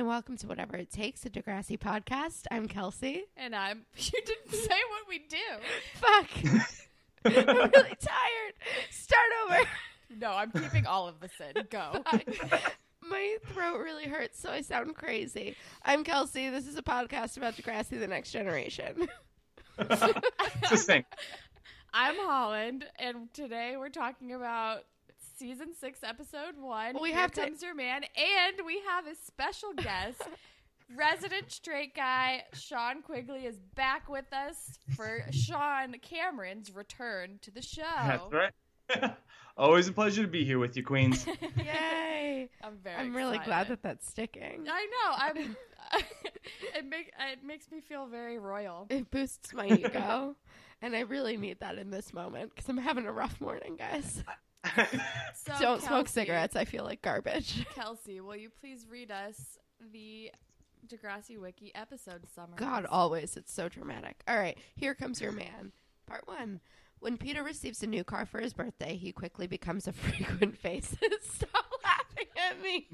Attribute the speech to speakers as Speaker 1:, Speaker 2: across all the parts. Speaker 1: welcome to Whatever It Takes, a Degrassi podcast. I'm Kelsey.
Speaker 2: And I'm. You didn't say what we do.
Speaker 1: Fuck. I'm really tired. Start over.
Speaker 2: No, I'm keeping all of this in. Go.
Speaker 1: Fuck. My throat really hurts, so I sound crazy. I'm Kelsey. This is a podcast about Degrassi, the next generation.
Speaker 3: Succinct.
Speaker 2: I'm Holland, and today we're talking about season six, episode one.
Speaker 1: We
Speaker 2: Here
Speaker 1: have to-
Speaker 2: comes your man, and we have a special guest. Resident straight guy Sean Quigley is back with us for Sean Cameron's return to the show.
Speaker 3: That's right. Always a pleasure to be here with you, Queens.
Speaker 1: Yay.
Speaker 2: I'm very.
Speaker 1: I'm really
Speaker 2: excited.
Speaker 1: glad that that's sticking.
Speaker 2: I know. I'm. it make it makes me feel very royal.
Speaker 1: It boosts my ego. And I really need that in this moment because I'm having a rough morning, guys.
Speaker 2: So
Speaker 1: Don't smoke
Speaker 2: Kelsey-
Speaker 1: cigarettes. I feel like garbage.
Speaker 2: Kelsey, will you please read us the Degrassi Wiki episode summary?
Speaker 1: God, always. It's so dramatic. All right, here comes your man. Part one. When Peter receives a new car for his birthday, he quickly becomes a frequent face. Stop laughing at me.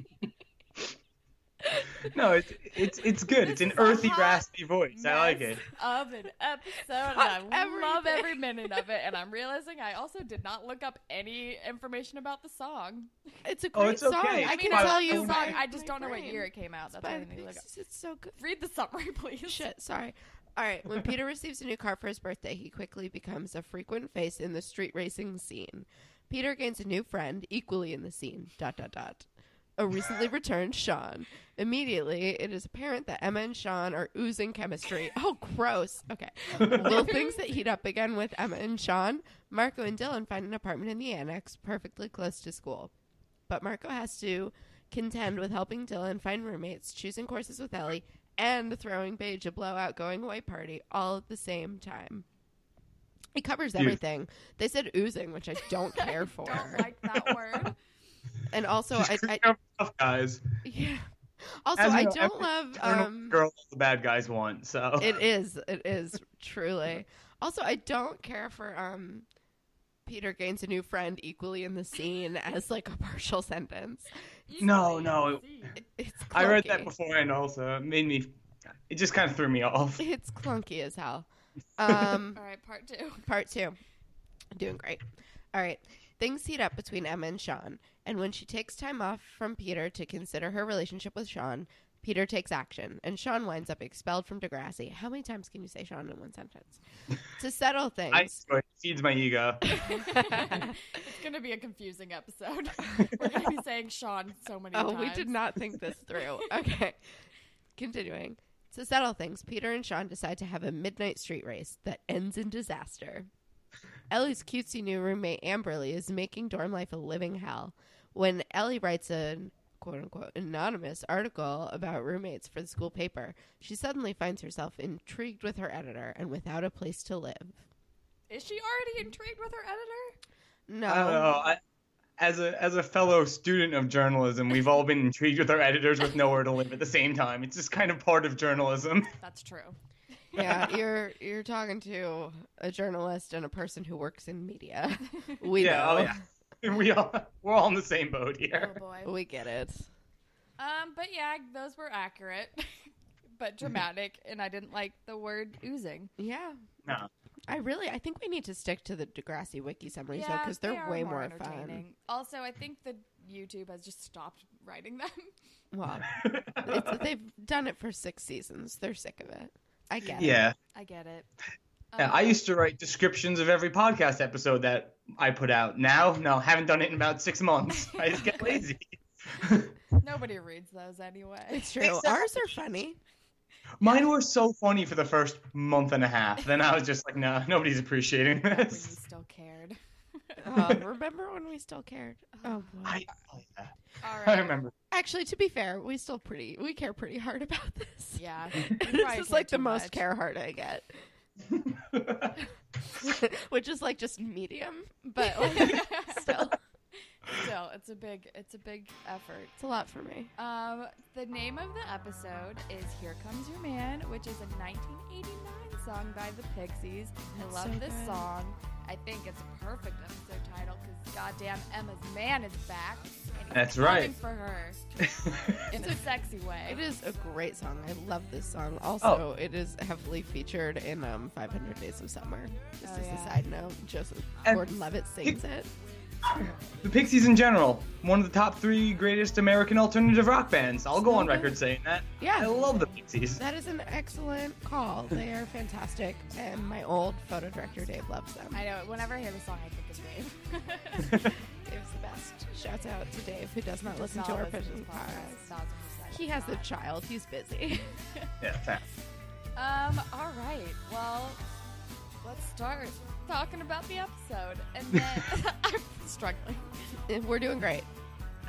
Speaker 3: no, it's it's it's good.
Speaker 2: This
Speaker 3: It's an
Speaker 2: is a
Speaker 3: earthy,
Speaker 2: hot
Speaker 3: raspy voice. I like it.
Speaker 2: Of an episode,
Speaker 1: Fuck
Speaker 2: and I love
Speaker 1: everything.
Speaker 2: every minute of it. And I'm realizing I also did not look up any information about the song.
Speaker 1: It's a great
Speaker 3: Oh, it's
Speaker 1: song.
Speaker 3: okay.
Speaker 1: I,
Speaker 3: I
Speaker 1: can
Speaker 3: mean,
Speaker 1: tell
Speaker 3: I-
Speaker 1: you.
Speaker 3: I-
Speaker 2: Sorry,
Speaker 1: my-
Speaker 2: I just
Speaker 1: my
Speaker 2: don't know what
Speaker 1: brain.
Speaker 2: year it came out. That's what
Speaker 1: By
Speaker 2: I
Speaker 1: the
Speaker 2: need to look up.
Speaker 1: Pixies. It's so good.
Speaker 2: Read the summary, please.
Speaker 1: Shit, sorry. All right, when Peter receives a new car for his birthday, he quickly becomes a frequent face in the street racing scene. Peter gains a new friend, equally in the scene. Dot dot dot. A recently returned Sean. Immediately, it is apparent that Emma and Sean are oozing chemistry. Oh, gross. Okay. Will things that heat up again with Emma and Sean. Marco and Dylan find an apartment in the annex, perfectly close to school. But Marco has to contend with helping Dylan find roommates, choosing courses with Ellie, and throwing Paige a blowout going away party all at the same time. It covers
Speaker 3: Dude.
Speaker 1: everything. They said oozing, which I don't care for.
Speaker 2: Don't like that word.
Speaker 1: and also,
Speaker 3: She's
Speaker 1: I, I
Speaker 3: creeping over tough guys.
Speaker 1: yeah. Also,
Speaker 3: As you
Speaker 1: I
Speaker 3: know,
Speaker 1: don't
Speaker 3: every
Speaker 1: love.
Speaker 3: I don't know
Speaker 1: Um,
Speaker 3: what girl all the bad guys want. So
Speaker 1: it is. It is truly. Also, I don't care for um, Peter gains a new friend equally in the scene as like a partial sentence.
Speaker 3: No, no.
Speaker 2: Easily.
Speaker 1: It's clunky.
Speaker 3: I read that beforehand. Also, it made me. It just kind of threw me off.
Speaker 1: It's clunky as hell. Um,
Speaker 2: All right, part two.
Speaker 1: part two. Doing great. All right. Things heat up between Emma and Sean, and when she takes time off from Peter to consider her relationship with Sean, Peter takes action, and Sean winds up expelled from Degrassi. How many times can you say Sean in one sentence? to settle
Speaker 3: I
Speaker 1: things.
Speaker 3: enjoy it. It feeds my ego.
Speaker 2: it's gonna be a confusing episode. We're gonna be saying Sean so many
Speaker 1: Oh,
Speaker 2: times.
Speaker 1: we did not think this through. Okay. Continuing. To settle things, Peter and Sean decide to have a midnight street race that ends in disaster. Ellie's cutesy new roommate, Amberly, is making dorm life a living hell. When Ellie writes an quote unquote anonymous article about roommates for the school paper, she suddenly finds herself intrigued with her editor and without a place to live.
Speaker 2: Is she already intrigued with her editor?
Speaker 1: No.
Speaker 3: I don't know. I, as a as a fellow student of journalism, we've all been intrigued with our editors with nowhere to live at the same time. It's just kind of part of journalism.
Speaker 2: That's true.
Speaker 1: yeah, you're you're talking to a journalist and a person who works in media. We
Speaker 3: yeah,
Speaker 1: know.
Speaker 3: oh yeah. We all we're all in the same boat
Speaker 2: Oh
Speaker 3: here.
Speaker 2: boy.
Speaker 1: We get it.
Speaker 2: Um, but yeah, those were accurate, but dramatic, and I didn't like the word oozing.
Speaker 1: Yeah.
Speaker 3: No.
Speaker 1: I really I think we need to stick to the Degrassi wiki summaries though because they're
Speaker 2: they are
Speaker 1: way more, fun.
Speaker 2: entertaining. Also, I think the YouTube has just stopped writing them.
Speaker 1: Well, it's, they've done it for six seasons. They're sick of it. I get it.
Speaker 3: yeah.
Speaker 2: I get it. Um,
Speaker 3: Yeah, I used to write descriptions of every podcast episode that I put out. Now, no, haven't done it in about six months. I just get lazy.
Speaker 2: Nobody reads those anyway.
Speaker 1: It's true.
Speaker 3: Exactly.
Speaker 1: Ours are funny.
Speaker 3: Mine were so funny for the first month and a half. Then I was just like, no, nobody's appreciating
Speaker 2: Back when you
Speaker 3: this.
Speaker 2: still cared.
Speaker 1: Uh, remember when we still cared? Oh boy.
Speaker 3: I, oh, yeah.
Speaker 2: All
Speaker 3: I
Speaker 2: right.
Speaker 3: remember.
Speaker 1: Actually, to be fair, we still pretty we care pretty hard about this.
Speaker 2: Yeah.
Speaker 1: this is like the most care hard I get, which is like just medium, but like, still,
Speaker 2: Still, it's a big, it's a big effort.
Speaker 1: it's a lot for me.
Speaker 2: Um, the name of the episode is "Here Comes Your Man," which is a 1989 song by the Pixies. I
Speaker 1: That's
Speaker 2: love
Speaker 1: so
Speaker 2: this
Speaker 1: good.
Speaker 2: song. I think it's a perfect episode title because goddamn Emma's man is back. And he's
Speaker 3: That's
Speaker 2: coming
Speaker 3: right.
Speaker 2: For her in
Speaker 1: It's
Speaker 2: a
Speaker 1: a-
Speaker 2: sexy way.
Speaker 1: It is a great song. I love this song.
Speaker 2: Oh.
Speaker 1: Also, it is heavily featured in um, 500 Days of Summer. Just
Speaker 2: Oh,
Speaker 1: as
Speaker 2: yeah.
Speaker 1: a side note, Joseph
Speaker 3: And-
Speaker 1: Gordon Levitt sings it.
Speaker 3: the Pixies in general, one of the top three greatest American alternative rock bands. I'll go on record saying that. I
Speaker 1: Yeah,
Speaker 3: love the Pixies.
Speaker 1: that is an excellent call. They are fantastic, and my old photo director Dave loves them.
Speaker 2: I know. Whenever I hear the song, I think of Dave.
Speaker 1: Dave's the best. Shouts out to Dave who does not listen
Speaker 2: Does
Speaker 1: to
Speaker 2: not
Speaker 1: our
Speaker 2: listen
Speaker 1: Pigeon
Speaker 2: this podcast,
Speaker 1: podcast.
Speaker 2: thousand percent
Speaker 1: He has a
Speaker 2: not.
Speaker 1: child. He's busy.
Speaker 3: Yeah, fact.
Speaker 2: Um, all right. Well, let's start talking about the episode. And then I'm struggling.
Speaker 1: And We're doing great.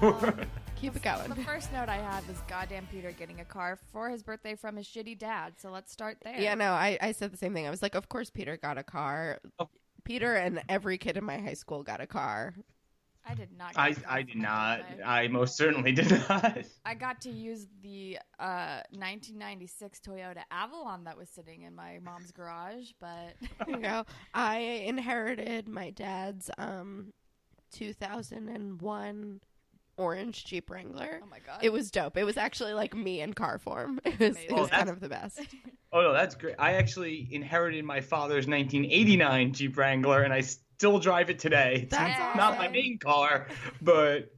Speaker 2: Um,
Speaker 1: Keep it
Speaker 2: the
Speaker 1: going.
Speaker 2: first note I have is goddamn Peter getting a car for his birthday from his shitty dad. So let's start there.
Speaker 1: Yeah, no, I, I said the same thing. I was like, of course Peter got a car.
Speaker 3: Oh.
Speaker 1: Peter and every kid in my high school got a car.
Speaker 2: I did not. get
Speaker 3: I,
Speaker 2: a car
Speaker 3: I
Speaker 2: for
Speaker 3: did
Speaker 2: my
Speaker 3: not.
Speaker 2: birthday.
Speaker 3: I most certainly did not.
Speaker 2: I got to use the uh, 1996 Toyota Avalon that was sitting in my mom's garage, but oh
Speaker 1: you know, I inherited my dad's um 2001 orange Jeep Wrangler.
Speaker 2: oh my god,
Speaker 1: It was dope. It was actually like me in car form. It was, it
Speaker 2: amazing.
Speaker 1: was
Speaker 3: Oh,
Speaker 1: kind of the best.
Speaker 3: Oh no, that's great. I actually inherited my father's 1989 Jeep Wrangler, and I still drive it today. It's
Speaker 1: That's
Speaker 2: Yeah.
Speaker 3: not my
Speaker 1: awesome.
Speaker 3: main car, but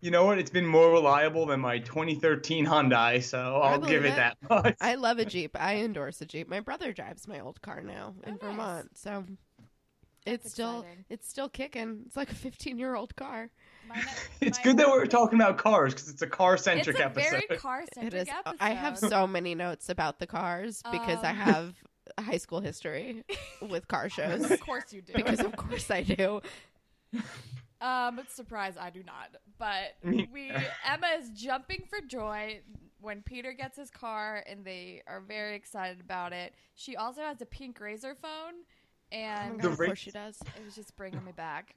Speaker 3: you know what? It's been more reliable than my 2013 Hyundai, so I'll
Speaker 1: believe
Speaker 3: give it
Speaker 1: it.
Speaker 3: that much.
Speaker 1: I love a Jeep. I endorse a Jeep. My brother drives my old car now in
Speaker 2: Oh, nice.
Speaker 1: Vermont. So it's still
Speaker 2: exciting.
Speaker 1: it's still kicking. It's like a 15-year-old car.
Speaker 2: My ne-
Speaker 3: It's
Speaker 2: my-
Speaker 3: good that we're talking about cars because it's a car-centric
Speaker 2: it's a
Speaker 3: episode.
Speaker 2: Very car
Speaker 1: It
Speaker 2: centric
Speaker 1: is
Speaker 2: episode.
Speaker 1: I have so many notes about the cars because I
Speaker 2: Um.
Speaker 1: have high school history with car shows.
Speaker 2: Of course you do.
Speaker 1: because of course I do.
Speaker 2: um, surprise, I do not. But
Speaker 3: Me
Speaker 2: we
Speaker 3: neither.
Speaker 2: Emma is jumping for joy when Peter gets his car, and they are very excited about it. She also has a pink razor phone, and
Speaker 3: The
Speaker 1: Oh of
Speaker 3: ra-
Speaker 1: course she does.
Speaker 2: it was just bringing me back.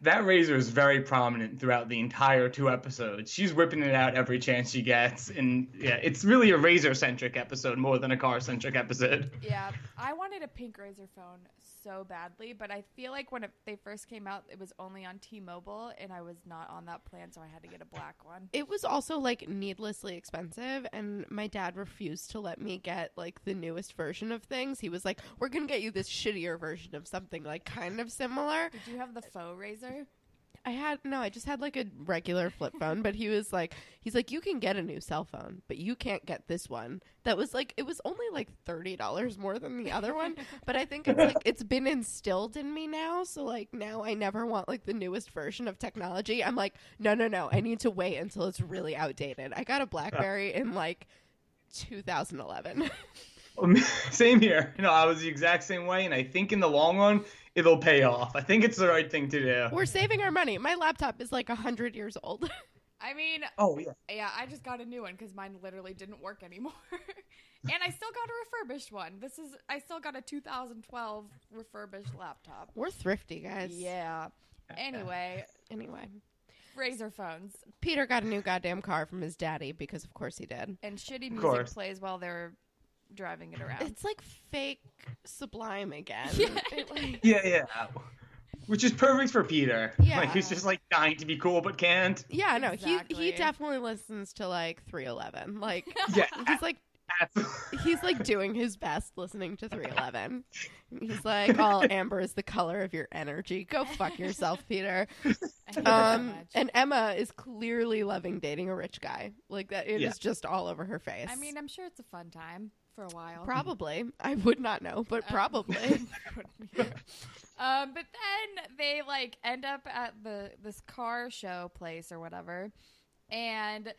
Speaker 3: that razor is very prominent throughout the entire two episodes. She's whipping it out every chance she gets, and yeah, it's really a razor-centric episode more than a car-centric episode.
Speaker 2: Yeah, I wanted a pink razor phone so badly, but I feel like when it, they first came out, it was only on T-Mobile, and I was not on that plan, so I had to get a black one.
Speaker 1: It was also like needlessly expensive, and my dad refused to let me get like the newest version of things. He was like, "We're gonna get you this shittier version of something like kind of similar."
Speaker 2: Did you have the faux razor?
Speaker 1: I had no, I just had like a regular flip phone, but he was like, "He's like, you can get a new cell phone, but you can't get this one." That was like, it was only like thirty dollars more than the other one, but I think it's like it's been instilled in me now. So like now I never want like the newest version of technology. I'm like, no, no, no. I need to wait until it's really outdated. I got a BlackBerry in like 2011.
Speaker 3: Um, Same here. You know, I was the exact same way, and I think in the long run, it'll pay off. I think it's the right thing to do.
Speaker 1: We're saving our money. My laptop is like hundred years old.
Speaker 2: I mean,
Speaker 3: Oh yeah.
Speaker 2: yeah, I just got a new one because mine literally didn't work anymore, and I still got a refurbished one. This is I still got a 2012 refurbished laptop.
Speaker 1: We're thrifty guys.
Speaker 2: Yeah. Anyway,
Speaker 1: Anyway,
Speaker 2: razor phones
Speaker 1: Peter got a new goddamn car from his daddy because of course he did.
Speaker 2: and shitty music
Speaker 3: course.
Speaker 2: plays while they're driving it around.
Speaker 1: It's like fake Sublime again.
Speaker 2: Yeah,
Speaker 1: It, like-
Speaker 3: Yeah, yeah. Which is perfect for Peter.
Speaker 1: Yeah.
Speaker 3: Like he's just like dying to be cool but can't.
Speaker 1: yeah, no, he
Speaker 2: Exactly.
Speaker 1: he definitely listens to like 311. Like
Speaker 3: Yeah.
Speaker 1: he's like
Speaker 3: absolutely.
Speaker 1: he's like doing his best listening to 311. He's like, "All amber is the color of your energy. Go fuck yourself, Peter."
Speaker 2: I hate it so
Speaker 1: Um,
Speaker 2: much.
Speaker 1: and Emma is clearly loving dating a rich guy. Like that, it is
Speaker 3: Yeah.
Speaker 1: just all over her face.
Speaker 2: I mean, I'm sure it's a fun time for a while.
Speaker 1: probably. I would not know, but
Speaker 2: Uh,
Speaker 1: probably.
Speaker 2: um, but then they like end up at the this car show place or whatever, and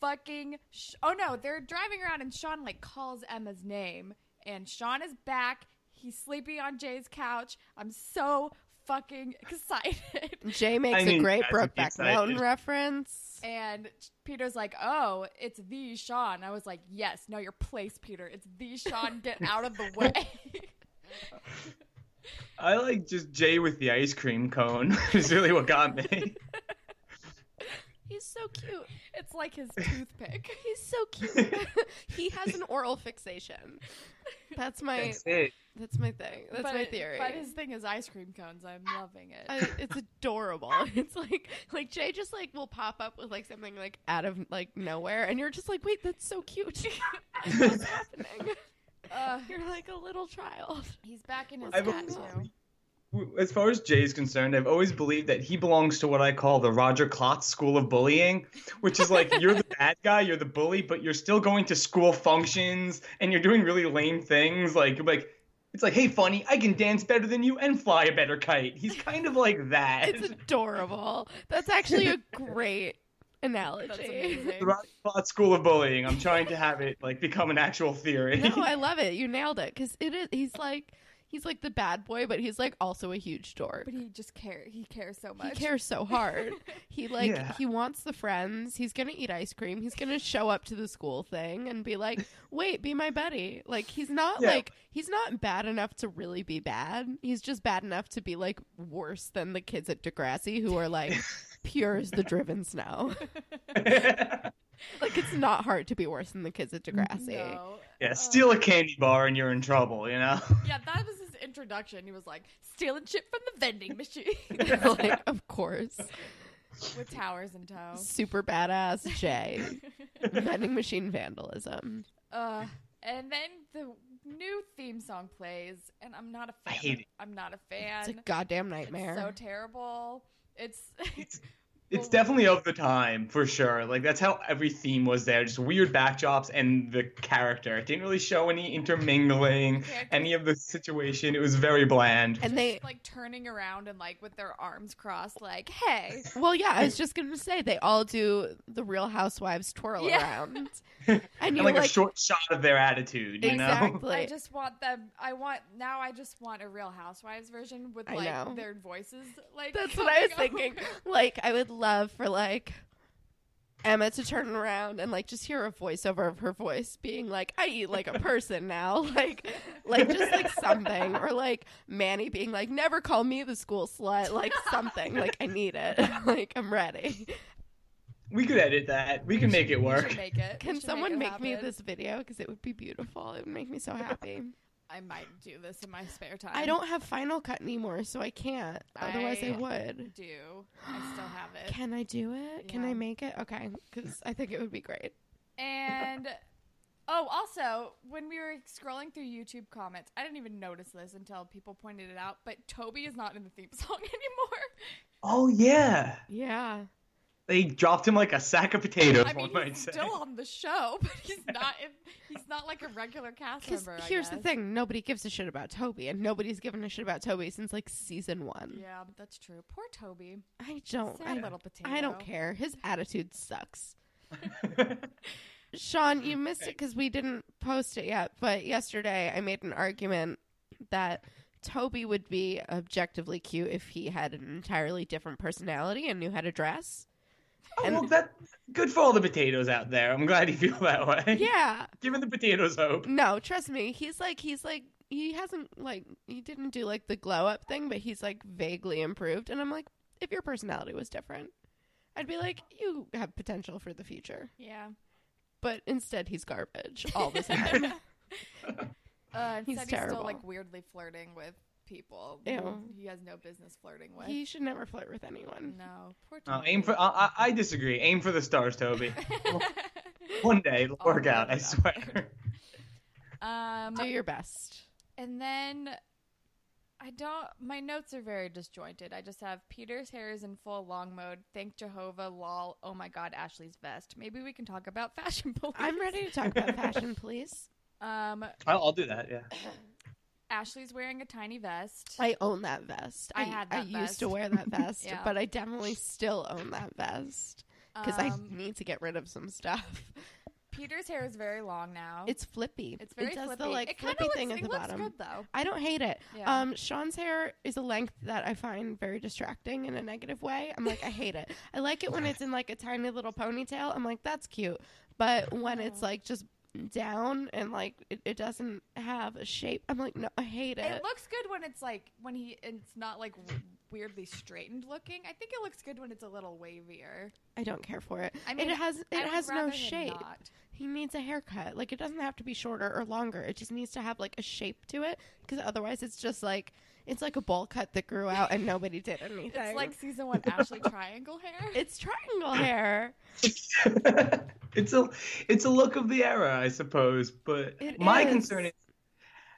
Speaker 2: fucking sh- oh no, they're driving around and Sean like calls Emma's name, and Sean is back. He's sleeping on Jay's couch. I'm so fucking excited.
Speaker 1: Jay makes a
Speaker 3: knew you
Speaker 1: great
Speaker 3: guys would be
Speaker 1: Brokeback
Speaker 3: excited.
Speaker 1: Mountain reference.
Speaker 2: And Peter's like, "Oh, it's the Sean." I was like, "Yes, know your place, Peter. It's the Sean. Get out of the way."
Speaker 3: I like just Jay with the ice cream cone. is really what got me.
Speaker 1: He's so cute.
Speaker 2: It's like his toothpick.
Speaker 1: He's so cute. he has an oral fixation. That's my
Speaker 3: That's it.
Speaker 1: that's my thing. That's
Speaker 2: But
Speaker 1: my
Speaker 2: it-
Speaker 1: theory.
Speaker 2: But his thing is ice cream cones. I'm loving it.
Speaker 1: I, it's adorable. It's like like Jay just like will pop up with like something like out of like nowhere, and you're just like, wait, that's so cute. What's happening?
Speaker 2: Uh,
Speaker 1: You're like a little child.
Speaker 2: he's back in his
Speaker 3: I've
Speaker 2: cat
Speaker 3: always-
Speaker 2: now.
Speaker 3: As far as Jay's concerned, I've always believed that he belongs to what I call the Roger Klotz school of bullying, which is like you're the bad guy, you're the bully, but you're still going to school functions and you're doing really lame things. Like, you're like it's like, hey, funny, I can dance better than you and fly a better kite. He's kind of like that.
Speaker 1: It's adorable. That's actually a great analogy.
Speaker 2: That's amazing.
Speaker 3: the Roger Klotz school of bullying. I'm trying to have it like become an actual theory.
Speaker 1: No, I love it. You nailed it because it is. He's like he's like the bad boy, but he's like also a huge dork.
Speaker 2: But he just care. He cares so
Speaker 1: He
Speaker 2: much.
Speaker 1: cares so hard. He like
Speaker 3: Yeah.
Speaker 1: he wants the friends. He's gonna eat ice cream. He's gonna show up to the school thing and be like, "Wait, be my buddy." Like he's not
Speaker 3: Yeah.
Speaker 1: like he's not bad enough to really be bad. He's just bad enough to be like worse than the kids at Degrassi who are like pure as the driven snow. like it's not hard to be worse than the kids at Degrassi.
Speaker 2: No.
Speaker 3: yeah, steal a candy bar and you're in trouble, you know?
Speaker 2: Yeah, that was his introduction. He was like stealing shit from the vending machine
Speaker 1: like of course,
Speaker 2: with towers in tow.
Speaker 1: super badass Jay vending machine vandalism.
Speaker 2: Uh, and then the new theme song plays, and I'm not a fan.
Speaker 3: I hate it.
Speaker 2: I'm not a
Speaker 1: It's a
Speaker 2: fan.
Speaker 1: goddamn nightmare.
Speaker 2: It's so terrible. It's
Speaker 3: It's definitely of the time for sure. Like that's how every theme was there, just weird backdrops and the character. It didn't really show any intermingling,
Speaker 2: Characters-
Speaker 3: any of the situation. It was very bland.
Speaker 1: and they
Speaker 2: like turning around and like with their arms crossed, like, "Hey,
Speaker 1: Well, yeah, I was just gonna say they all do the Real Housewives twirl
Speaker 2: Yeah.
Speaker 1: around, and
Speaker 3: And
Speaker 1: you're
Speaker 3: like,
Speaker 1: like,
Speaker 3: a short shot of their attitude, you know?
Speaker 1: exactly.
Speaker 2: I just want them. I want now. I just want a Real Housewives version with
Speaker 1: I know.
Speaker 2: like their voices. Like
Speaker 1: That's what I was
Speaker 2: coming
Speaker 1: thinking.
Speaker 2: over.
Speaker 1: Like, I would love for like Emma to turn around and like just hear a voiceover of her voice being like, "I eat like a person now," like, like just like something, or like Manny being like, "Never call me the school slut," like something. like, I need it. like, I'm ready.
Speaker 3: We could edit that. We can make it
Speaker 2: We should
Speaker 3: work.
Speaker 2: Make it. We
Speaker 1: Can
Speaker 2: should
Speaker 1: someone
Speaker 2: it
Speaker 1: make, me
Speaker 2: happen.
Speaker 1: this video because it would be beautiful. It would make me so happy.
Speaker 2: I might do this in my spare time.
Speaker 1: I don't have Final Cut anymore, so I can't. Otherwise, I,
Speaker 2: I-
Speaker 1: would.
Speaker 2: do. I still have it.
Speaker 1: Can I do it? Can
Speaker 2: Yeah.
Speaker 1: I make it? Okay, because I think it would be great.
Speaker 2: And oh, also, when we were scrolling through YouTube comments, I didn't even notice this until people pointed it out. But Toby is not in the theme song anymore.
Speaker 3: Oh yeah.
Speaker 1: Yeah.
Speaker 3: They dropped him like a sack of potatoes,
Speaker 2: I
Speaker 3: one
Speaker 2: mean,
Speaker 3: might
Speaker 2: he's
Speaker 3: say.
Speaker 2: still on the show, but he's not. In, he's not like a regular cast
Speaker 1: Because
Speaker 2: member. I
Speaker 1: here's the
Speaker 2: guess.
Speaker 1: thing nobody gives a shit about Toby, and nobody's given a shit about Toby since like season one.
Speaker 2: Yeah, that's true. Poor Toby.
Speaker 1: I don't.
Speaker 2: Sad
Speaker 1: Oh, I,
Speaker 2: little potato.
Speaker 1: I don't care. His attitude sucks. Sean, you missed it because we didn't post it yet, but yesterday I made an argument that Toby would be objectively cute if he had an entirely different personality and knew how to dress.
Speaker 3: oh, well, that good for all the potatoes out there. I'm glad you feel that way.
Speaker 1: Yeah.
Speaker 3: Giving the potatoes hope.
Speaker 2: Mm.
Speaker 1: No, trust me. He's like he's like he hasn't like he didn't do like the glow up thing, but he's like vaguely improved. And I'm like, if your personality was different, I'd be like, you have potential for the future.
Speaker 2: Yeah.
Speaker 1: But instead, he's garbage all the time.
Speaker 2: Uh,
Speaker 1: He's
Speaker 2: instead, he's still
Speaker 1: terrible.
Speaker 2: like weirdly flirting with people.
Speaker 1: Ew.
Speaker 2: He has no business flirting with.
Speaker 1: he should never flirt with anyone.
Speaker 2: No. Poor Toby.
Speaker 3: No, Uh, aim for. I, I, I disagree. Aim for the stars, Toby. One day it'll work
Speaker 2: Oh,
Speaker 3: out. I
Speaker 2: yeah.
Speaker 3: swear.
Speaker 2: um,
Speaker 1: Do your best.
Speaker 2: and then I don't. My notes are very disjointed. I just have Peter's hair is in full long mode. Thank Jehovah. Lol. Oh my God. Ashley's vest. Maybe we can talk about fashion. Police.
Speaker 1: I'm ready to talk about fashion, please.
Speaker 2: Um,
Speaker 3: I'll, I'll do that. Yeah.
Speaker 2: Ashley's wearing a tiny vest.
Speaker 1: I own that vest.
Speaker 2: I had
Speaker 1: I
Speaker 2: that
Speaker 1: used to
Speaker 2: vest.
Speaker 1: wear that vest,
Speaker 2: Yeah.
Speaker 1: but I definitely still own that vest because
Speaker 2: Um,
Speaker 1: I need to get rid of some stuff.
Speaker 2: Peter's hair is very long now.
Speaker 1: It's flippy.
Speaker 2: oh. It's very
Speaker 1: it does
Speaker 2: flippy.
Speaker 1: the like
Speaker 2: it kinda
Speaker 1: flippy
Speaker 2: looks,
Speaker 1: thing at
Speaker 2: it
Speaker 1: the
Speaker 2: looks
Speaker 1: bottom.
Speaker 2: Good though.
Speaker 1: I don't hate it.
Speaker 2: Yeah.
Speaker 1: Um, Sean's hair is a length that I find very distracting in a negative way. I'm like, I hate it. I like it when it's in like a tiny little ponytail. I'm like, that's cute. But when
Speaker 2: Uh-huh.
Speaker 1: it's like just down and like it, it doesn't have a shape, I'm like, no, I hate it.
Speaker 2: It looks good when it's like when he it's not like w- weirdly straightened looking. I think it looks good when it's a little wavier.
Speaker 1: I don't care for it.
Speaker 2: I mean,
Speaker 1: it has it
Speaker 2: I would
Speaker 1: has
Speaker 2: rather
Speaker 1: no
Speaker 2: him
Speaker 1: shape.
Speaker 2: not.
Speaker 1: He needs a haircut. Like it doesn't have to be shorter or longer. It just needs to have like a shape to it because otherwise it's just like it's like a bowl cut that grew out and nobody did anything.
Speaker 2: It's like season one Ashley Triangle hair.
Speaker 1: it's triangle hair.
Speaker 3: it's a it's a look of the era, I suppose. But
Speaker 1: It
Speaker 3: my
Speaker 1: is.
Speaker 3: concern is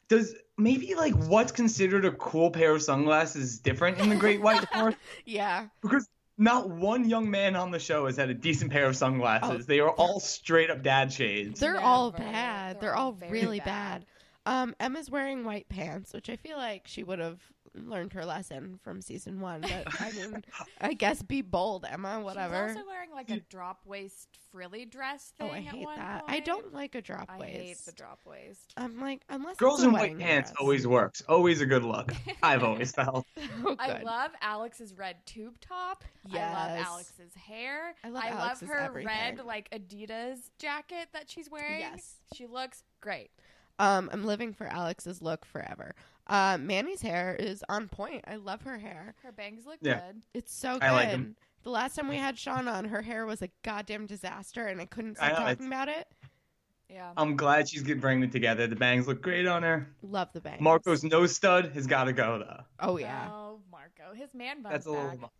Speaker 3: does maybe like what's considered a cool pair of sunglasses is different in the Great White North
Speaker 1: Yeah.
Speaker 3: because not one young man on the show has had a decent pair of sunglasses.
Speaker 1: Oh.
Speaker 3: They are all straight up dad shades.
Speaker 1: They're all
Speaker 2: Never.
Speaker 1: bad. They're,
Speaker 2: They're all
Speaker 1: all
Speaker 2: very
Speaker 1: really
Speaker 2: bad.
Speaker 1: bad. Um, Emma's wearing white pants, which I feel like she would have learned her lesson from season one. But I mean, I guess be bold, Emma. Whatever.
Speaker 2: She's also wearing like a drop waist frilly dress
Speaker 1: oh,
Speaker 2: thing.
Speaker 1: I hate
Speaker 2: at one
Speaker 1: that. I
Speaker 2: point.
Speaker 1: don't like a drop
Speaker 2: I
Speaker 1: waist.
Speaker 2: hate the drop waist.
Speaker 1: I'm like, unless
Speaker 3: Girls
Speaker 1: it's a
Speaker 3: in white
Speaker 1: wedding
Speaker 3: pants
Speaker 1: dress.
Speaker 3: always works. Always a good look. I've always felt.
Speaker 1: so Oh, good.
Speaker 2: I love Alex's red tube top. I love
Speaker 1: Yes.
Speaker 2: Alex's hair.
Speaker 1: I love Alex's
Speaker 2: her red
Speaker 1: everything.
Speaker 2: like Adidas jacket that she's wearing.
Speaker 1: Yes.
Speaker 2: She looks great.
Speaker 1: Um, I'm living for Alex's look forever. Uh, Manny's hair is on point. I love her hair.
Speaker 2: Her bangs look
Speaker 3: Yeah.
Speaker 2: good.
Speaker 1: It's so good.
Speaker 3: I like 'em.
Speaker 1: The last time we had Sean on, her hair was a goddamn disaster, and I couldn't
Speaker 3: I
Speaker 1: stop
Speaker 3: know,
Speaker 1: talking about it.
Speaker 2: Yeah.
Speaker 3: I'm glad she's getting bringing it together. The bangs look great on her.
Speaker 1: Love the bangs.
Speaker 3: Marco's nose stud has got to go though.
Speaker 1: Oh yeah.
Speaker 2: Oh, Marco. His man bun.
Speaker 3: That's a little much.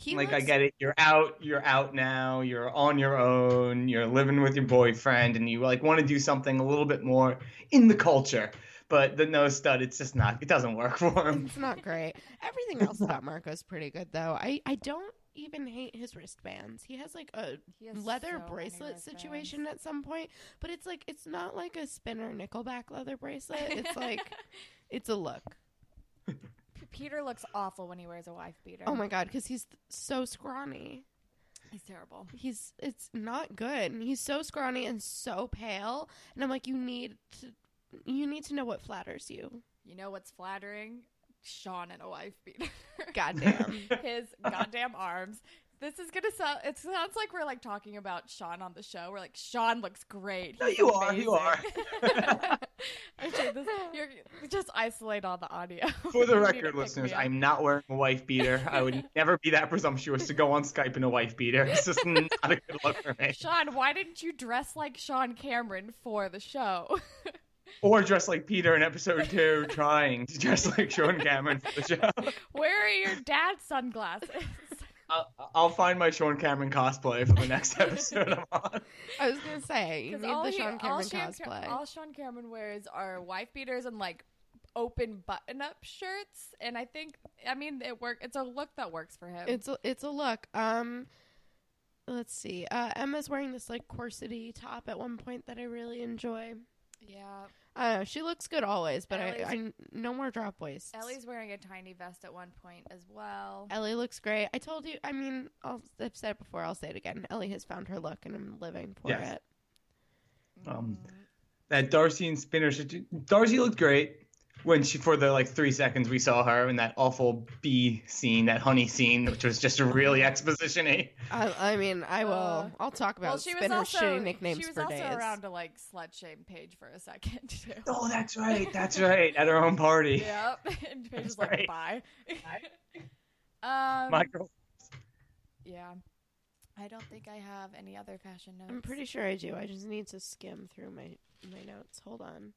Speaker 1: He
Speaker 3: like I
Speaker 1: looks-
Speaker 3: get it. You're out. You're out now. You're on your own. You're living with your boyfriend, and you like want to do something a little bit more in the culture. But the nose stud, it's just not. It doesn't work for him.
Speaker 1: It's not great. Everything else about Marco's pretty good though. I I don't even hate his wristbands. He has like a
Speaker 2: He has so
Speaker 1: leather
Speaker 2: many
Speaker 1: bracelet
Speaker 2: wristbands.
Speaker 1: situation at some point, but it's like it's not like a spinner nickelback leather bracelet. It's like it's a look.
Speaker 2: Peter looks awful when he wears a wife beater.
Speaker 1: Oh my god, cuz he's so scrawny.
Speaker 2: he's terrible.
Speaker 1: He's it's not good. And he's so scrawny and so pale, and I'm like you need to you need to know what flatters you.
Speaker 2: You know what's flattering? Sean in a wife beater.
Speaker 1: Goddamn.
Speaker 2: his goddamn arms. This is gonna sound. It sounds like we're like talking about Sean on the show. We're like, Sean looks great.
Speaker 3: No,
Speaker 2: He's
Speaker 3: you are, you
Speaker 2: amazing." okay, this, you're, just isolate all the audio.
Speaker 3: For the
Speaker 2: You need to
Speaker 3: record,
Speaker 2: pick me
Speaker 3: listeners,
Speaker 2: up.
Speaker 3: I'm not wearing a wife beater. I would never be that presumptuous to go on Skype in a wife beater. It's just not a good look for me.
Speaker 2: Sean, why didn't you dress like Sean Cameron for the show?
Speaker 3: Or dress like Peter in episode two, trying to dress like Sean Cameron for the show.
Speaker 2: Where are your dad's sunglasses?
Speaker 1: Uh,
Speaker 3: I'll, I'll find my Sean Cameron cosplay for the next episode I'm on.
Speaker 1: I was going to say you
Speaker 2: 'Cause
Speaker 1: need the
Speaker 2: he-
Speaker 1: Sean
Speaker 2: all
Speaker 1: Cameron
Speaker 2: Sean Ca-
Speaker 1: cosplay.
Speaker 2: all Sean Cameron wears are wife beaters and like open button-up shirts, and I think I mean it work. It's a look that works for him.
Speaker 1: It's a, it's a look. Um, let's see. Uh, Emma's wearing this like corsety top at one point that I really enjoy.
Speaker 2: yeah.
Speaker 1: I don't know. She looks good always, but I,
Speaker 2: Ellie's-
Speaker 1: I no more drop waists.
Speaker 2: Ellie's wearing a tiny vest at one point as well.
Speaker 1: Ellie looks great. I told you. I mean, I'll, I've said it before. I'll say it again. Ellie has found her look, and I'm living for
Speaker 3: Yes.
Speaker 1: it.
Speaker 3: Um,
Speaker 2: Mm.
Speaker 3: that Darcy and Spinner. situ- Darcy looked great when she for the like three seconds we saw her in that awful bee scene, that honey scene, which was just really expositiony.
Speaker 1: I, I mean, I will.
Speaker 2: Uh,
Speaker 1: I'll talk about
Speaker 2: well, she was
Speaker 1: spinner
Speaker 2: also
Speaker 1: shitty nicknames
Speaker 2: she was
Speaker 1: for
Speaker 2: also
Speaker 1: days.
Speaker 2: around to like slut shame Paige for a second too.
Speaker 3: Oh, that's right, that's right, at her own party.
Speaker 2: Yep, and Paige was
Speaker 3: That's
Speaker 2: like, "Bye." um,
Speaker 3: My girl.
Speaker 2: yeah, I don't think I have any other fashion notes.
Speaker 1: I'm pretty sure I do. I just need to skim through my my notes. Hold on.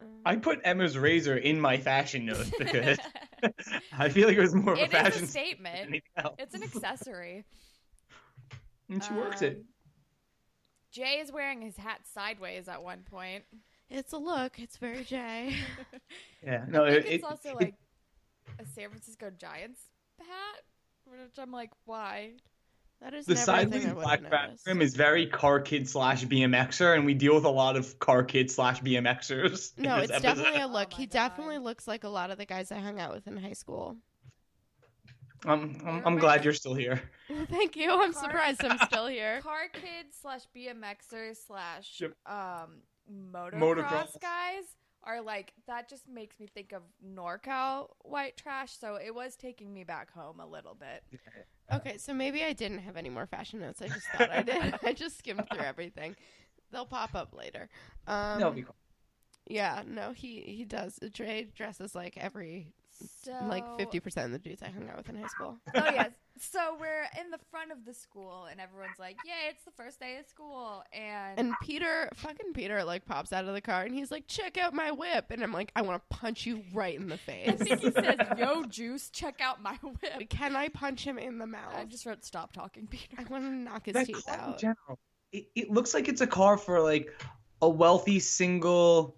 Speaker 1: Um,
Speaker 3: I put Emma's razor in my fashion note because I feel like it was more of a
Speaker 2: it is
Speaker 3: fashion
Speaker 2: a
Speaker 3: statement than
Speaker 2: statement.
Speaker 3: anything else.
Speaker 2: It's an accessory.
Speaker 3: And she works it.
Speaker 2: Um, Jay is wearing his hat sideways at one point.
Speaker 1: It's a look. It's very Jay.
Speaker 3: Yeah. No,
Speaker 2: I think
Speaker 3: it, it-
Speaker 2: it's also
Speaker 3: it-
Speaker 2: like a San Francisco Giants hat, which I'm like, why?
Speaker 1: That is
Speaker 3: the
Speaker 1: never a thing
Speaker 3: sideways
Speaker 1: I
Speaker 3: black
Speaker 1: would've noticed.
Speaker 3: background is very car kid slash BMXer, and we deal with a lot of car kid slash BMXers. in
Speaker 1: No,
Speaker 3: this
Speaker 1: it's
Speaker 3: episode.
Speaker 1: definitely a
Speaker 2: Oh
Speaker 1: look.
Speaker 2: my
Speaker 1: he
Speaker 2: God.
Speaker 1: definitely looks like a lot of the guys I hung out with in high school.
Speaker 3: I'm, I'm,
Speaker 2: Never
Speaker 3: I'm glad
Speaker 2: mind.
Speaker 3: you're still here.
Speaker 1: Thank you. I'm
Speaker 2: Car-
Speaker 1: surprised I'm still here.
Speaker 2: Car kid slash BMXer slash
Speaker 3: Yep.
Speaker 2: um motocross,
Speaker 3: Motocross.
Speaker 2: guys are like that. Just makes me think of NorCal white trash. So it was taking me back home a little bit.
Speaker 1: Okay, so maybe I didn't have any more fashion notes. I just thought I did. I just skimmed through everything. They'll pop up later. Um,
Speaker 3: That'll be cool.
Speaker 1: yeah, no, he he does. Dre dresses like every
Speaker 2: So
Speaker 1: like 50% of the dudes I hung out with in high school.
Speaker 2: oh yes. So we're in the front of the school, and everyone's like, "Yay! It's the first day of school!" And,
Speaker 1: And Peter, fucking Peter, like pops out of the car and he's like, check out my whip. And I'm like, I want to punch you right in the
Speaker 2: I
Speaker 1: face.
Speaker 2: think he says, "Yo, Juice, check out my whip."
Speaker 1: Can I punch him in the mouth?
Speaker 2: I just wrote, "Stop talking, Peter."
Speaker 1: I want to knock his
Speaker 3: that
Speaker 1: teeth
Speaker 3: car in
Speaker 1: out.
Speaker 3: general, it, it looks like it's a car for like a wealthy single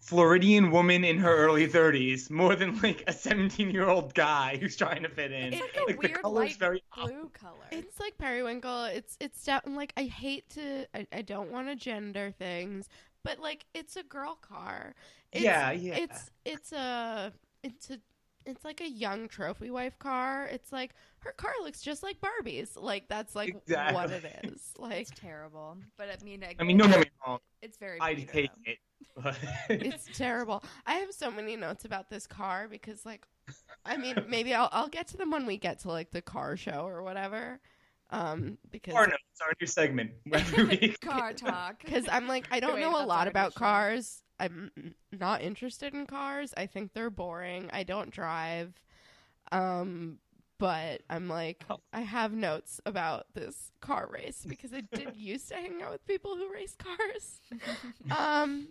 Speaker 3: Floridian woman in her early 30s, more than like a 17 year old guy who's trying to fit in.
Speaker 2: It's like a
Speaker 3: the
Speaker 2: weird
Speaker 3: color's
Speaker 2: light
Speaker 3: very
Speaker 2: blue color.
Speaker 1: It's like periwinkle. It's it's down like I hate to I, I don't want to gender things, but like it's a girl car. It's,
Speaker 3: Yeah, yeah.
Speaker 1: It's it's a it's a it's like a young trophy wife car. It's like her car looks just like Barbie's. Like that's like what it
Speaker 3: Exactly.
Speaker 1: is. Like
Speaker 2: It's terrible, but I mean,
Speaker 3: I mean, don't get me wrong,
Speaker 2: it's very.
Speaker 3: I'd
Speaker 2: Peter,
Speaker 3: take
Speaker 2: though.
Speaker 3: it. But
Speaker 1: it's terrible. I have so many notes about this car because like I mean maybe I'll I'll get to them when we get to like the car show or whatever. Um because
Speaker 3: car notes, our new segment every week.
Speaker 2: Car talk.
Speaker 1: because I'm like I don't
Speaker 2: Wait,
Speaker 1: know a
Speaker 2: that's
Speaker 1: lot
Speaker 2: already
Speaker 1: about
Speaker 2: shown.
Speaker 1: cars. I'm n- not interested in cars. I think they're boring. I don't drive. Um but I'm like
Speaker 3: Oh.
Speaker 1: I have notes about this car race because I did used to hang out with people who race cars. um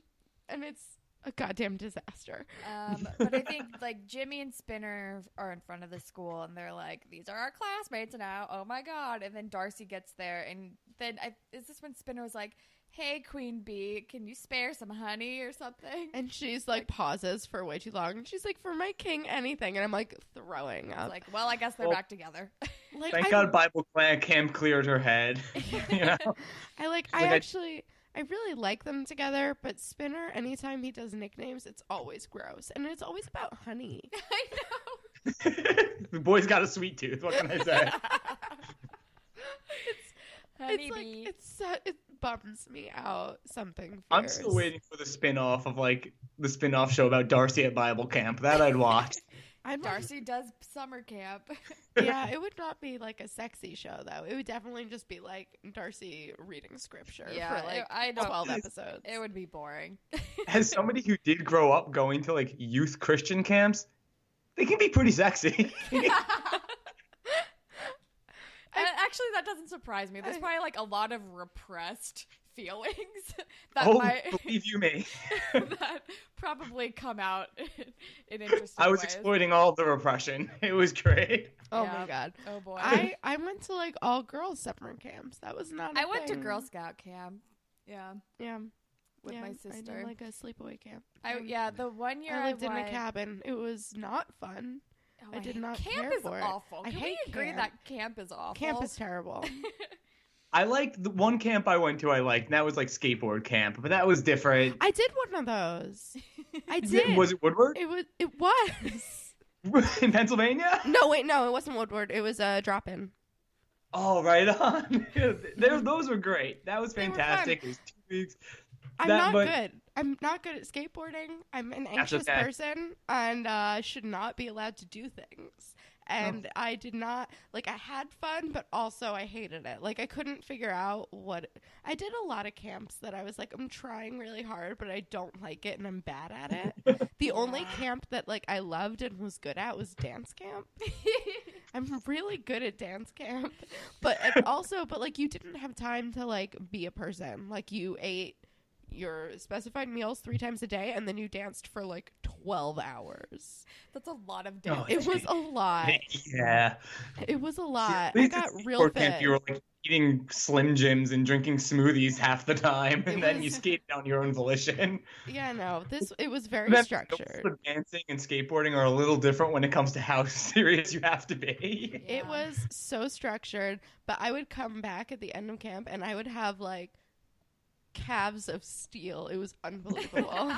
Speaker 1: and it's a goddamn disaster.
Speaker 2: Um, but I think like Jimmy and Spinner are in front of the school and they're like, these are our classmates now. Oh my God. And then Darcy gets there. And then I, is this when Spinner was like, hey, Queen Bee, can you spare some honey or something?
Speaker 1: And she's like pauses for way too long and she's like for my king anything and I'm like throwing
Speaker 2: It's
Speaker 1: up.
Speaker 2: like, well, I guess they're
Speaker 3: Well-
Speaker 2: back together.
Speaker 1: Like
Speaker 3: Thank
Speaker 1: I-
Speaker 3: God Bible clan camp cleared her head. you know?
Speaker 1: I like.
Speaker 3: Like,
Speaker 1: I
Speaker 3: I-
Speaker 1: actually, I really like them together. But Spinner, anytime he does nicknames, it's always gross, and it's always about honey.
Speaker 2: I know.
Speaker 3: the boy's got a sweet tooth. What can I say?
Speaker 1: it's
Speaker 2: Honey
Speaker 1: like
Speaker 2: Bee.
Speaker 1: it's so, it bums me out. Something.
Speaker 3: I'm still
Speaker 1: fierce.
Speaker 3: waiting for the spin-off of like the spin-off show about Darcy at Bible camp. That I'd watch.
Speaker 1: I'm like-
Speaker 2: Darcy does summer camp.
Speaker 1: yeah, it would not be like a sexy show though. It would definitely just be like Darcy reading scripture
Speaker 2: Yeah,
Speaker 1: for like
Speaker 2: it- I don't-
Speaker 1: twelve episodes.
Speaker 2: It would be boring.
Speaker 3: As somebody who did grow up going to like youth Christian camps, they can be pretty sexy.
Speaker 2: Uh, And actually, that doesn't surprise me. There's
Speaker 1: I-
Speaker 2: probably like a lot of repressed feelings that
Speaker 3: oh,
Speaker 2: might
Speaker 3: believe you me.
Speaker 2: that probably come out in interesting
Speaker 3: I was
Speaker 2: ways.
Speaker 3: exploiting all the repression. It was great.
Speaker 1: oh
Speaker 2: Yeah.
Speaker 1: my god.
Speaker 2: oh boy,
Speaker 1: I, I went to like all girls summer camps. That was not. I
Speaker 2: I went to Girl Scout camp. Yeah,
Speaker 1: Yeah,
Speaker 2: with
Speaker 1: Yeah,
Speaker 2: my
Speaker 1: I did
Speaker 2: sister.
Speaker 1: like a sleepaway camp.
Speaker 2: I,
Speaker 1: Um,
Speaker 2: yeah, the one year
Speaker 1: I lived in a
Speaker 2: went-
Speaker 1: cabin. It was not fun.
Speaker 2: Oh,
Speaker 1: I did
Speaker 2: hate-
Speaker 1: not
Speaker 2: Camp
Speaker 1: care
Speaker 2: is
Speaker 1: for it.
Speaker 2: awful.
Speaker 1: I
Speaker 2: Can
Speaker 1: hate
Speaker 2: we agree
Speaker 1: camp.
Speaker 2: that camp is awful?
Speaker 1: Camp is terrible.
Speaker 3: I liked the one camp I went to. I liked and that was like skateboard camp, but that was different.
Speaker 1: I did one of those. I
Speaker 3: Is it-
Speaker 1: did.
Speaker 3: Was it Woodward
Speaker 1: It was. It was.
Speaker 3: in Pennsylvania?
Speaker 1: no, wait, no, it wasn't Woodward. It was a uh, drop in.
Speaker 3: Oh, right on. There- those were great. That was
Speaker 1: They were fun.
Speaker 3: fantastic. It was two weeks.
Speaker 1: I'm
Speaker 3: That-
Speaker 1: not
Speaker 3: but-
Speaker 1: good. I'm not good at skateboarding. I'm an anxious
Speaker 3: okay.
Speaker 1: person and uh, should not be allowed to do things. And I did not like. I had fun, but also I hated it. Like I couldn't figure out what I did. A lot of camps that I was like, I'm trying really hard, but I don't like it, and I'm bad at it. the only
Speaker 2: Yeah.
Speaker 1: camp that like I loved and was good at was dance camp. I'm really good at dance camp, but and also, but like you didn't have time to like be a person. Like you ate your specified meals three times a day, and then you danced for like twelve hours.
Speaker 2: That's a lot of
Speaker 3: No,
Speaker 2: dancing.
Speaker 1: It was a lot.
Speaker 3: Yeah.
Speaker 1: It was a
Speaker 3: See,
Speaker 1: lot.
Speaker 3: at
Speaker 1: I
Speaker 3: least
Speaker 1: got
Speaker 3: at
Speaker 1: real
Speaker 3: skateboard
Speaker 1: fit.
Speaker 3: Camp, you were like eating Slim Jims and drinking smoothies half the time, and
Speaker 1: It
Speaker 3: then you
Speaker 1: was-
Speaker 3: skated on your own volition.
Speaker 1: Yeah, no, this it was very
Speaker 3: That-
Speaker 1: structured.
Speaker 3: the Dancing and skateboarding are a little different when it comes to how serious you have to be.
Speaker 1: It was so structured, but I would come back at the end of camp and I would have like calves of steel. It was unbelievable.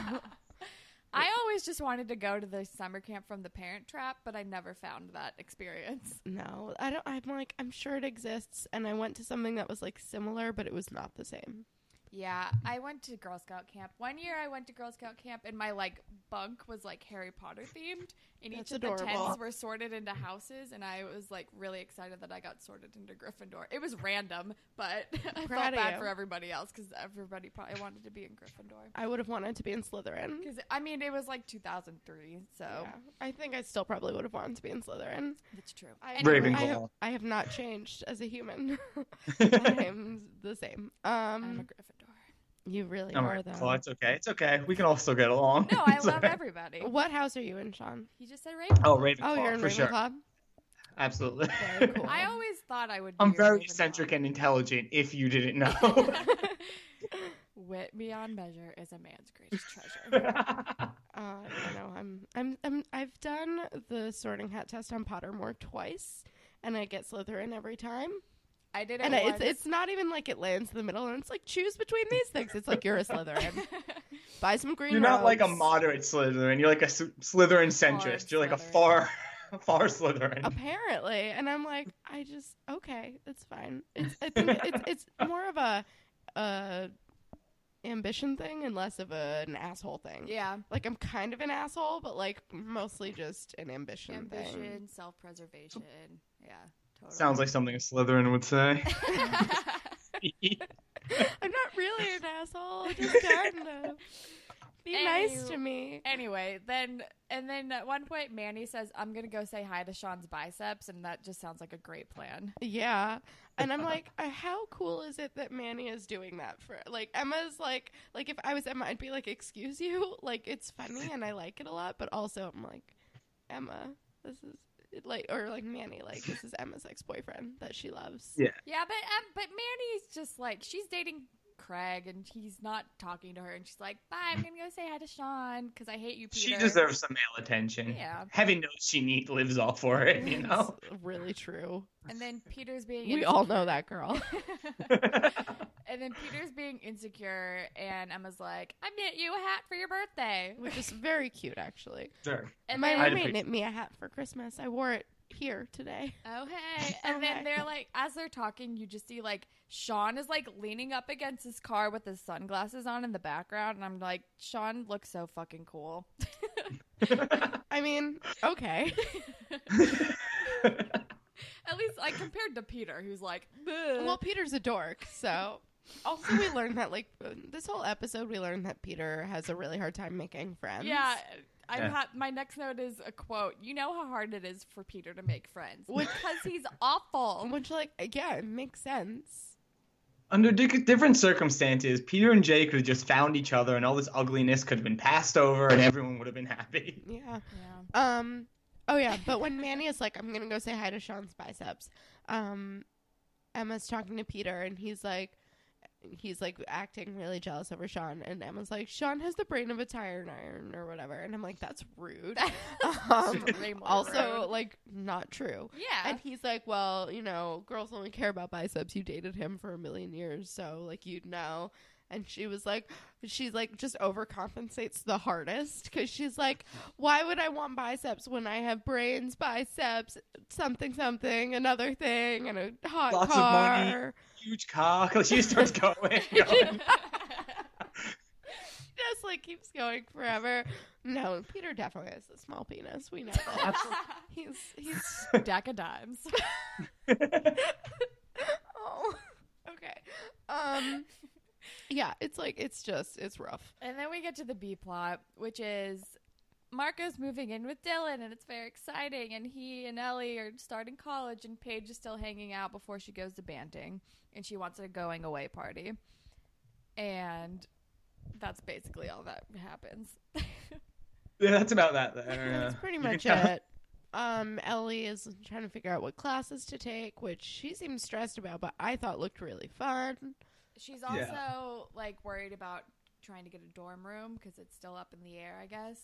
Speaker 2: I always just wanted to go to the summer camp from the Parent Trap, but I never found that experience.
Speaker 1: No, I don't. I'm like, I'm sure it exists, and I went to something that was like similar, but it was not the same.
Speaker 2: Yeah, I went to Girl Scout camp. One year I went to Girl Scout camp and my like bunk was like Harry Potter themed and
Speaker 1: That's
Speaker 2: each of the
Speaker 1: adorable.
Speaker 2: tents were sorted into houses and I was like really excited that I got sorted into Gryffindor. It was random, but I
Speaker 1: Proud
Speaker 2: felt
Speaker 1: of
Speaker 2: bad
Speaker 1: you.
Speaker 2: for everybody else cuz everybody probably wanted to be in Gryffindor.
Speaker 1: I would have wanted to be in Slytherin.
Speaker 2: Cuz I mean, it was like 2003, so
Speaker 1: Yeah. I think I still probably would have wanted to be in Slytherin.
Speaker 2: that's true.
Speaker 1: I,
Speaker 3: Ravenclaw.
Speaker 1: I have, I have not changed as a human. I'm the same. Um,
Speaker 2: I'm a Gryffindor.
Speaker 1: you really
Speaker 3: I'm
Speaker 1: are
Speaker 3: like, "Oh,
Speaker 1: though.
Speaker 3: it's okay. It's okay. We can all still get along.
Speaker 2: No, I
Speaker 3: It's
Speaker 2: love
Speaker 3: okay.
Speaker 2: everybody.
Speaker 1: What house are you in, Sean?
Speaker 2: You just said Ravenclaw.
Speaker 3: Oh, Ravenclaw
Speaker 1: Oh, you're in
Speaker 3: for
Speaker 1: Ravenclaw.
Speaker 3: sure. Absolutely.
Speaker 1: Very cool.
Speaker 2: I always thought I would.
Speaker 3: I'm
Speaker 2: be a
Speaker 3: very
Speaker 2: Ravenclaw.
Speaker 3: eccentric and intelligent. If you didn't know.
Speaker 2: Wit beyond measure is a man's greatest treasure.
Speaker 1: Uh, I know I'm, I'm I'm I've done the Sorting Hat test on Pottermore twice, and I get Slytherin every time.
Speaker 2: I did it
Speaker 1: And I,
Speaker 2: once.
Speaker 1: it's it's not even like it lands in the middle, and it's like choose between these things. It's like you're a Slytherin. Buy some green.
Speaker 3: You're not like a
Speaker 1: robes.
Speaker 3: moderate Slytherin. You're like a S- Slytherin centrist. You're like a
Speaker 2: Slytherin.
Speaker 3: far, far Slytherin.
Speaker 1: apparently and i'm like i just okay it's fine it's i think it's it's more of a uh ambition thing and less of a, an asshole thing
Speaker 2: yeah,
Speaker 1: like i'm kind of an asshole but like mostly just an ambition, thing
Speaker 2: ambition, self-preservation. Yeah, totally.
Speaker 3: Sounds like something a Slytherin would say.
Speaker 1: i'm not really an asshole just kind of be nice to me
Speaker 2: anyway, then and then at one point Manny says, "I'm gonna go say hi to Sean's biceps," and that just sounds like a great plan.
Speaker 1: yeah and i'm like uh, how cool is it that manny is doing that for like emma's like like if i was emma i'd be like excuse you like it's funny and i like it a lot but also i'm like emma this is it, like or like manny like this is emma's ex-boyfriend that she loves
Speaker 3: Yeah.
Speaker 2: Yeah, but um, but Manny's just like she's dating Craig, and he's not talking to her, and she's like, "Bye, I'm gonna go say hi to Sean because I hate you, Peter."
Speaker 3: She deserves some male attention.
Speaker 2: Yeah.
Speaker 3: Heaven knows she need lives all for it, you know?
Speaker 1: It's really true
Speaker 2: And then Peter's being
Speaker 1: we all know that girl
Speaker 2: insecure. and then Peter's being insecure, and Emma's like, "I knit you a hat for your birthday."
Speaker 1: which is very cute actually
Speaker 3: sure.
Speaker 2: And
Speaker 1: my
Speaker 2: then,
Speaker 3: I'd
Speaker 1: roommate
Speaker 3: appreciate-
Speaker 1: knit me a hat for christmas i wore it here today
Speaker 2: oh hey, and
Speaker 1: Okay.
Speaker 2: then they're like, as they're talking, you just see like Sean is like leaning up against his car with his sunglasses on in the background, and I'm like, Sean looks so fucking cool.
Speaker 1: i mean okay
Speaker 2: At least like compared to Peter, who's like,
Speaker 1: Well,
Speaker 2: well,
Speaker 1: Peter's a dork, so. Also, we learned that, like, this whole episode, we learned that Peter has a really hard time making friends.
Speaker 2: yeah. I
Speaker 3: Yeah.
Speaker 2: have my next note is a quote. You know how hard it is for Peter to make friends
Speaker 1: Which-
Speaker 2: because he's awful.
Speaker 1: Which, like, yeah, it makes sense.
Speaker 3: Under di- different circumstances, Peter and Jay could have just found each other and all this ugliness could have been passed over and everyone would have been happy.
Speaker 1: Yeah.
Speaker 2: Yeah.
Speaker 1: Um. Oh, yeah. But when Manny is like, I'm going to go say hi to Sean's biceps, um, Emma's talking to Peter, and he's like, he's like acting really jealous over Sean. And Emma's like, Sean has the brain of a tire iron or whatever. And I'm like, that's rude. um,
Speaker 2: Way more
Speaker 1: also,
Speaker 2: rude.
Speaker 1: like, not true.
Speaker 2: yeah,
Speaker 1: And he's like, well, you know, girls only care about biceps. You dated him for a million years, so like you'd know. And she was like, she's like, just overcompensates the hardest because she's like, why would I want biceps when I have brains, biceps, something, something, another thing, and a hot
Speaker 3: Lots of money.
Speaker 1: car?
Speaker 3: Huge cock. She just starts going. going.
Speaker 1: Just like keeps going forever. No, Peter definitely has a small penis. We know that. he's he's
Speaker 2: Deck of dimes.
Speaker 1: oh okay. Um, yeah, it's like it's just it's rough.
Speaker 2: And then we get to the B plot, which is Marco's moving in with Dylan, and it's very exciting. And he and Ellie are starting college, and Paige is still hanging out before she goes to Banting, and she wants a going away party. And that's basically all that happens.
Speaker 3: Yeah, that's about that there.
Speaker 1: That's
Speaker 3: yeah.
Speaker 1: pretty
Speaker 3: You can
Speaker 1: much
Speaker 3: tell.
Speaker 1: it. Um, Ellie is trying to figure out what classes to take, which she seems stressed about, but I thought looked really fun.
Speaker 2: She's also
Speaker 3: Yeah.
Speaker 2: like worried about trying to get a dorm room because it's still up in the air, I guess.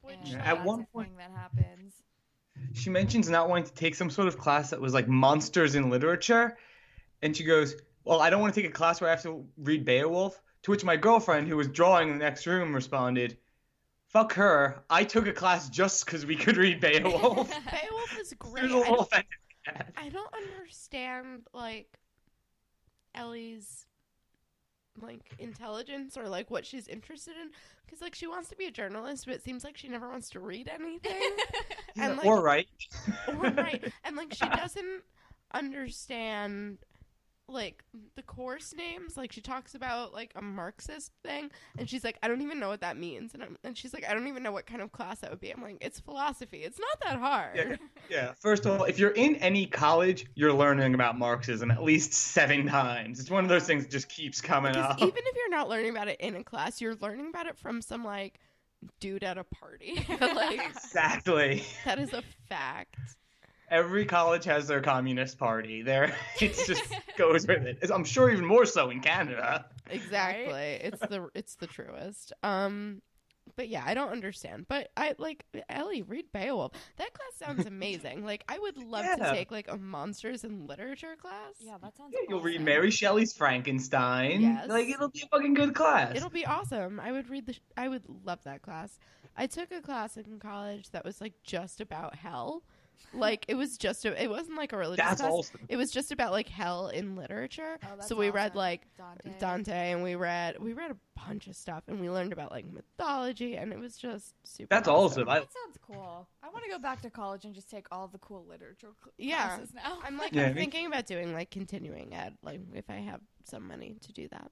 Speaker 1: Which
Speaker 2: And
Speaker 3: Yeah. At
Speaker 2: that's
Speaker 3: one
Speaker 2: a
Speaker 3: point-
Speaker 2: thing that happens.
Speaker 3: she mentions not wanting to take some sort of class that was like monsters in literature. And she goes, Well, I don't want to take a class where I have to read Beowulf. To which my girlfriend, who was drawing in the next room, responded, Fuck her. I took a class just because we could read Beowulf.
Speaker 1: Beowulf is
Speaker 3: she
Speaker 1: great.
Speaker 3: was a
Speaker 1: I
Speaker 3: little
Speaker 1: don't,
Speaker 3: offended. by that.
Speaker 1: I don't understand like Ellie's like intelligence or like what she's interested in because like she wants to be a journalist but it seems like she never wants to read anything and like
Speaker 3: or right.
Speaker 1: or right and like she doesn't understand like the course names like she talks about like a marxist thing and she's like i don't even know what that means and, I'm, and she's like i don't even know what kind of class that would be i'm like it's philosophy it's not that hard
Speaker 3: Yeah. Yeah. First of all, if you're in any college, you're learning about Marxism at least seven times. It's one of those things that just keeps coming
Speaker 1: Because
Speaker 3: up.
Speaker 1: even if you're not learning about it in a class, you're learning about it from some like dude at a party. like
Speaker 3: exactly.
Speaker 1: that is a fact.
Speaker 3: Every college has their communist party. There, it just goes with it. I'm sure even more so in Canada.
Speaker 1: Exactly. It's the it's the truest. Um but yeah, I don't understand. But I like Ellie read Beowulf. That class sounds amazing. like I would love to
Speaker 3: Yeah.
Speaker 1: take like a monsters and literature class.
Speaker 2: Yeah, that sounds.
Speaker 3: Yeah, You'll read
Speaker 2: awesome.
Speaker 3: Mary Shelley's Frankenstein.
Speaker 1: Yes.
Speaker 3: Like it'll be a fucking good class.
Speaker 1: It'll be awesome. I would read the. Sh- I would love that class. I took a class in college that was like just about hell. Like it was just. A, it wasn't like a religious
Speaker 3: That's
Speaker 1: class.
Speaker 3: awesome.
Speaker 1: It was just about like hell in literature.
Speaker 2: Oh, that's
Speaker 1: so we read
Speaker 2: awesome.
Speaker 1: like
Speaker 2: Dante.
Speaker 1: Dante and we read we read a bunch of stuff and we learned about like mythology and it was just super.
Speaker 3: That's awesome. I,
Speaker 2: That sounds cool. I want to go back to college and just take all the cool literature cl-
Speaker 1: Yeah.
Speaker 2: classes now.
Speaker 1: I'm like
Speaker 3: Yeah,
Speaker 1: I'm
Speaker 3: me-
Speaker 1: thinking about doing like continuing ed like if I have some money to do that.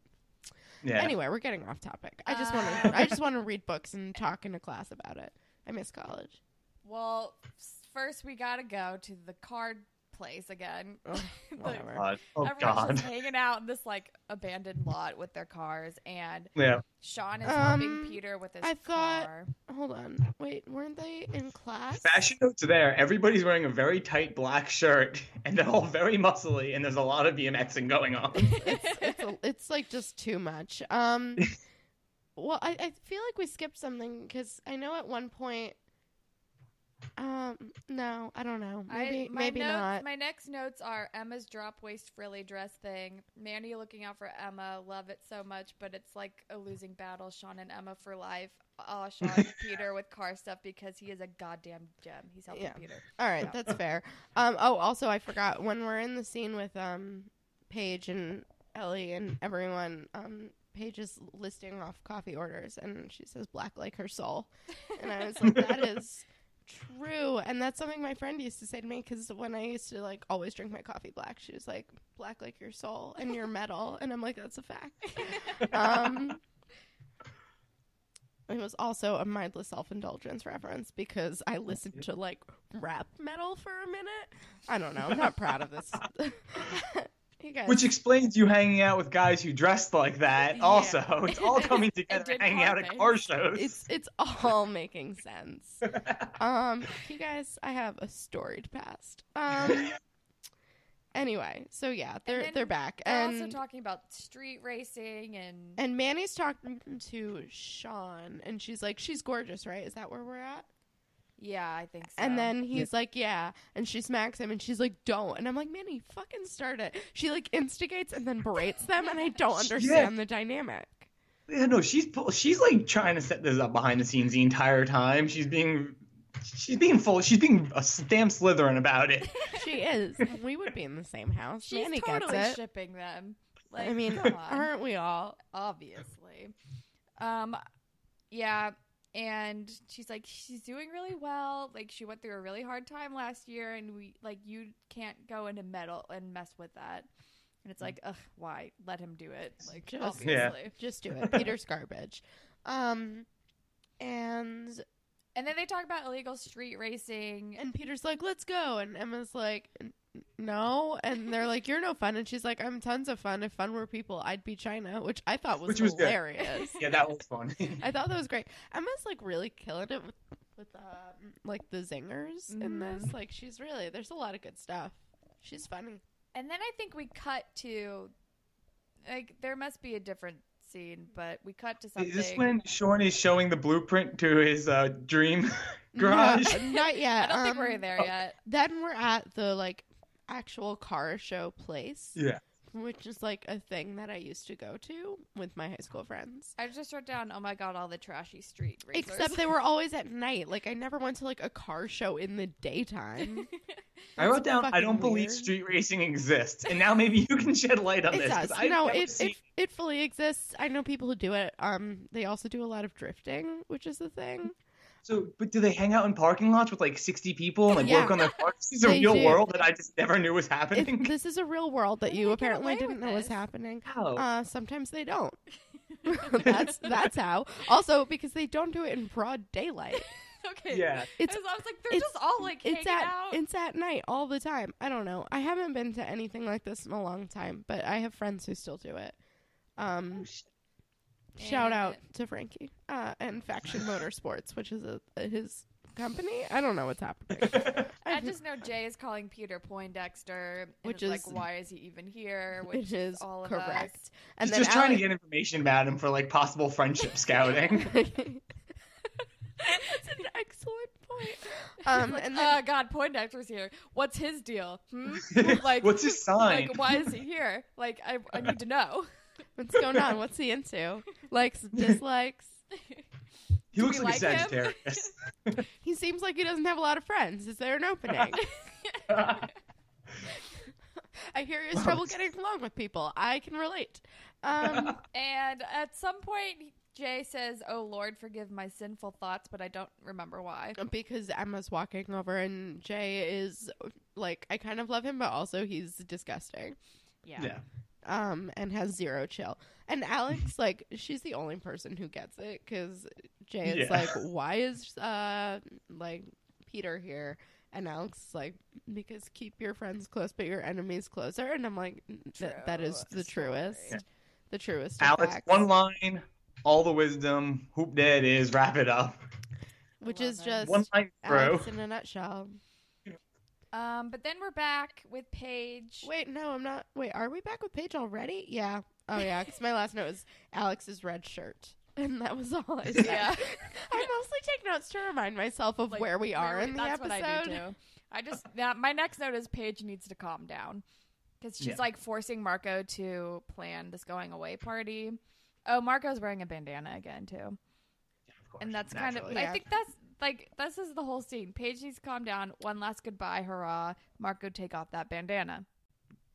Speaker 3: yeah.
Speaker 1: Anyway, we're getting off topic. I just want
Speaker 2: Uh.
Speaker 1: to I just want to read books and talk in a class about it. I miss college.
Speaker 2: Well, s- first we gotta go to the card place again.
Speaker 1: Ugh,
Speaker 2: The-
Speaker 1: whatever.
Speaker 3: God. Oh
Speaker 2: Everyone's
Speaker 3: God.
Speaker 2: just hanging out in this like abandoned lot with their cars, and
Speaker 3: Yeah.
Speaker 2: Sean is
Speaker 1: Um,
Speaker 2: helping Peter with his
Speaker 1: I thought-
Speaker 2: car.
Speaker 1: Hold on. Wait, weren't they in class?
Speaker 3: Fashion notes are there. Everybody's wearing a very tight black shirt, and they're all very muscly, and there's a lot of BMXing going on.
Speaker 1: it's it's, a, it's like just too much. Um, well, I, I feel like we skipped something because I know at one point. Um, no, I don't know. Maybe
Speaker 2: I, my
Speaker 1: maybe
Speaker 2: notes,
Speaker 1: not.
Speaker 2: My next notes are Emma's drop waist frilly dress thing. Mandy looking out for Emma. Love it so much, but it's like a losing battle. Sean and Emma for life. Aw, Sean and Peter with car stuff because he is a goddamn gem. He's helping
Speaker 1: Yeah.
Speaker 2: Peter.
Speaker 1: All right, that's fair. Um, oh, also I forgot when we're in the scene with um Paige and Ellie and everyone. Um, Paige is listing off coffee orders, and she says black like her soul, and I was like, that is. True, and that's something my friend used to say to me because when I used to like always drink my coffee black, she was like, "Black like your soul and your metal," and I'm like, "That's a fact." um, it was also a mindless self indulgence reference because I listened to like rap metal for a minute. I don't know. I'm not proud of this. you guys,
Speaker 3: Which explains you hanging out with guys who dressed like that.
Speaker 1: Yeah.
Speaker 3: Also, it's all coming together
Speaker 2: did
Speaker 3: hanging out at
Speaker 2: carpet.
Speaker 3: car shows.
Speaker 1: it's it's all making sense. Um, you guys, I have a storied past. Um, anyway, so yeah, they're
Speaker 2: then
Speaker 1: they're back,
Speaker 2: They're
Speaker 1: and
Speaker 2: also talking about street racing and,
Speaker 1: and Manny's talking to Sean, and she's like, "She's gorgeous, right? Is that where we're at?"
Speaker 2: yeah, I think so.
Speaker 1: And then he's like, yeah. And she smacks him and she's like, don't. And I'm like, Manny, fucking start it. She like instigates and then berates them. And I don't understand the dynamic.
Speaker 3: yeah, no, she's pu- she's like trying to set this up behind the scenes the entire time. She's being she's being full. She's being a damn Slytherin about it.
Speaker 1: She is. We would be in the same house.
Speaker 2: she's
Speaker 1: Manny
Speaker 2: totally
Speaker 1: gets it.
Speaker 2: shipping them. Like,
Speaker 1: I mean,
Speaker 2: come on.
Speaker 1: aren't we all?
Speaker 2: obviously. Um, yeah, and she's like, she's doing really well. Like, she went through a really hard time last year, and we like, you can't go into metal and mess with that. And it's like, ugh, why? Let him do it. Like,
Speaker 1: Just-
Speaker 2: obviously.
Speaker 3: Yeah.
Speaker 1: Just do it. Peter's garbage. Um, and
Speaker 2: And then they talk about illegal street racing.
Speaker 1: and Peter's like, let's go. And Emma's like, "N- no. And they're like, you're no fun. And she's like, I'm tons of fun. If fun were people, I'd be China, which I thought was,
Speaker 3: Which was good.
Speaker 1: hilarious.
Speaker 3: Yeah, that was fun.
Speaker 1: I thought that was great. Emma's like really killing it with, with um, like the zingers in
Speaker 2: Mhm.
Speaker 1: this. Like she's really there's a lot of good stuff. She's funny.
Speaker 2: And then I think we cut to, like, there must be a different scene, but we cut to something.
Speaker 3: Is this when Sean is showing the blueprint to his uh, dream garage?
Speaker 1: No, not yet.
Speaker 2: I don't think
Speaker 1: Um,
Speaker 2: we're there
Speaker 3: oh.
Speaker 2: yet.
Speaker 1: Then we're at the like actual car show place,
Speaker 3: Yeah.
Speaker 1: which is like a thing that I used to go to with my high school friends.
Speaker 2: I just wrote down, oh my god, all the trashy street racers.
Speaker 1: Except they were always at night. Like I never went to like a car show in the daytime.
Speaker 3: I wrote down, I
Speaker 1: fucking
Speaker 3: don't believe
Speaker 1: weird.
Speaker 3: street racing exists. And now maybe you can shed light on
Speaker 1: It
Speaker 3: this. 'cause
Speaker 1: does.
Speaker 3: I've
Speaker 1: no,
Speaker 3: never
Speaker 1: it,
Speaker 3: seen-
Speaker 1: it it fully exists. I know people who do it. Um, they also do a lot of drifting, which is the thing.
Speaker 3: So, but do they hang out in parking lots with like 60 people and like
Speaker 1: Yeah.
Speaker 3: work on their cars? This is a
Speaker 1: They
Speaker 3: real
Speaker 1: do.
Speaker 3: world that I just never knew was
Speaker 1: It-
Speaker 3: happening.
Speaker 1: this is a real world that
Speaker 2: How do
Speaker 1: you
Speaker 2: they get
Speaker 1: apparently
Speaker 2: away
Speaker 1: didn't
Speaker 2: with
Speaker 1: know was
Speaker 2: this? Oh.
Speaker 1: happening.
Speaker 3: How?
Speaker 1: Uh, sometimes they don't. that's that's how. Also, because they don't do it in broad daylight.
Speaker 2: okay.
Speaker 3: yeah.
Speaker 1: It's
Speaker 2: I was, I was like, they're
Speaker 1: it's-
Speaker 2: just all like hanging
Speaker 1: it's at
Speaker 2: out.
Speaker 1: it's at night all the time. I don't know. I haven't been to anything like this in a long time, but I have friends who still do it. Um, shout
Speaker 2: Damn
Speaker 1: out to Frankie uh, and Faction Motorsports, which is a, his company. I don't know what's happening.
Speaker 2: I
Speaker 1: I've-
Speaker 2: just know Jay is calling Peter Poindexter, and
Speaker 1: Which
Speaker 2: which
Speaker 1: is-
Speaker 2: like, why is he even here? Which
Speaker 1: which is
Speaker 2: all of
Speaker 1: correct.
Speaker 2: us.
Speaker 1: And
Speaker 3: He's
Speaker 1: then
Speaker 3: just trying to
Speaker 1: Alex-
Speaker 3: get information about him for like possible friendship scouting.
Speaker 1: That's an excellent point. Um,
Speaker 2: like,
Speaker 1: and
Speaker 2: uh,
Speaker 1: then
Speaker 2: God, Poindexter's here. What's his deal? Hmm? Like,
Speaker 3: What's his sign?
Speaker 2: Like, why is he here? Like, I, I need to know.
Speaker 1: what's going on? What's he into? Likes, dislikes.
Speaker 3: he looks
Speaker 2: we
Speaker 3: like a
Speaker 2: like him?
Speaker 3: Sagittarius.
Speaker 1: He seems like he doesn't have a lot of friends. Is there an opening? I hear he has trouble getting along with people. I can relate. Um,
Speaker 2: And at some point, Jay says, "Oh Lord, forgive my sinful thoughts," but I don't remember why.
Speaker 1: because Emma's walking over and Jay is like, I kind of love him, but also he's disgusting.
Speaker 3: yeah.
Speaker 1: um and has zero chill and alex like she's the only person who gets it because jay is
Speaker 3: Yeah.
Speaker 1: like why is uh like peter here and alex is like because keep your friends close but your enemies closer and i'm like "Th- that is
Speaker 2: True
Speaker 1: the truest
Speaker 2: story.
Speaker 1: the truest of
Speaker 3: Alex,
Speaker 1: facts."
Speaker 3: one line, all the wisdom, hoop there it is, wrap it up.
Speaker 1: which
Speaker 2: I love
Speaker 1: is
Speaker 2: it.
Speaker 1: just
Speaker 3: One line, bro.
Speaker 1: alex in a nutshell
Speaker 2: Um, but then we're back with Paige.
Speaker 1: wait no i'm not wait are we back with paige already yeah oh yeah because my last note was alex's red shirt and that was all i said
Speaker 2: yeah,
Speaker 1: I mostly take notes to remind myself of
Speaker 2: Like,
Speaker 1: where we are
Speaker 2: where
Speaker 1: in the
Speaker 2: that's
Speaker 1: episode.
Speaker 2: What I, do too. I just now my next note is Paige needs to calm down because she's
Speaker 3: Yeah.
Speaker 2: like forcing Marco to plan this going away party. Oh, Marco's wearing a bandana again too, and that's kind of.
Speaker 1: naturally. Yeah.
Speaker 2: I think that's like this is the whole scene. Paige needs to calm down. One last goodbye, hurrah! Marco, take off that bandana.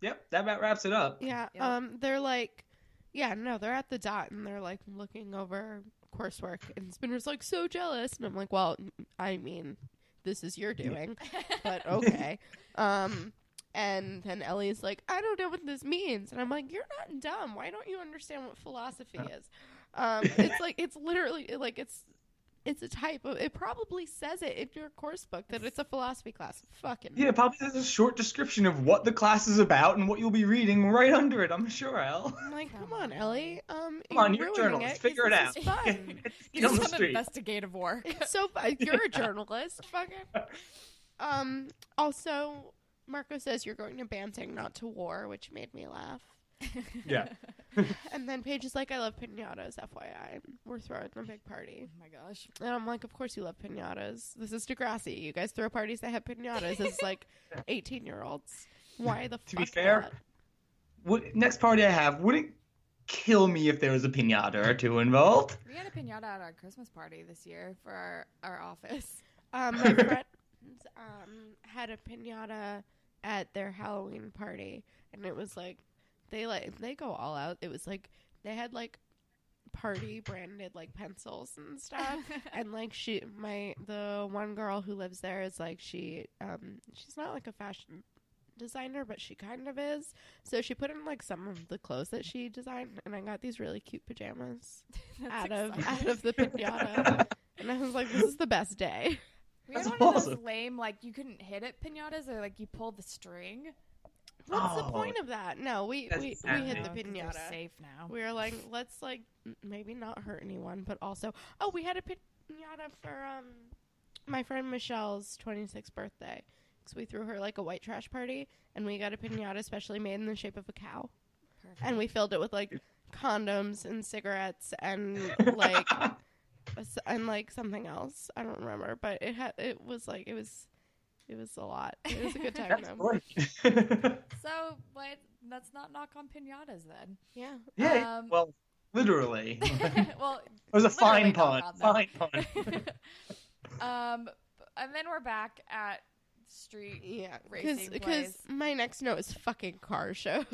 Speaker 3: Yep, that about wraps it up.
Speaker 1: Yeah.
Speaker 2: Yep.
Speaker 1: Um. They're like, yeah, no, they're at the dot and they're like looking over coursework, and Spinner's like so jealous, and I'm like, well, I mean, this is your doing, but okay. um. And then Ellie's like, I don't know what this means, and I'm like, you're not dumb. Why don't you understand what philosophy
Speaker 3: Uh.
Speaker 1: is? Um. It's like it's literally like it's. It's a type of. It probably says it in your course book that it's a philosophy class. Fucking
Speaker 3: Yeah, probably there's a short description of what the class is about and what you'll be reading right under it, I'm sure, Al.
Speaker 1: I'm like, come,
Speaker 2: Come
Speaker 1: on,
Speaker 2: on,
Speaker 1: Ellie. Um,
Speaker 3: Come on,
Speaker 1: you're
Speaker 3: you're a
Speaker 1: ruining 'cause
Speaker 3: journalist. Figure it
Speaker 1: this
Speaker 3: out.
Speaker 1: Is fun.
Speaker 3: Get on
Speaker 2: Do
Speaker 3: the
Speaker 2: some
Speaker 3: street.
Speaker 2: investigative work.
Speaker 1: it's so fun. You're a journalist. Fucking. Um. Also, Marco says you're going to Banting, not to war, which made me laugh.
Speaker 3: Yeah.
Speaker 1: And then Paige is like, I love pinatas. FYI, we're throwing a big party.
Speaker 2: Oh my gosh.
Speaker 1: And I'm like, of course you love pinatas. This is Degrassi. You guys throw parties that have pinatas as like 18 year olds. Why the
Speaker 3: To
Speaker 1: fuck?
Speaker 3: be fair,
Speaker 1: not?
Speaker 3: What next party I have? Would it kill me if there was a pinata or two involved?
Speaker 2: We had a pinata at our Christmas party this year for our, our office.
Speaker 1: Um, my friends um, had a pinata at their Halloween party, and it was like they like they go all out. It was like they had like party branded like pencils and stuff.
Speaker 2: Uh,
Speaker 1: And like she, my the one girl who lives there is like she, um, she's not like a fashion designer, but she kind of is. So she put in like some of the clothes that she designed, and I got these really cute pajamas out
Speaker 2: That's
Speaker 1: of
Speaker 2: exciting.
Speaker 1: out of the pinata. and I was like, this is the best day.
Speaker 2: we had
Speaker 3: That's
Speaker 2: one of
Speaker 3: awesome.
Speaker 2: those lame, like you couldn't hit it pinatas, or like you pulled the string.
Speaker 1: What's the
Speaker 3: Oh.
Speaker 1: point of that? No, we
Speaker 3: That's
Speaker 1: we, we
Speaker 3: sad.
Speaker 1: hit the
Speaker 2: Oh, 'cause they're
Speaker 1: pinata.
Speaker 2: Safe now.
Speaker 1: We were like, let's like m- maybe not hurt anyone, but also oh, we had a pinata for um my friend Michelle's 26th birthday because we threw her like a white trash party and we got a pinata specially made in the shape of a cow
Speaker 2: Perfect.
Speaker 1: and we filled it with like condoms and cigarettes and like s- and like something else I don't remember, but it had it was like it was it was a lot. It was a good time
Speaker 3: That's
Speaker 1: though.
Speaker 3: great.
Speaker 2: So, but let's not knock on pinatas then.
Speaker 1: Yeah.
Speaker 3: yeah.
Speaker 2: Um,
Speaker 3: well, literally, it
Speaker 2: well,
Speaker 3: was a
Speaker 2: Literally
Speaker 3: fine
Speaker 2: not
Speaker 3: pun.
Speaker 2: about
Speaker 3: Fine pun.
Speaker 2: um, and then we're back at street.
Speaker 1: Yeah,
Speaker 2: Racing
Speaker 1: because
Speaker 2: place.
Speaker 1: my next note is fucking car shows.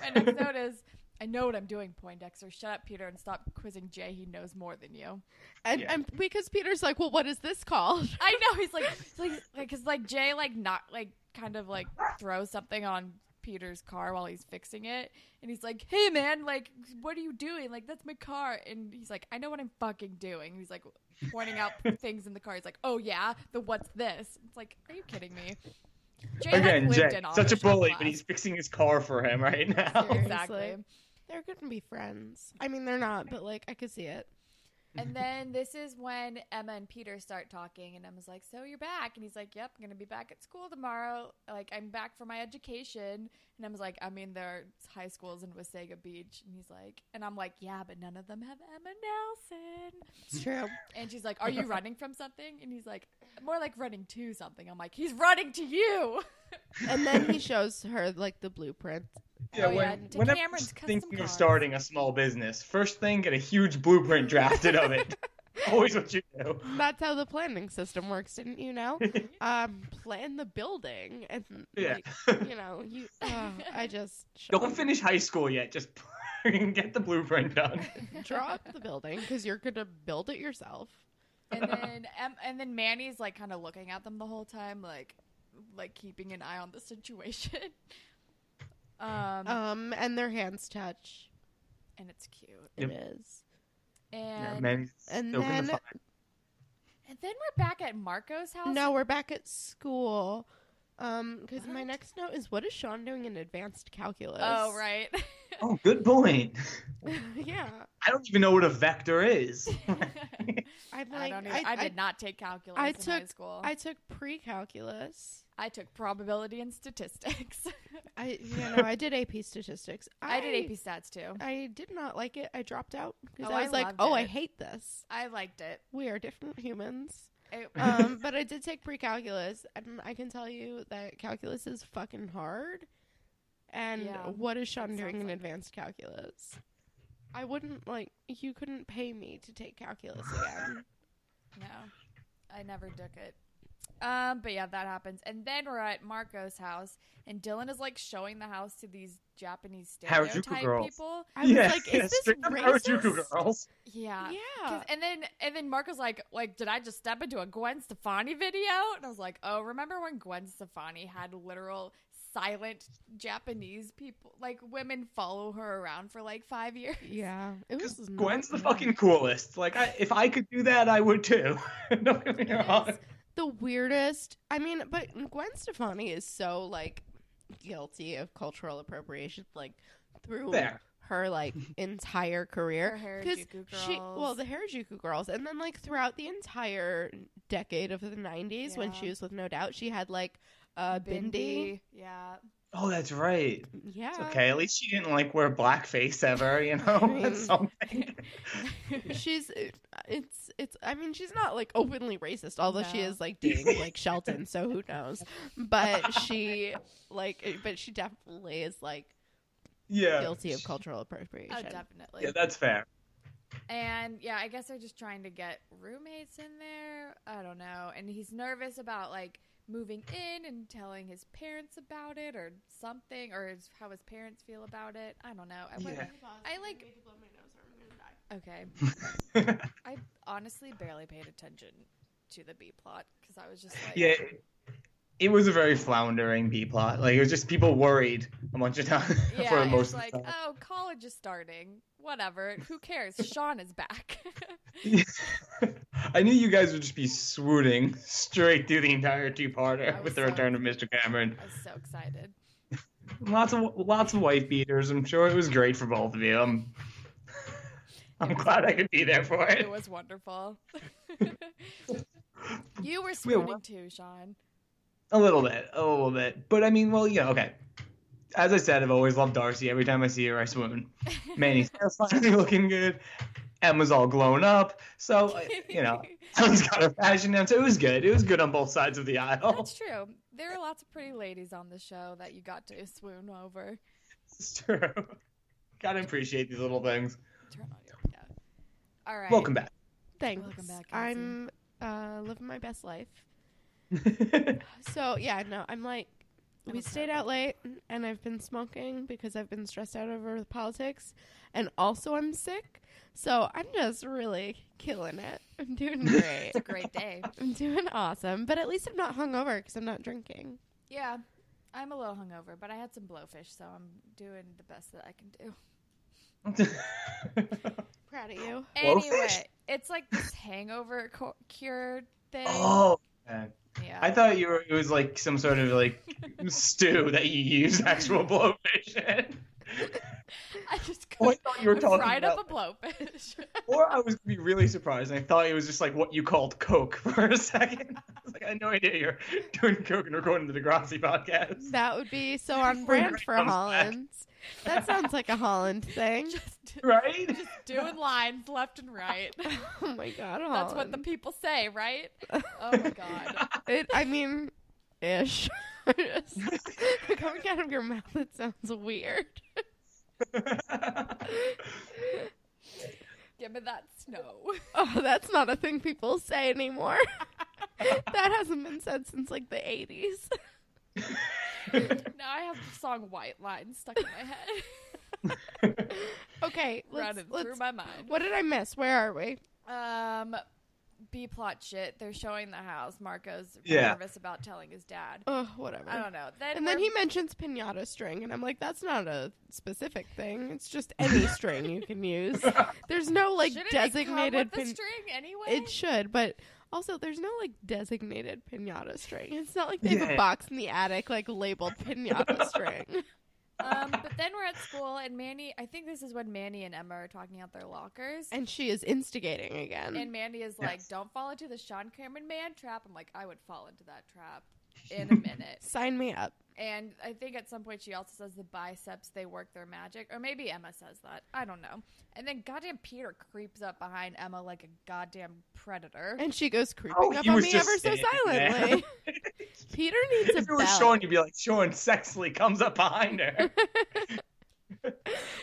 Speaker 2: My next note is, I know what I'm doing, Poindexter. Shut up, Peter, and stop quizzing Jay. He knows more than you.
Speaker 1: And,
Speaker 3: Yeah.
Speaker 1: and because Peter's like, well, what is this called?
Speaker 2: I know he's like, he's like, like, cause like Jay like not like kind of like throws something on Peter's car while he's fixing it, and he's like, "Hey man, like, what are you doing? Like, that's my car." And he's like, "I know what I'm fucking doing." And he's like pointing out things in the car. He's like, "Oh yeah, the what's this?" It's like, are you kidding me? Jay like,
Speaker 3: Again,
Speaker 2: lived
Speaker 3: Jay,
Speaker 2: in all
Speaker 3: such a
Speaker 2: this shit
Speaker 3: bully,
Speaker 2: class.
Speaker 3: but he's fixing his car for him right now.
Speaker 2: exactly.
Speaker 1: Seriously. They're good to be friends. I mean, they're not, but like, I could see it.
Speaker 3: Mm-hmm.
Speaker 2: And then this is when Emma and Peter start talking, and Emma's like, "So you're back?" And he's like, "Yep, I'm gonna be back at school tomorrow. Like, I'm back for my education." And Emma's like, "I mean, there are high schools in Wasaga Beach." And he's like, "And I'm like, yeah, but none of them have Emma Nelson."
Speaker 1: It's true.
Speaker 2: And she's like, "Are you running from something?" And he's like, "More like running to something." I'm like, "He's running to you."
Speaker 1: and then he shows her like the blueprint.
Speaker 3: Yeah,
Speaker 2: Oh, yeah,
Speaker 3: when,
Speaker 2: to
Speaker 3: whenever
Speaker 2: Cameron's
Speaker 3: you're
Speaker 2: custom
Speaker 3: thinking of
Speaker 2: cars.
Speaker 3: starting a small business, first thing, get a huge blueprint drafted of it. Always what you do.
Speaker 1: That's how the planning system works, didn't you know? um, plan the building and
Speaker 3: Yeah.
Speaker 1: like, you know, you. Oh, I just
Speaker 3: Don't finish high school yet. Just get the blueprint done.
Speaker 1: draw up the building because you're gonna build it yourself.
Speaker 2: and then em- and then Manny's like kind of looking at them the whole time, like like keeping an eye on the situation. Um,
Speaker 1: Um, and their hands touch.
Speaker 2: and it's cute.
Speaker 1: It is,
Speaker 2: And
Speaker 3: man,
Speaker 1: and
Speaker 3: still gonna
Speaker 1: then
Speaker 3: fuck.
Speaker 2: and then we're back at Marco's house.
Speaker 1: no, we're back at school. Um, because my
Speaker 2: What?
Speaker 1: next note is what is Sean doing in advanced calculus?
Speaker 2: Oh right.
Speaker 3: oh, good point.
Speaker 1: yeah,
Speaker 3: I don't even know what a vector is.
Speaker 1: I'm
Speaker 2: I
Speaker 1: like,
Speaker 2: don't.
Speaker 1: I,
Speaker 2: Even, I, did not take calculus
Speaker 1: I
Speaker 2: in high
Speaker 1: took-
Speaker 2: school.
Speaker 1: I, I took pre-calculus.
Speaker 2: I took probability and statistics.
Speaker 1: I you know I did AP statistics.
Speaker 2: I, did AP Stats too.
Speaker 1: I did not like it. I dropped out because
Speaker 2: Oh,
Speaker 1: I
Speaker 2: I
Speaker 1: was like,
Speaker 2: loved
Speaker 1: "Oh, I
Speaker 2: it.
Speaker 1: hate this.
Speaker 2: I liked it.
Speaker 1: We are different humans."
Speaker 2: It-
Speaker 1: Um, but I did take pre-calculus, and I can tell you that calculus is fucking hard. And
Speaker 2: Yeah,
Speaker 1: what is Sean
Speaker 2: that
Speaker 1: doing
Speaker 2: sounds
Speaker 1: in
Speaker 2: like it.
Speaker 1: advanced calculus? I wouldn't like you couldn't pay me to take calculus again.
Speaker 2: No, I never took it. Um, but yeah, that happens. And then we're at Marco's house, and Dylan is like showing the house to these Japanese
Speaker 3: Harajuku
Speaker 2: stereotype
Speaker 3: girls.
Speaker 2: people.
Speaker 1: I was
Speaker 3: Yes,
Speaker 1: like, "Is
Speaker 3: yes,
Speaker 1: this
Speaker 3: straight up
Speaker 1: racist?"
Speaker 3: Harajuku girls.
Speaker 2: Yeah.
Speaker 1: Yeah,
Speaker 2: 'Cause- And then and then Marco's like, like, did I just step into a Gwen Stefani video? And I was like, oh, remember when Gwen Stefani had literal silent Japanese people, like women, follow her around for like five years?
Speaker 1: yeah. It was
Speaker 3: Because
Speaker 1: not
Speaker 3: Gwen's the
Speaker 1: nice.
Speaker 3: fucking coolest. Like, I, if I could do that, I would too. Don't get me wrong.
Speaker 1: Yes. the weirdest. I mean, but Gwen Stefani is so like guilty of cultural appropriation, like through
Speaker 3: Fair.
Speaker 1: her like entire
Speaker 2: Her
Speaker 1: career. Because
Speaker 2: Harajuku girls.
Speaker 1: she, well, the Harajuku girls, and then like throughout the entire decade of the '90s, when
Speaker 2: Yeah.
Speaker 1: she was with No Doubt, she had like uh, Bindi.
Speaker 2: Bindi. Yeah.
Speaker 3: Oh, that's right.
Speaker 1: Yeah,
Speaker 3: It's okay. At least she didn't like wear blackface ever. You know, that's something.
Speaker 1: she's uh, it's it's. I mean, she's not like openly racist, although she
Speaker 2: No.
Speaker 1: is like dating like Shelton, so who knows? But she like, but she definitely is like
Speaker 3: Yeah.
Speaker 1: guilty of cultural appropriation.
Speaker 2: Oh, definitely.
Speaker 3: Yeah, that's fair.
Speaker 2: And yeah, I guess they're just trying to get roommates in there. I don't know. And he's nervous about like moving in and telling his parents about it or something or his, how his parents feel about it. I don't know. I
Speaker 3: Yeah.
Speaker 2: yeah. I, like- Okay. I honestly barely paid attention to the B plot cuz I was just like
Speaker 3: Yeah. it- It was a very floundering B plot. Like it was just people worried a bunch of times
Speaker 2: Yeah,
Speaker 3: for
Speaker 2: it
Speaker 3: most
Speaker 2: was
Speaker 3: of
Speaker 2: like,
Speaker 3: the time.
Speaker 2: "Oh, college is starting. Whatever. Who cares? Sean is back."
Speaker 3: I knew you guys would just be swooning straight through the entire
Speaker 2: I
Speaker 3: two-parter with
Speaker 2: was
Speaker 3: the
Speaker 2: so-
Speaker 3: return of Mr. Cameron.
Speaker 2: I was so excited.
Speaker 3: Lots of lots of wife beaters. I'm sure it was great for both of you. I'm, I'm glad I could be there for
Speaker 2: It
Speaker 3: it.
Speaker 2: was wonderful. you were
Speaker 3: We had
Speaker 2: swooning
Speaker 3: one-
Speaker 2: too, Sean.
Speaker 3: A little bit, a little bit. But I mean, well, yeah, okay. As I said, I've always loved Darcy. Every time I see her, I swoon. Manny's hair finally looking good. Emma's all grown up. So uh, you know, Ellen's got her fashion down. So it was good. It was good on both sides of the aisle.
Speaker 2: That's true. There are lots of pretty ladies on the show that you got to swoon over.
Speaker 3: It's true. Gotta appreciate these little things.
Speaker 2: Turn on your yeah. All right.
Speaker 3: Welcome back.
Speaker 1: Thanks.
Speaker 2: Welcome back, Kelsey.
Speaker 1: I'm uh, living my best life. So yeah, no, I'm like, we stayed out late, and I've been smoking because I've been stressed out over the politics, and also I'm sick. So I'm just really killing it. I'm doing great.
Speaker 2: It's a great day.
Speaker 1: I'm doing awesome, but at least I'm not hungover because I'm not drinking.
Speaker 2: Yeah, I'm a little hungover, but I had some blowfish, so I'm doing the best that I can do.
Speaker 1: Proud of you.
Speaker 3: Blowfish?
Speaker 2: Anyway, it's like this hangover co- cure thing.
Speaker 3: oh, man.
Speaker 2: yeah.
Speaker 3: I thought you were. It was like some sort of like stew that you use actual blowfish in.
Speaker 2: I just
Speaker 3: Oh, I
Speaker 2: cooked-
Speaker 3: thought you were
Speaker 2: I
Speaker 3: talking
Speaker 2: fried
Speaker 3: about.
Speaker 2: up a blowfish.
Speaker 3: Or I was gonna be really surprised. And I thought it was just like what you called Coke for a second. I was like, I had no idea you're doing Coke and recording the Degrassi podcast.
Speaker 1: That would be so on brand for
Speaker 3: Comes back.
Speaker 1: Hollands. That sounds like a Holland thing.
Speaker 2: just,
Speaker 3: Right?
Speaker 2: just doing lines left and right.
Speaker 1: Oh my god, Holland.
Speaker 2: That's what the people say, right? Oh my god.
Speaker 1: It, I mean, ish. Just- Coming out of your mouth, it sounds weird.
Speaker 2: Give me that snow.
Speaker 1: Oh, that's not a thing people say anymore. that hasn't been said since like the 80s.
Speaker 2: now I have the song White Line stuck in my head.
Speaker 1: Okay, let's,
Speaker 2: running through
Speaker 1: let's,
Speaker 2: my mind.
Speaker 1: what did I miss? Where are we?
Speaker 2: Um B plot shit. They're showing the house. Marco's
Speaker 3: Yeah.
Speaker 2: nervous about telling his dad.
Speaker 1: Oh, whatever.
Speaker 2: I don't know. Then
Speaker 1: and then
Speaker 2: we're-
Speaker 1: he mentions pinata string, and I'm like, that's not a specific thing. It's just any string you can use. There's no like
Speaker 2: Shouldn't it come
Speaker 1: designated
Speaker 2: with the
Speaker 1: pin-
Speaker 2: string anyway.
Speaker 1: It should, but also there's no like designated pinata string. It's not like they have
Speaker 3: Yeah.
Speaker 1: a box in the attic like labeled pinata string.
Speaker 2: um, but then we're at school, and Manny. I think this is when Manny and Emma are talking out their lockers, and,
Speaker 1: And she is instigating again.
Speaker 2: Mandy is like,
Speaker 3: Yes.
Speaker 2: "Don't fall into the Sean Cameron man trap." I'm like, I would fall into that trap in a minute.
Speaker 1: Sign me up.
Speaker 2: and I think at some point she also says the biceps they work their magic, or maybe Emma says that. I don't know. And then goddamn Peter creeps up behind Emma like a goddamn predator.
Speaker 1: And she goes creeping
Speaker 3: Oh,
Speaker 1: up
Speaker 3: he
Speaker 1: on
Speaker 3: was
Speaker 1: me
Speaker 3: just
Speaker 1: ever so
Speaker 3: standing there.
Speaker 1: silently. Peter needs a
Speaker 3: if it was
Speaker 1: belt.
Speaker 3: Sean, you'd be like, Sean sexily comes up behind her.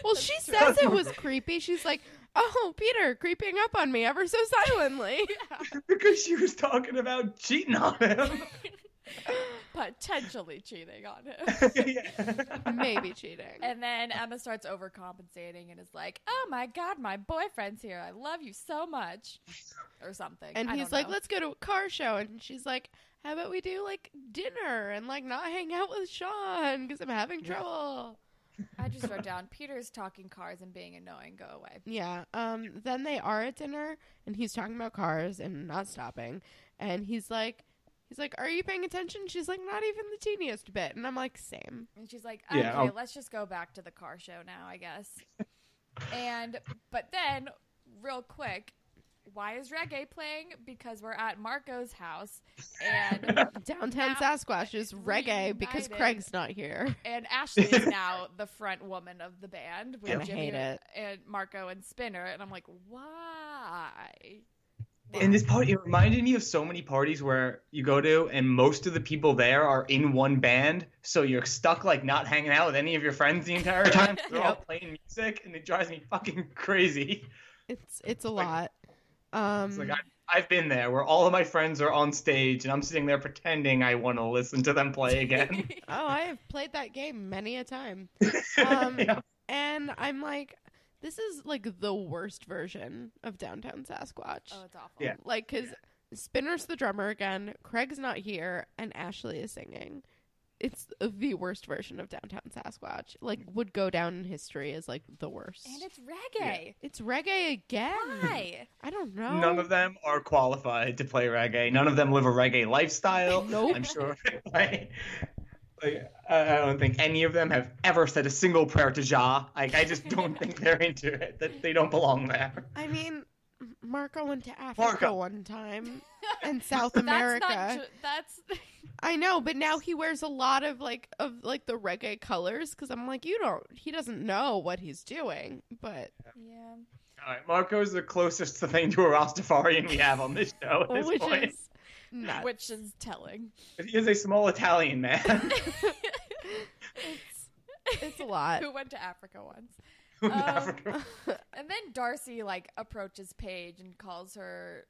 Speaker 1: well, she
Speaker 3: true.
Speaker 1: says it was creepy. She's like, "Oh, Peter, creeping up on me ever so silently."
Speaker 3: because she was talking about cheating on him.
Speaker 2: potentially cheating on him.
Speaker 1: Maybe cheating.
Speaker 2: and then Emma starts overcompensating and is like, "Oh my god, my boyfriend's here. I love you so much," or something.
Speaker 1: And
Speaker 2: I
Speaker 1: he's
Speaker 2: don't
Speaker 1: like,
Speaker 2: know.
Speaker 1: "Let's go to a car show," and she's like. How about we do like dinner and like not hang out with Sean because I'm having trouble.
Speaker 2: I just wrote down Peter's talking cars and being annoying. Go away.
Speaker 1: Yeah. Um. Then they are at dinner, and he's talking about cars and not stopping. And he's like, he's like, "Are you paying attention?" She's like, "Not even the teeniest bit." And I'm like, "Same."
Speaker 2: And she's like, "Okay,
Speaker 3: Yeah, I'll-
Speaker 2: let's just go back to the car show now, I guess." and but then, real quick. Why is reggae playing? Because we're at Marco's house, and
Speaker 1: Downtown
Speaker 2: Now-
Speaker 1: Sasquatch is reggae because
Speaker 2: Reunited.
Speaker 1: Craig's not here.
Speaker 2: and Ashley is now the front woman of the band with
Speaker 1: Yeah. I
Speaker 2: Jimmy
Speaker 1: hate it.
Speaker 2: and Marco and Spinner, and I'm like, why?
Speaker 3: And this party it reminded me of so many parties where you go to and most of the people there are in one band, so you're stuck like not hanging out with any of your friends the entire time. They're all
Speaker 1: Yep.
Speaker 3: playing music, and it drives me fucking crazy.
Speaker 1: It's it's a
Speaker 3: like-
Speaker 1: lot. Um,
Speaker 3: It's like I, I've been there where all of my friends are on stage, and I'm sitting there pretending I want to listen to them play again.
Speaker 1: oh, I have played that game many a time, Um,
Speaker 3: Yeah.
Speaker 1: and I'm like, this is like the worst version of Downtown Sasquatch.
Speaker 2: oh, it's awful.
Speaker 3: Yeah.
Speaker 1: Like, cause Spinner's the drummer again, Craig's not here, and Ashley is singing. It's the worst version of Downtown Sasquatch. Like,
Speaker 3: Mm.
Speaker 1: would go down in history as like the worst.
Speaker 2: And it's reggae.
Speaker 1: it's reggae again.
Speaker 2: Why?
Speaker 1: I don't know.
Speaker 3: None of them are qualified to play reggae. None of them live a reggae lifestyle.
Speaker 1: Nope.
Speaker 3: I'm sure. like, like, I I don't think any of them have ever said a single prayer to Jah. Like, I just don't think they're into it. That they don't belong there.
Speaker 1: I mean, M- Marco went to Africa
Speaker 3: Marco.
Speaker 1: one time and South
Speaker 2: That's
Speaker 1: America.
Speaker 2: not. Ju- that's
Speaker 1: I know, but now he wears a lot of like of like the reggae colors because I'm like, you don't. He doesn't know what he's doing, but
Speaker 2: yeah.
Speaker 3: All right, Marco's the closest thing to a Rastafarian we have on this show at this
Speaker 1: Oh, which
Speaker 3: point.
Speaker 1: is nuts.
Speaker 2: Which is telling.
Speaker 3: But He is a small Italian man.
Speaker 2: It's-
Speaker 1: it's a lot.
Speaker 2: Who went to Africa once?
Speaker 3: from
Speaker 1: Oh.
Speaker 2: Um,
Speaker 3: Africa.
Speaker 2: And then Darcy like approaches Paige and calls her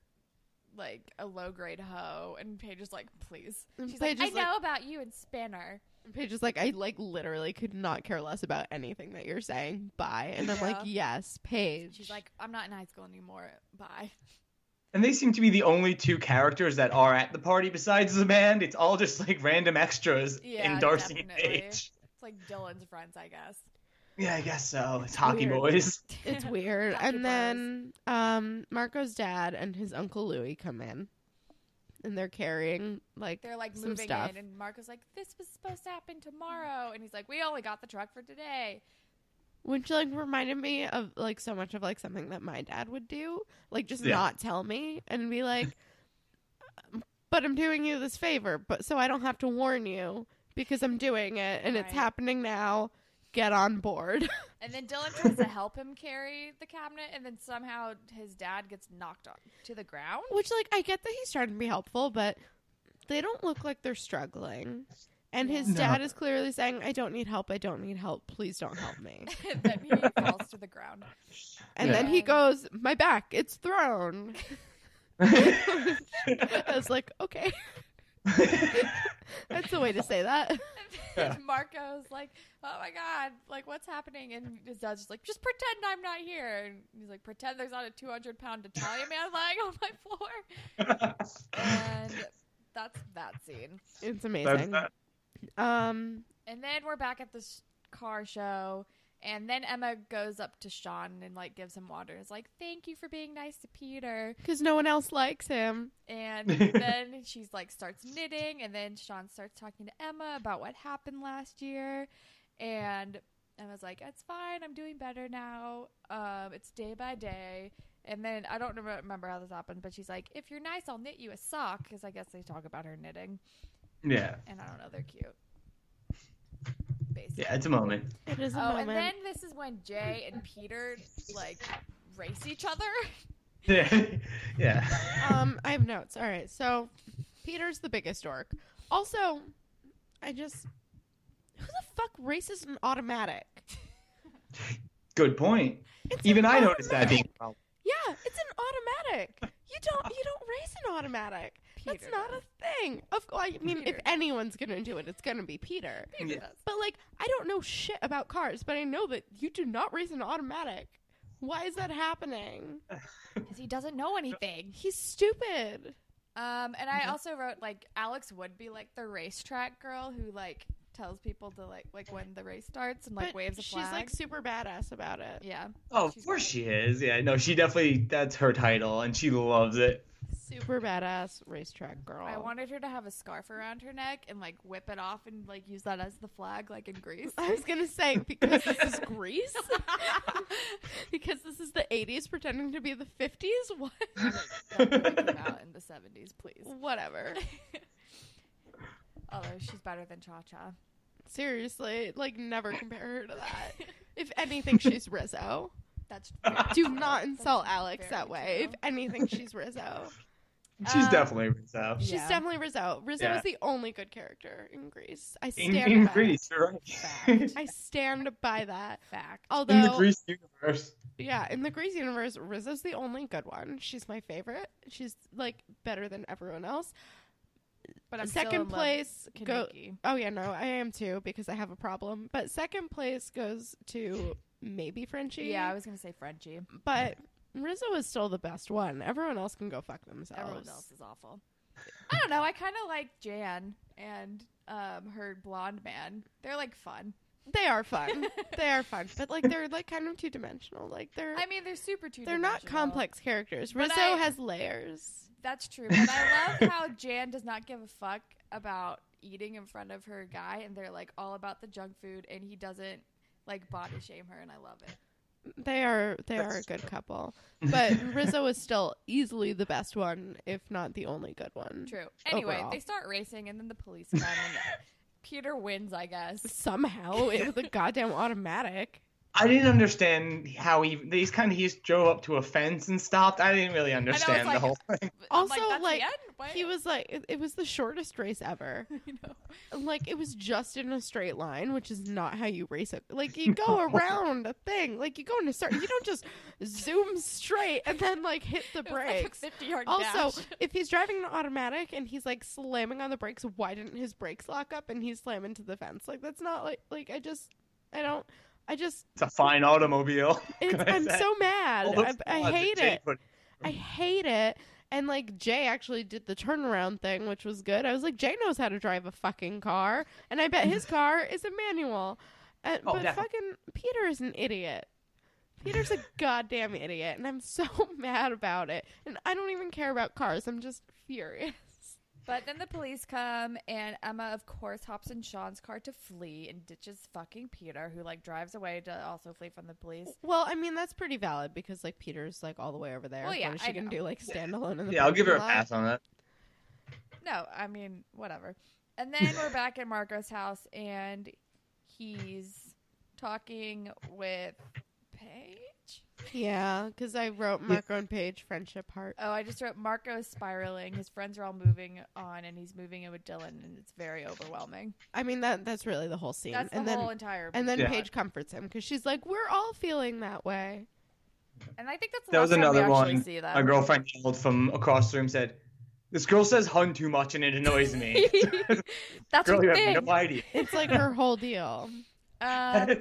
Speaker 2: like a low grade hoe, and Paige is like, please.
Speaker 1: And
Speaker 2: She's like,
Speaker 1: Paige
Speaker 2: I
Speaker 1: is like-
Speaker 2: know about you and Spinner.
Speaker 1: Paige is like, I like literally could not care less about anything that you're saying. Bye. And I'm like,
Speaker 2: Yeah.
Speaker 1: yes, Paige.
Speaker 2: She's like, I'm not in high school anymore. Bye.
Speaker 3: And they seem to be the only two characters that are at the party besides the band. It's all just like random extras
Speaker 2: Yeah,
Speaker 3: in Darcy
Speaker 2: definitely.
Speaker 3: and Paige.
Speaker 2: It's like Dylan's friends, I guess.
Speaker 3: Yeah, I guess so. It's hockey
Speaker 1: weird.
Speaker 3: boys.
Speaker 1: it's weird.
Speaker 2: Dr.
Speaker 1: and then um, Marco's dad and his uncle Louis come in, and they're carrying like
Speaker 2: They're like
Speaker 1: some
Speaker 2: moving
Speaker 1: stuff.
Speaker 2: in, and Marco's like, this was supposed to happen tomorrow. And he's like, we only got the truck for today.
Speaker 1: Which like reminded me of like so much of like something that my dad would do, like just
Speaker 3: Yeah.
Speaker 1: not tell me and be like, "Um, "But I'm doing you this favor, but so I don't have to warn you because I'm doing it and it's
Speaker 2: Right.
Speaker 1: happening now. Get on board."
Speaker 2: And then Dylan tries to help him carry the cabinet, and then somehow his dad gets knocked on to the ground.
Speaker 1: Which like I get that he's trying to be helpful, but they don't look like they're struggling. And his
Speaker 3: No.
Speaker 1: dad is clearly saying, "I don't need help. I don't need help. Please don't help me."
Speaker 2: And then he falls to the ground.
Speaker 1: And then he
Speaker 2: Yeah.
Speaker 1: goes, "My back, it's thrown." I was like, "Okay." That's the way to say that.
Speaker 2: And Marco's like, oh my god, like what's happening? And his dad's just like, just pretend I'm not here. And he's like, pretend there's not a 200 pound Italian man lying on my floor. And that's that scene.
Speaker 1: It's
Speaker 3: That's
Speaker 1: amazing.
Speaker 3: that.
Speaker 1: Um,
Speaker 2: And then we're back at this car show. And then Emma goes up to Sean and like gives him water. It's like, thank you for being nice to Peter.
Speaker 1: because no one else likes him.
Speaker 2: And then she's like starts knitting, and then Sean starts talking to Emma about what happened last year, and Emma's like, "It's fine, I'm doing better now. Um, it's day by day." And then I don't remem- remember how this happened, but she's like, "If you're nice, I'll knit you a sock," because I guess they talk about her knitting,
Speaker 3: Yeah.
Speaker 2: and I don't know, they're cute. Basically.
Speaker 3: Yeah, it's a moment.
Speaker 1: It is a
Speaker 2: Oh,
Speaker 1: moment.
Speaker 2: and then this is when Jay and Peter like race each other.
Speaker 3: Yeah. yeah.
Speaker 1: um, I have notes. All right, so Peter's the biggest dork. Also, I just who the fuck races an automatic?
Speaker 3: Good point.
Speaker 1: It's an
Speaker 3: Even I noticed that
Speaker 1: automatic.
Speaker 3: being wrong.
Speaker 1: Yeah, it's an automatic. You don't you don't race an automatic. That's
Speaker 2: Peter
Speaker 1: not
Speaker 2: does.
Speaker 1: a thing. Of course, I mean, if
Speaker 2: Peter.
Speaker 1: anyone's gonna do it, it's gonna be Peter.
Speaker 2: Peter
Speaker 3: Yeah.
Speaker 2: does.
Speaker 1: But like, I don't know shit about cars, but I know that you do not race an automatic. Why is that happening?
Speaker 2: 'Cause he doesn't know anything.
Speaker 1: He's stupid.
Speaker 2: Um, and
Speaker 1: Mm-hmm.
Speaker 2: I also wrote like Alex would be like the racetrack girl who like tells people to like like when the race starts and like
Speaker 1: But
Speaker 2: waves a
Speaker 1: she's
Speaker 2: flag.
Speaker 1: like super badass about it.
Speaker 2: yeah,
Speaker 3: Oh,
Speaker 2: She's
Speaker 3: of course she is. Yeah, no, she definitely, that's her title, and she loves it.
Speaker 1: Super badass racetrack girl.
Speaker 2: I wanted her to have a scarf around her neck and like whip it off and like use that as the flag like in Greece.
Speaker 1: I was gonna say because this is Greece, because this is the '80s pretending to be the '50s. What?
Speaker 2: That came out in the seventies, please.
Speaker 1: Whatever.
Speaker 2: Although she's better than Cha Cha.
Speaker 1: Seriously, like never compare her to that. If anything, she's Rizzo.
Speaker 2: That's very
Speaker 1: Do
Speaker 2: true.
Speaker 1: not insult
Speaker 2: That's
Speaker 1: Alex
Speaker 2: very
Speaker 1: that way. If
Speaker 2: true.
Speaker 1: anything, she's Rizzo.
Speaker 3: She's
Speaker 2: Um,
Speaker 3: definitely so.
Speaker 1: She's
Speaker 2: Yeah.
Speaker 1: definitely Rizzo. Rizzo
Speaker 3: Yeah.
Speaker 1: is the only good character in Greece. I
Speaker 3: In,
Speaker 1: stand
Speaker 3: in
Speaker 1: by
Speaker 3: Greece, you're right.
Speaker 1: That. I stand by that.
Speaker 2: Fact.
Speaker 1: Although,
Speaker 3: in the Greece universe.
Speaker 1: yeah, in the Greece universe, Rizzo's the only good one. She's my favorite. She's like better than everyone else.
Speaker 2: But I'm still in
Speaker 1: second
Speaker 2: love
Speaker 1: place
Speaker 2: with
Speaker 1: go.
Speaker 2: Kaneki.
Speaker 1: Oh yeah, no, I am too because I have a problem. But second place goes to maybe Frenchie.
Speaker 2: Yeah, I was gonna say Frenchie.
Speaker 1: But Rizzo is still the best one. Everyone else can go fuck themselves.
Speaker 2: Everyone else is awful. I don't know. I kind of like Jan and um, her blonde man. They're like fun.
Speaker 1: They are fun. they are fun, but like they're like kind of two dimensional. Like they're
Speaker 2: I mean, they're super two.
Speaker 1: they're not complex characters.
Speaker 2: But
Speaker 1: Rizzo
Speaker 2: I-
Speaker 1: has layers.
Speaker 2: That's true. But I love how Jan does not give a fuck about eating in front of her guy, and they're like all about the junk food, and he doesn't like body shame her, and I love it.
Speaker 1: They are they are a
Speaker 3: That's
Speaker 1: good couple, but Rizzo is still easily the best one, if not the only good one.
Speaker 2: True. Anyway,
Speaker 1: Overall.
Speaker 2: they start racing, and then the police come, and Peter wins. I guess.
Speaker 1: Somehow it was a goddamn automatic.
Speaker 3: I didn't understand how he. These kind of he just drove up to a fence and stopped. I didn't really
Speaker 2: it's
Speaker 3: understand the
Speaker 2: like-
Speaker 3: whole thing.
Speaker 2: I'm
Speaker 1: Also,
Speaker 2: "That's the
Speaker 1: like,
Speaker 2: end? What?"
Speaker 1: He was like, it- it was the shortest race ever.
Speaker 2: You know?
Speaker 1: Like, it was just in a straight line, which is not how you race it. Like, you go around a thing. Like, you go in a certain, you don't just zoom straight and then, like, hit the
Speaker 2: It was like a
Speaker 1: brakes.
Speaker 2: 50-yard
Speaker 1: Also,
Speaker 2: dash.
Speaker 1: if he's driving an automatic and he's like slamming on the brakes, why didn't his brakes lock up and he's slamming to the fence? Like that's not like like I just I don't I just
Speaker 3: It's a fine automobile.
Speaker 1: it's,
Speaker 3: Can I
Speaker 1: I'm
Speaker 3: say?
Speaker 1: so mad.
Speaker 3: All those
Speaker 1: I, I
Speaker 3: flaws that
Speaker 1: hate
Speaker 3: Jay
Speaker 1: it.
Speaker 3: put-
Speaker 1: I hate it. And like Jay actually did the turnaround thing, which was good. I was like, Jay knows how to drive a fucking car, and I bet his car is a manual. Uh,
Speaker 3: Oh,
Speaker 1: but
Speaker 3: definitely.
Speaker 1: fucking Peter is an idiot. Peter's a goddamn idiot, and I'm so mad about it. And I don't even care about cars. I'm just furious.
Speaker 2: But then the police come, and Emma, of course, hops in Sean's car to flee and ditches fucking Peter, who like drives away to also flee from the police.
Speaker 1: Well, I mean that's pretty valid because like Peter's like all the way over there.
Speaker 2: Well, yeah,
Speaker 1: what is she
Speaker 2: I
Speaker 1: gonna
Speaker 2: know.
Speaker 1: do? Like stand alone in the
Speaker 3: Yeah, I'll give her a
Speaker 1: parking lot?
Speaker 3: pass on that.
Speaker 2: No, I mean whatever. And then we're back at Marco's house, and he's talking with Paige.
Speaker 1: Yeah, because I wrote Marco and Page friendship heart.
Speaker 2: Oh, I just wrote Marco's spiraling. His friends are all moving on, and he's moving in with Dylan, and it's very overwhelming.
Speaker 1: I mean that that's really the whole scene.
Speaker 2: That's the
Speaker 1: and then
Speaker 2: whole entire.
Speaker 1: and then
Speaker 3: Yeah.
Speaker 1: Paige comforts him because she's like, "We're all feeling that way."
Speaker 2: and I think that's the
Speaker 3: That was
Speaker 2: last time we
Speaker 3: another
Speaker 2: actually
Speaker 3: one.
Speaker 2: See that.
Speaker 3: My girlfriend yelled from across the room said, "This girl says hun too much and it annoys me."
Speaker 2: That's
Speaker 3: girl,
Speaker 2: her
Speaker 3: you
Speaker 2: thing.
Speaker 3: have no idea.
Speaker 1: It's like her whole deal.
Speaker 2: Um,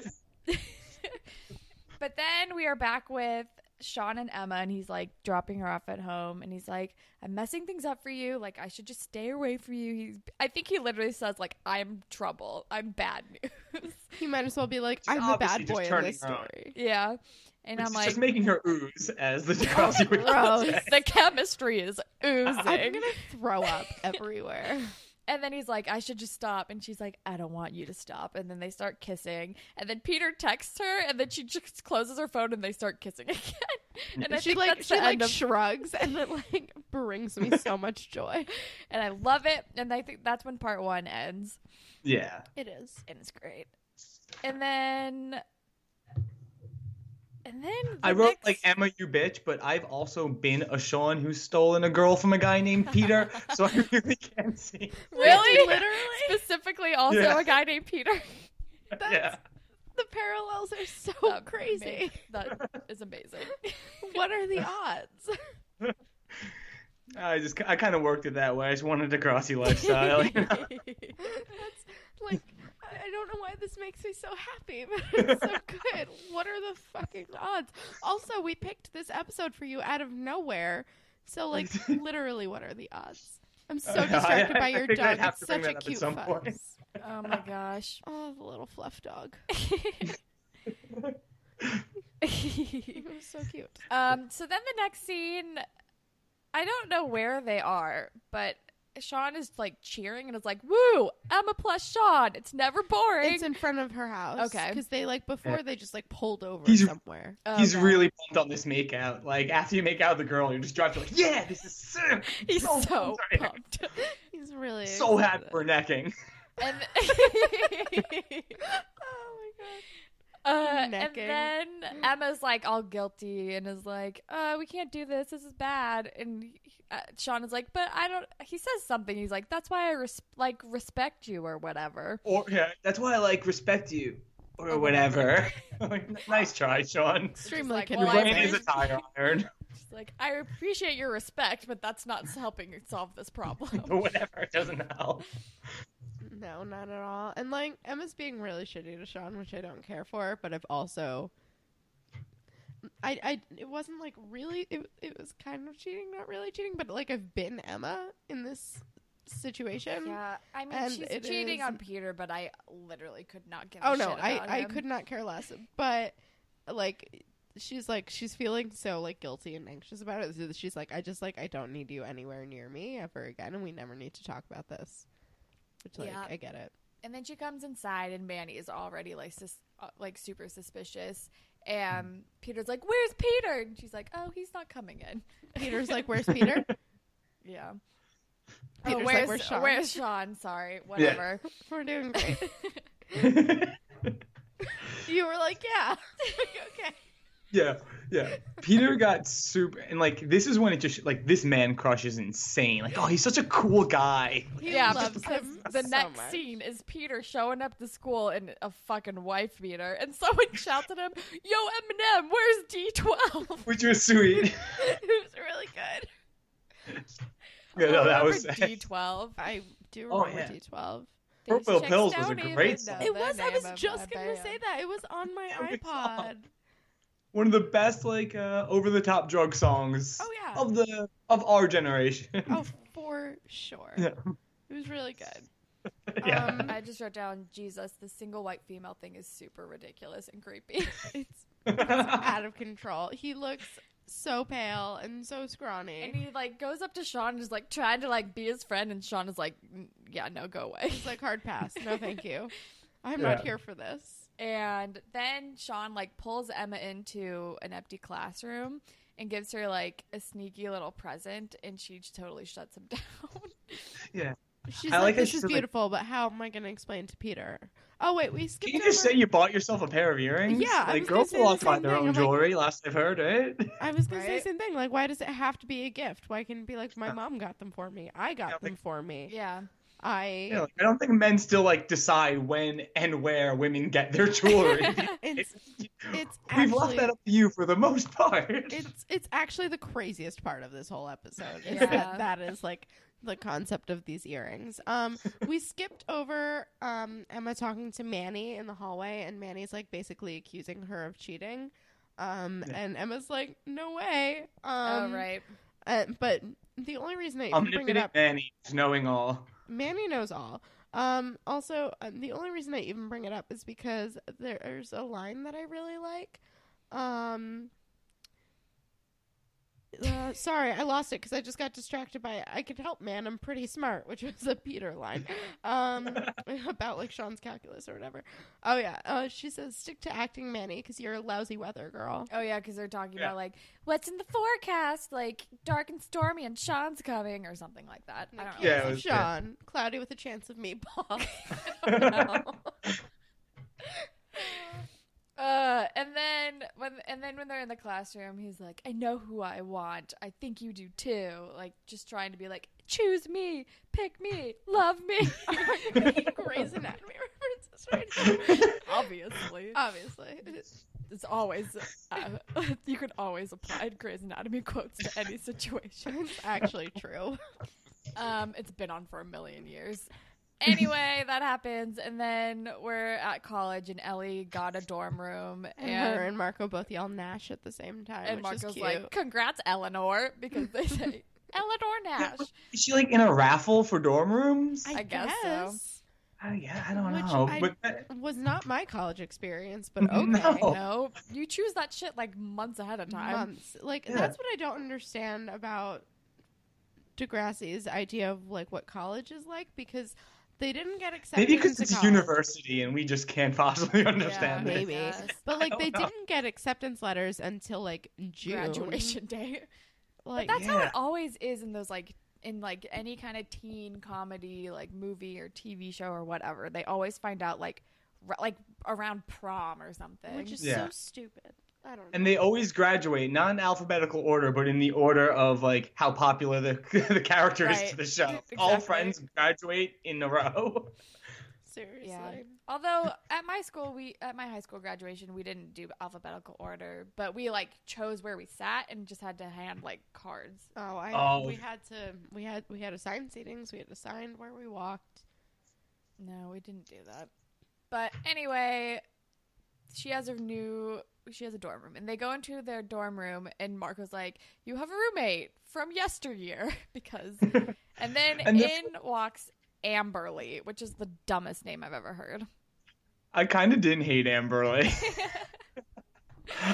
Speaker 2: but then we are back with Sean and Emma, and he's like dropping her off at home, and he's like, "I'm messing things up for you. Like, I should just stay away from you." He's, I think he literally says, "Like, I'm trouble. I'm bad news."
Speaker 1: He might as well be like,
Speaker 3: She's
Speaker 1: "I'm the
Speaker 3: obviously
Speaker 1: bad
Speaker 3: just
Speaker 1: boy in
Speaker 3: turning
Speaker 1: this
Speaker 3: her on.
Speaker 1: story."
Speaker 2: yeah, and I'm
Speaker 3: It's
Speaker 2: like,
Speaker 3: just making her ooze as the Chelsea would
Speaker 1: gross.
Speaker 3: say.
Speaker 2: "The chemistry is
Speaker 1: I'm
Speaker 2: oozing."
Speaker 1: gonna throw up everywhere.
Speaker 2: And then he's like, "I should just stop," and she's like, "I don't want you to stop." And then they start kissing, and then Peter texts her, and then she just closes her phone, and they start kissing again. And I
Speaker 1: she
Speaker 2: think
Speaker 1: like
Speaker 2: that's
Speaker 1: she
Speaker 2: the
Speaker 1: like
Speaker 2: end of
Speaker 1: shrugs and it like brings me so much joy.
Speaker 2: and I love it. And I think that's when part one ends,
Speaker 3: Yeah.
Speaker 1: It is.
Speaker 2: and it's great. And then, and then
Speaker 3: I
Speaker 2: the
Speaker 3: wrote
Speaker 2: next-
Speaker 3: like Emma, you bitch, but I've also been a Sean who's stolen a girl from a guy named Peter, so I really can't see.
Speaker 2: really,
Speaker 1: Literally?
Speaker 2: specifically also
Speaker 3: Yeah.
Speaker 2: a guy named Peter.
Speaker 1: That's,
Speaker 3: yeah.
Speaker 1: The parallels are so
Speaker 2: That
Speaker 1: Oh, crazy.
Speaker 2: ma- that is amazing.
Speaker 1: what are the odds?
Speaker 3: I just I kind of worked it that way. I just wanted a crossy lifestyle. you know?
Speaker 1: That's like I I don't know why this makes me so happy, but it's so good. What are the fucking odds? Also, we picked this episode for you out of nowhere. So like literally what are the odds? I'm so
Speaker 3: Uh, I-
Speaker 1: distracted
Speaker 3: I-
Speaker 1: by
Speaker 3: I
Speaker 1: your
Speaker 3: think I'd
Speaker 1: dog.
Speaker 3: have
Speaker 1: It's
Speaker 3: to bring
Speaker 1: such a
Speaker 3: that up at
Speaker 1: cute
Speaker 3: some
Speaker 1: fuzz.
Speaker 3: point.
Speaker 2: oh my gosh.
Speaker 1: Oh, the little fluff dog. It was so cute.
Speaker 2: um. So then the next scene, I don't know where they are, but. Sean is like cheering and is like, "Woo, Emma plus Sean! It's never boring."
Speaker 1: It's in front of her house.
Speaker 2: Okay.
Speaker 1: Because they like before they just like pulled over
Speaker 3: He's-
Speaker 1: somewhere.
Speaker 2: Oh,
Speaker 3: He's
Speaker 2: God.
Speaker 3: really pumped on this make out. Like after you make out with the girl, you're just driving like, yeah, this is sick.
Speaker 2: He's
Speaker 3: Oh,
Speaker 2: so
Speaker 3: sorry.
Speaker 2: pumped.
Speaker 1: He's really
Speaker 3: So happy
Speaker 1: excited.
Speaker 3: we're necking.
Speaker 2: And,
Speaker 1: Oh my god.
Speaker 2: uh, and
Speaker 1: Necking.
Speaker 2: then Emma's like all guilty and is like, uh, we can't do this. This is bad. And he- uh, Sean is like, but I don't. He says something. He's like, that's why I res- like respect you or whatever.
Speaker 3: Or yeah, that's why I like respect you
Speaker 2: Oh
Speaker 3: or whatever. like, nice try, Sean.
Speaker 1: Extremely
Speaker 2: like,
Speaker 1: convincing.
Speaker 2: well,
Speaker 3: Your
Speaker 2: I
Speaker 3: brain is a
Speaker 2: think-
Speaker 3: tire iron.
Speaker 2: She's like, I appreciate your respect, but that's not helping solve this problem.
Speaker 3: or whatever. It doesn't help.
Speaker 1: No, not at all. And like Emma's being really shitty to Sean, which I don't care for, but I've also I, I it wasn't like really it, it was kind of cheating, not really cheating, but like I've been Emma in this situation.
Speaker 2: Yeah, I mean
Speaker 1: And
Speaker 2: she's
Speaker 1: it
Speaker 2: cheating
Speaker 1: is-
Speaker 2: on Peter, but I literally could not give. A
Speaker 1: Oh no,
Speaker 2: shit about
Speaker 1: I, I
Speaker 2: him.
Speaker 1: could not care less. But like she's like she's feeling so like guilty and anxious about it. So She's like, I just like I don't need you anywhere near me ever again and we never need to talk about this. Which like
Speaker 2: Yeah.
Speaker 1: I get it.
Speaker 2: And then she comes inside, and Manny is already like sus- uh, like super suspicious.
Speaker 3: Hmm.
Speaker 2: And Peter's like, "Where's Peter?" And she's like, "Oh, he's not coming in."
Speaker 1: Peter's like, Where's Peter?
Speaker 2: yeah. Oh,
Speaker 1: Peter's like,
Speaker 2: where's
Speaker 1: "Where's Sean?"
Speaker 2: Where's Sean? Sorry, whatever.
Speaker 1: We're doing great. You were like, yeah. okay.
Speaker 3: Yeah, yeah. Peter got super, and like this is when it just like this man crush is insane. Like, oh, he's such a cool guy.
Speaker 1: He
Speaker 2: yeah,
Speaker 1: loves
Speaker 2: because
Speaker 1: him
Speaker 2: the
Speaker 1: so
Speaker 2: next
Speaker 1: much.
Speaker 2: scene is Peter showing up to school in a fucking wife beater, and someone shouts at him, "Yo, Eminem, where's D12?"
Speaker 3: Which was sweet.
Speaker 1: it was really good.
Speaker 3: yeah, no, that
Speaker 2: Oh, Remember
Speaker 3: was.
Speaker 2: D12.
Speaker 1: I do
Speaker 3: Oh,
Speaker 1: remember
Speaker 3: yeah.
Speaker 1: D12.
Speaker 3: Purple Pills was a great song.
Speaker 1: It was. I um, was just gonna say that. It was on my
Speaker 3: Oh, it's
Speaker 1: iPod.
Speaker 3: one of the best like uh, over the top drug songs
Speaker 1: Oh, yeah.
Speaker 3: of the of our generation.
Speaker 1: Oh, for sure.
Speaker 3: Yeah.
Speaker 1: It was really good.
Speaker 3: yeah.
Speaker 1: Um,
Speaker 2: I just wrote down Jesus. The single white female thing is super ridiculous and creepy.
Speaker 1: It's out of control. He looks so pale and so scrawny.
Speaker 2: and he like goes up to Sean and is like trying to like be his friend, and Sean is like, "Mm, "Yeah, no, go away."
Speaker 1: It's like hard pass. No, thank you. I'm
Speaker 3: Yeah.
Speaker 1: not here for this.
Speaker 2: And then Sean like pulls Emma into an empty classroom and gives her like a sneaky little present, and she j- totally shuts him down.
Speaker 1: She's
Speaker 3: I
Speaker 1: like,
Speaker 3: like how
Speaker 1: this
Speaker 3: she
Speaker 1: is
Speaker 3: said, like-
Speaker 1: beautiful, but how am I going to explain to Peter? Oh wait, we skipped.
Speaker 3: Can you just
Speaker 1: over-
Speaker 3: say you bought yourself a pair of earrings?
Speaker 1: Yeah, I
Speaker 3: like
Speaker 1: was gonna
Speaker 3: girls
Speaker 1: say
Speaker 3: will
Speaker 1: the
Speaker 3: all
Speaker 1: same
Speaker 3: find their
Speaker 1: thing.
Speaker 3: own
Speaker 1: I'm like-
Speaker 3: jewelry. last I've heard, right?
Speaker 1: I was going to say
Speaker 2: Right?
Speaker 1: the same thing. Like, why does it have to be a gift? Why can it be like my mom got them for me? I got
Speaker 3: Yeah,
Speaker 1: them
Speaker 3: like-
Speaker 1: for me.
Speaker 2: yeah.
Speaker 1: I.
Speaker 3: Yeah, like, I don't think men still like decide when and where women get their jewelry.
Speaker 1: It's it's
Speaker 3: We've
Speaker 1: actually
Speaker 3: left that up to you for the most part.
Speaker 1: it's it's actually the craziest part of this whole episode is
Speaker 2: Yeah.
Speaker 1: that that is like the concept of these earrings. Um, we skipped over um, Emma talking to Manny in the hallway, and Manny's like basically accusing her of cheating. Um,
Speaker 3: Yeah.
Speaker 1: and Emma's like, "No way." Um,
Speaker 2: oh right.
Speaker 1: uh, but the only reason I
Speaker 3: Um,
Speaker 1: even bring it
Speaker 3: Omnipotent
Speaker 1: up,
Speaker 3: Manny, knowing all.
Speaker 1: Manny knows all. Um, also, um, the only reason I even bring it up is because there's a line that I really like. Um, uh, sorry, I lost it because I just got distracted by "I could help, man. I'm pretty smart," which was a Peter line um, about like Sean's calculus or whatever. Oh yeah, uh, she says, "Stick to acting, Manny, because you're a lousy weather girl."
Speaker 2: Oh yeah, because they're talking
Speaker 3: Yeah.
Speaker 2: about like what's in the forecast, like dark and stormy, and Sean's coming or something like that. I don't know.
Speaker 3: Yeah, it
Speaker 1: Case of
Speaker 3: was- yeah.
Speaker 1: Sean, cloudy with a chance of meatball.
Speaker 2: Uh, and then when and then when they're in the classroom, he's like, "I know who I want. I think you do too." Like just trying to be like, "Choose me, pick me, love me."
Speaker 1: Grey's Anatomy references right now.
Speaker 2: Obviously,
Speaker 1: Obviously.
Speaker 2: it's always uh, you can always apply Grey's Anatomy quotes to any situation.
Speaker 1: It's actually true.
Speaker 2: Um, it's been on for a million years. Anyway, that happens, and then we're at college, and Ellie got a dorm room,
Speaker 1: And, her and Marco both yell Nash at the same time.
Speaker 2: and
Speaker 1: which is
Speaker 2: Marco's
Speaker 1: cute.
Speaker 2: like, "Congrats, Eleanor," because they say Eleanor Nash.
Speaker 3: Is she like in a raffle for dorm rooms?
Speaker 2: I guess so.
Speaker 3: Uh, yeah, I don't
Speaker 1: Which
Speaker 3: know.
Speaker 1: I-
Speaker 3: But that,
Speaker 1: Was not my college experience, but okay.
Speaker 3: No.
Speaker 2: No, you choose that shit like months ahead of time.
Speaker 1: Months. Like
Speaker 3: Yeah.
Speaker 1: that's what I don't understand about Degrassi's idea of like what college is like because they didn't get accepted.
Speaker 3: maybe because
Speaker 1: into
Speaker 3: it's a
Speaker 1: college.
Speaker 3: university and we just can't possibly understand
Speaker 1: Yeah,
Speaker 3: it.
Speaker 1: maybe.
Speaker 2: Yes.
Speaker 1: But like they
Speaker 3: don't know.
Speaker 1: didn't get acceptance letters until like June.
Speaker 2: graduation day.
Speaker 1: Like
Speaker 2: That's how
Speaker 3: Yeah.
Speaker 2: it always is in those like in like any kind of teen comedy like movie or TV show or whatever. They always find out like r- like around prom or something.
Speaker 1: which is
Speaker 3: Yeah.
Speaker 1: so stupid. I don't know.
Speaker 3: And they always graduate, not in alphabetical order, but in the order of like how popular the, the character is
Speaker 2: Right.
Speaker 3: to the show. All
Speaker 2: Exactly.
Speaker 3: friends graduate in a row.
Speaker 1: Seriously.
Speaker 2: Although at my school, we at my high school graduation, we didn't do alphabetical order, but we like chose where we sat and just had to hand like cards.
Speaker 1: Oh, I
Speaker 3: Oh.
Speaker 1: we had to we had we had assigned seatings. We had assigned where we walked.
Speaker 2: No, we didn't do that. But anyway, she has a new she has a dorm room and they go into their dorm room and Marco's like, "You have a roommate from yesteryear because and then
Speaker 3: And this-
Speaker 2: in walks Amberly, which is the dumbest name I've ever heard.
Speaker 3: I kind of didn't hate Amberly.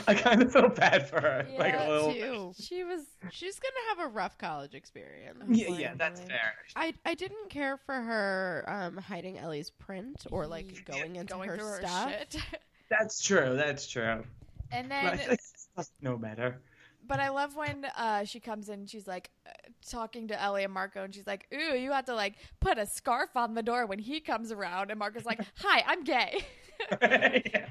Speaker 3: I kind of felt bad for her. like a
Speaker 2: Yeah,
Speaker 3: little.
Speaker 1: Too.
Speaker 2: She was
Speaker 1: She's gonna have a rough college experience.
Speaker 2: too.
Speaker 3: Yeah, yeah, that's fair.
Speaker 1: I, I didn't care for her um, hiding Ellie's print or like going into
Speaker 2: going
Speaker 1: her
Speaker 2: through her
Speaker 1: stuff.
Speaker 2: shit.
Speaker 3: That's true. That's true.
Speaker 2: And
Speaker 3: But I
Speaker 2: then
Speaker 3: feel like she doesn't know better.
Speaker 2: But I love when uh, she comes in. She's like uh, talking to Ellie and Marco, and she's like, "Ooh, you have to like put a scarf on the door when he comes around." And Marco's like, "Hi, I'm gay."
Speaker 3: Yeah.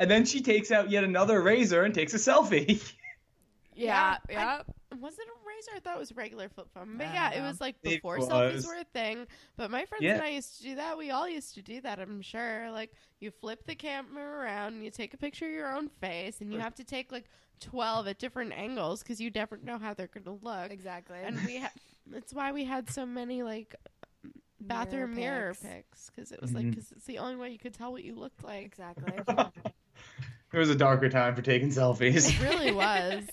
Speaker 3: And then she takes out yet another razor and takes a selfie.
Speaker 2: yeah,
Speaker 1: Yeah,
Speaker 2: yeah.
Speaker 1: Was it a razor? I thought it was a regular flip phone. But
Speaker 2: I
Speaker 1: yeah,
Speaker 2: don't
Speaker 1: it
Speaker 2: know.
Speaker 1: was like
Speaker 3: It
Speaker 1: before
Speaker 3: was.
Speaker 1: selfies were a thing. But my friends
Speaker 3: Yeah.
Speaker 1: and I used to do that. We all used to do that, I'm sure. Like you flip the camera around, and you take a picture of your own face, and you have to take like 12 at different angles because you never know how they're going to look.
Speaker 2: exactly.
Speaker 1: And we ha- that's why we had so many like bathroom mirror pics because it was like
Speaker 3: Mhm.
Speaker 1: because it's the only way you could tell what you looked like.
Speaker 2: Exactly.
Speaker 3: It was a darker time for taking selfies.
Speaker 1: It really was.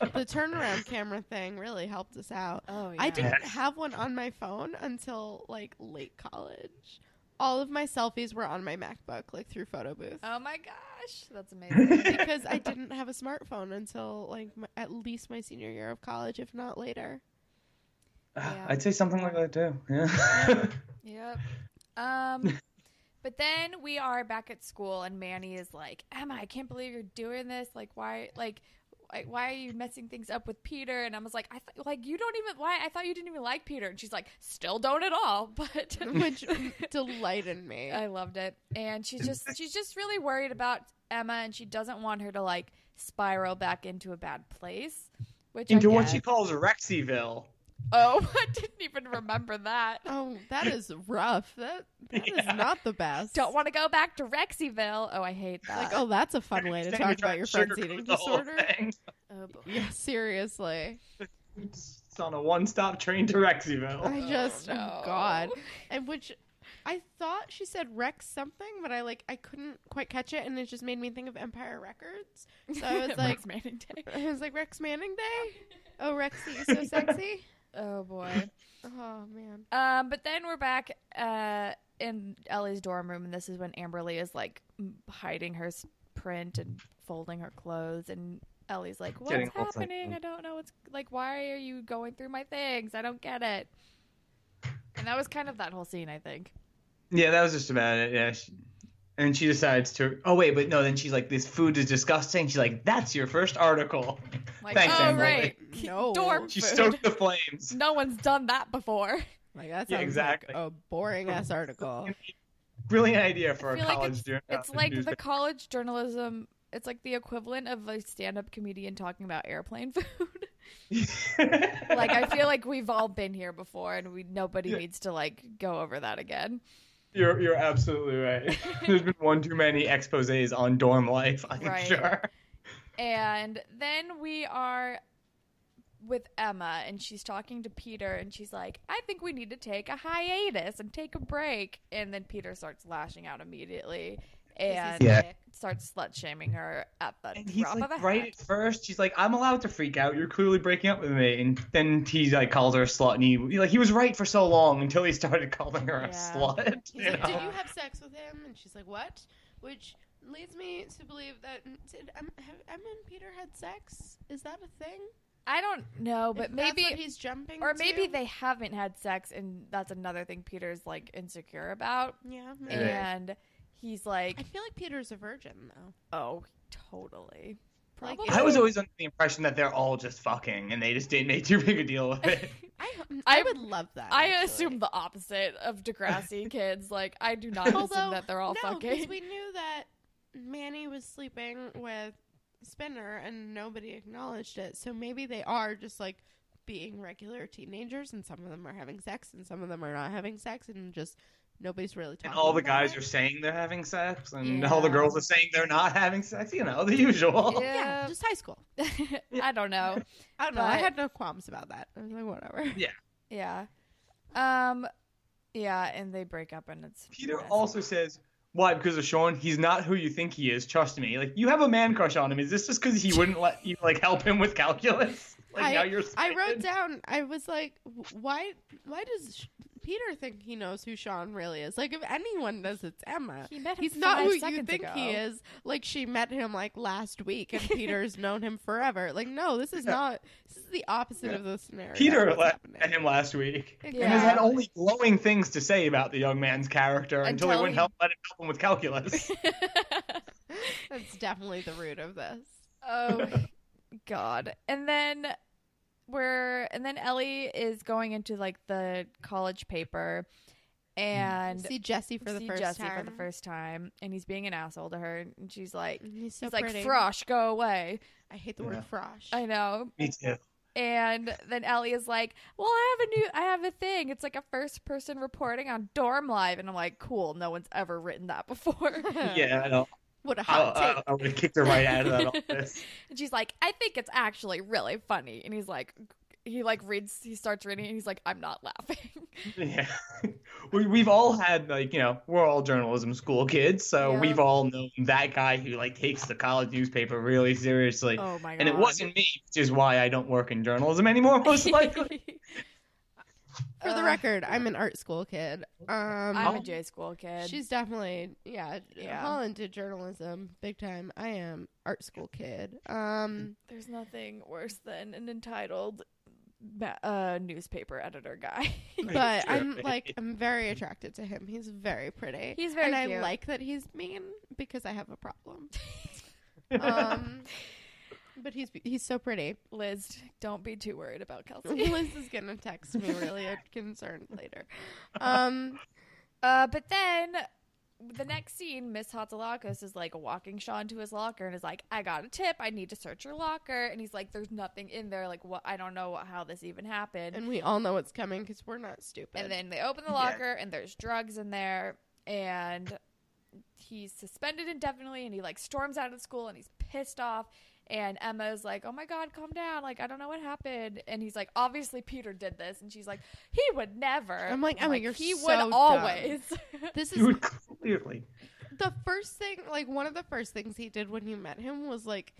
Speaker 1: the turnaround camera thing really helped us out.
Speaker 2: oh, yeah.
Speaker 1: I didn't
Speaker 3: Yes.
Speaker 1: have one on my phone until like late college. All of my selfies were on my MacBook, like through photo booth,
Speaker 2: Oh my gosh, that's amazing.
Speaker 1: because I didn't have a smartphone until like my, at least my senior year of college, if not later.
Speaker 2: Yeah.
Speaker 3: I'd say something like that too. Yeah.
Speaker 2: Yep. Um, but then we are back at school, and Manny is like, "Emma, I can't believe you're doing this. Like, why? Like, why, why are you messing things up with Peter?" And I was like, "I th- like you don't even why I thought you didn't even like Peter." And she's like, "Still don't at all." But
Speaker 1: Which delighted me.
Speaker 2: I loved it, and she's just she's just really worried about Emma, and she doesn't want her to like spiral back into a bad place. Which I
Speaker 3: Into what
Speaker 2: get.
Speaker 3: she calls Rexyville.
Speaker 2: oh, I didn't even remember that.
Speaker 1: Oh, that is rough. That that is
Speaker 3: Yeah.
Speaker 1: not the best.
Speaker 2: Don't want to go back to Rexyville. Oh, I hate that.
Speaker 1: like, oh, that's a fun way to
Speaker 3: Then
Speaker 1: talk
Speaker 3: you're
Speaker 1: about your
Speaker 3: trying to
Speaker 1: friend's eating
Speaker 3: sugarcoat the whole
Speaker 1: disorder.
Speaker 3: thing.
Speaker 2: oh boy.
Speaker 1: Yeah, seriously.
Speaker 3: It's on a one-stop train to Rexyville.
Speaker 1: I
Speaker 2: Oh,
Speaker 1: just, oh,
Speaker 2: no.
Speaker 1: God. And which I thought she said Rex something, but I like I couldn't quite catch it, and it just made me think of Empire Records. So I was like,
Speaker 2: Rex Manning Day.
Speaker 1: I was like Rex Manning Day. Oh, Rexy, so sexy.
Speaker 2: Oh boy.
Speaker 1: Oh man.
Speaker 2: um, but then we're back uh, in Ellie's dorm room, and this is when Amberly is like m- hiding her s- print and folding her clothes, and Ellie's like, "What's
Speaker 3: Getting all psyched
Speaker 2: happening?
Speaker 3: up.
Speaker 2: I don't know. What's like, why are you going through my things? I don't get it." And that was kind of that whole scene, I think.
Speaker 3: Yeah, that was just about it. Yeah. She- and she decides to. Oh wait, but no. Then she's like, "This food is disgusting." She's like, "That's your first article."
Speaker 2: Like,
Speaker 3: Thanks,
Speaker 2: oh
Speaker 3: Amberly.
Speaker 2: right,
Speaker 1: No.
Speaker 2: dorm
Speaker 3: She
Speaker 2: food.
Speaker 3: stoked the flames.
Speaker 2: no one's done that before.
Speaker 1: Like that sounds
Speaker 3: Yeah, exactly.
Speaker 1: like a boring ass article.
Speaker 3: Brilliant idea for
Speaker 2: I
Speaker 3: a
Speaker 2: feel like
Speaker 3: college
Speaker 2: it's-
Speaker 3: journal.
Speaker 2: It's like the college journalism. It's like the equivalent of a stand-up comedian talking about airplane food. like I feel like we've all been here before, and we nobody
Speaker 3: Yeah.
Speaker 2: needs to like go over that again.
Speaker 3: You're you're absolutely right. There's been one too many exposés on dorm life, I'm
Speaker 2: Right.
Speaker 3: sure.
Speaker 2: And then we are with Emma, and she's talking to Peter, and she's like, "I think we need to take a hiatus and take a break." And then Peter starts lashing out immediately and
Speaker 3: Yeah.
Speaker 2: starts slut shaming her at the
Speaker 3: And he's
Speaker 2: drop of a
Speaker 3: like,
Speaker 2: hat.
Speaker 3: right at first, she's like, "I'm allowed to freak out. You're clearly breaking up with me." And then he like calls her a slut, and he like he was right for so long until he started calling her a
Speaker 2: Yeah.
Speaker 3: slut.
Speaker 1: He's
Speaker 3: you
Speaker 1: like, "Did
Speaker 3: know?
Speaker 1: you have sex with him?" And she's like, "What?" Which leads me to believe that did Em, have Emma and Peter had sex? Is that a thing?
Speaker 2: I don't know, but
Speaker 1: If that's
Speaker 2: maybe
Speaker 1: what he's jumping,
Speaker 2: or maybe
Speaker 1: to?
Speaker 2: they haven't had sex and that's another thing peter's like insecure about
Speaker 1: Yeah, maybe.
Speaker 3: Yeah.
Speaker 2: and he's
Speaker 1: I
Speaker 2: like
Speaker 1: feel like Peter's a virgin though.
Speaker 2: oh totally
Speaker 1: Like,
Speaker 2: probably
Speaker 1: if-
Speaker 3: I was always under the impression that they're all just fucking, and they just didn't make too big a deal of it.
Speaker 1: I
Speaker 2: I-
Speaker 1: I, would love that.
Speaker 2: i
Speaker 1: actually.
Speaker 2: assume the opposite of degrassi kids like i do not assume
Speaker 1: Although,
Speaker 2: that they're all
Speaker 1: no, because
Speaker 2: fucking
Speaker 1: we knew that Manny was sleeping with Spinner and nobody acknowledged it. So maybe they are just like being regular teenagers, and some of them are having sex, and some of them are not having sex, and just nobody's really talking.
Speaker 3: And all the
Speaker 1: about
Speaker 3: guys
Speaker 1: it.
Speaker 3: are saying they're having sex, and all the
Speaker 2: Yeah.
Speaker 3: girls are saying they're not having sex. You know, the usual.
Speaker 2: Yeah.
Speaker 1: yeah, just high school.
Speaker 2: i don't know
Speaker 1: I don't know. I
Speaker 2: But-
Speaker 1: had no qualms about that. I was like, whatever.
Speaker 2: yeah um yeah and they break up and it's
Speaker 3: Peter
Speaker 2: messy.
Speaker 3: also says, "Why? Because of Sean? He's not who you think he is. Trust me. Like you have a man crush on him. Is this just because he wouldn't let you like help him with calculus? Like
Speaker 1: I-
Speaker 3: now you're."
Speaker 1: I wrote
Speaker 3: excited?
Speaker 1: down. I was like, "Wh- why? Why does Sh- Peter think he knows who Sean really is? Like, if anyone does, it's Emma.
Speaker 2: he met him
Speaker 1: He's not
Speaker 2: five
Speaker 1: who you
Speaker 2: seconds
Speaker 1: think
Speaker 2: ago.
Speaker 1: he is. Like, she met him like last week, and Peter's known him forever. Like, no, this is
Speaker 3: Yeah.
Speaker 1: not. This is the opposite
Speaker 3: Yeah.
Speaker 1: of the scenario.
Speaker 3: Peter
Speaker 1: that's
Speaker 3: let
Speaker 1: happening.
Speaker 3: at him last week. And
Speaker 2: Yeah.
Speaker 3: has had only glowing things to say about the young man's character until, he
Speaker 2: Until
Speaker 3: wouldn't
Speaker 2: he-
Speaker 3: help let him help him with calculus.
Speaker 1: That's definitely the root of this.
Speaker 2: Oh, God. And then we're and then Ellie is going into like the college paper and
Speaker 1: see Jesse for the
Speaker 2: Mm. see
Speaker 1: first
Speaker 2: Jesse
Speaker 1: time.
Speaker 2: for the first time Mm, and he's being an asshole to her and she's like
Speaker 1: He's so
Speaker 2: he's like
Speaker 1: pretty.
Speaker 2: Frosh, go away.
Speaker 1: I hate the word
Speaker 3: Yeah.
Speaker 1: frosh.
Speaker 2: I know.
Speaker 3: Me too.
Speaker 2: And then Ellie is like, "Well, I have a new, I have a thing. It's like a first-person reporting on Dorm Live," and I'm like, "Cool, no one's ever written that before."
Speaker 3: Yeah, I know.
Speaker 1: What a
Speaker 3: I,
Speaker 1: hot take.
Speaker 3: I, I would have kicked her right out of that office.
Speaker 2: and she's like, "I think it's actually really funny," and he's like, he like reads, he starts reading, and he's like, "I'm not laughing."
Speaker 3: Yeah. We, we've all had, like, you know, we're all journalism school kids, so
Speaker 2: Yeah.
Speaker 3: we've all known that guy who, like, takes the college newspaper really seriously.
Speaker 2: oh my god!
Speaker 3: and it wasn't me, which is why I don't work in journalism anymore, most likely.
Speaker 1: For the
Speaker 2: Uh,
Speaker 1: record, I'm an art school kid.
Speaker 2: I'm
Speaker 1: Um,
Speaker 2: a J school kid.
Speaker 1: she's definitely yeah.
Speaker 2: Yeah.
Speaker 1: Holland did journalism big time. I am art school kid. Um,
Speaker 2: There's nothing worse than an entitled ma- uh, newspaper editor guy.
Speaker 1: but
Speaker 3: Sure.
Speaker 1: I'm like I'm very attracted to him. He's very pretty.
Speaker 2: He's very
Speaker 1: and I
Speaker 2: cute.
Speaker 1: like that he's mean because I have a problem. um, but he's he's so pretty.
Speaker 2: Liz, don't be too worried about Kelsey.
Speaker 1: Liz is gonna text me really concerned later. Um,
Speaker 2: Uh, but then the next scene, Miss Hatzalakos is like walking Sean to his locker and is like, "I got a tip. I need to search your locker." And he's like, "There's nothing in there. Like, what? I don't know what, how this even happened." And,
Speaker 1: and we all know what's coming because we're not stupid.
Speaker 2: then they open the
Speaker 3: Yeah.
Speaker 2: locker and there's drugs in there, and he's suspended indefinitely. And he like storms out of school and he's pissed off. And Emma's like, "Oh my god, calm down. Like, I don't know what happened." And he's like, "Obviously, Peter did this." And she's like, "He would never."
Speaker 1: I'm like,
Speaker 2: I'm
Speaker 1: Emma, you're
Speaker 2: he
Speaker 1: so
Speaker 2: would
Speaker 1: dumb."
Speaker 2: always.
Speaker 1: this
Speaker 3: You
Speaker 1: is
Speaker 3: would clearly.
Speaker 1: the first thing. Like one of the first things he did when you met him was like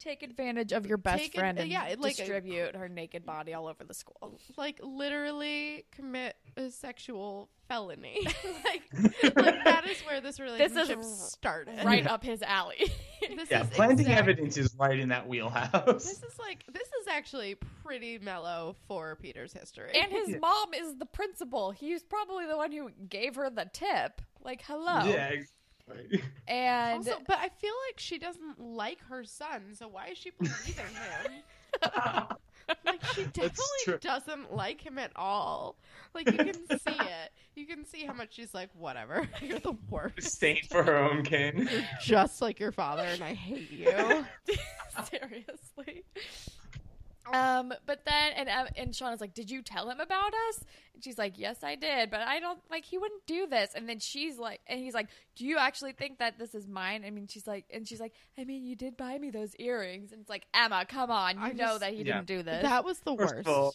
Speaker 2: take advantage of your best
Speaker 1: Take ad-
Speaker 2: friend and
Speaker 1: yeah, it, like,
Speaker 2: distribute her naked body all over the school.
Speaker 1: like literally commit a sexual felony. like, like that is where this
Speaker 2: is
Speaker 1: relationship started.
Speaker 2: Right up his alley.
Speaker 1: This
Speaker 3: Yeah,
Speaker 1: is
Speaker 3: planting
Speaker 1: exact-
Speaker 3: evidence is right in that wheelhouse.
Speaker 1: This is like this is actually pretty mellow for Peter's history.
Speaker 2: and his mom is the principal. He's probably the one who gave her the tip. Like, hello.
Speaker 3: Yeah, exactly.
Speaker 2: And
Speaker 1: also, but I feel like she doesn't like her son, so why is she believing him? Like she
Speaker 3: true.
Speaker 1: definitely doesn't like him at all. Like you can see it. You can see how much she's like, whatever. You're the worst.
Speaker 3: Stain for her own kin.
Speaker 1: You're just like your father, and I hate you.
Speaker 2: seriously. Um, but then and um, and Sean is like, "Did you tell him about us?" And she's like, "Yes, I did, but I don't like he wouldn't do this." And then she's like, and he's like, "Do you actually think that this is mine?" I mean, she's like, and she's like, "I mean, you did buy me those earrings." And it's like, "Emma, come on, you
Speaker 1: I
Speaker 2: know
Speaker 1: just-
Speaker 2: that he
Speaker 3: Yeah.
Speaker 2: didn't do this."
Speaker 1: That was the
Speaker 3: First
Speaker 1: worst.
Speaker 3: of all,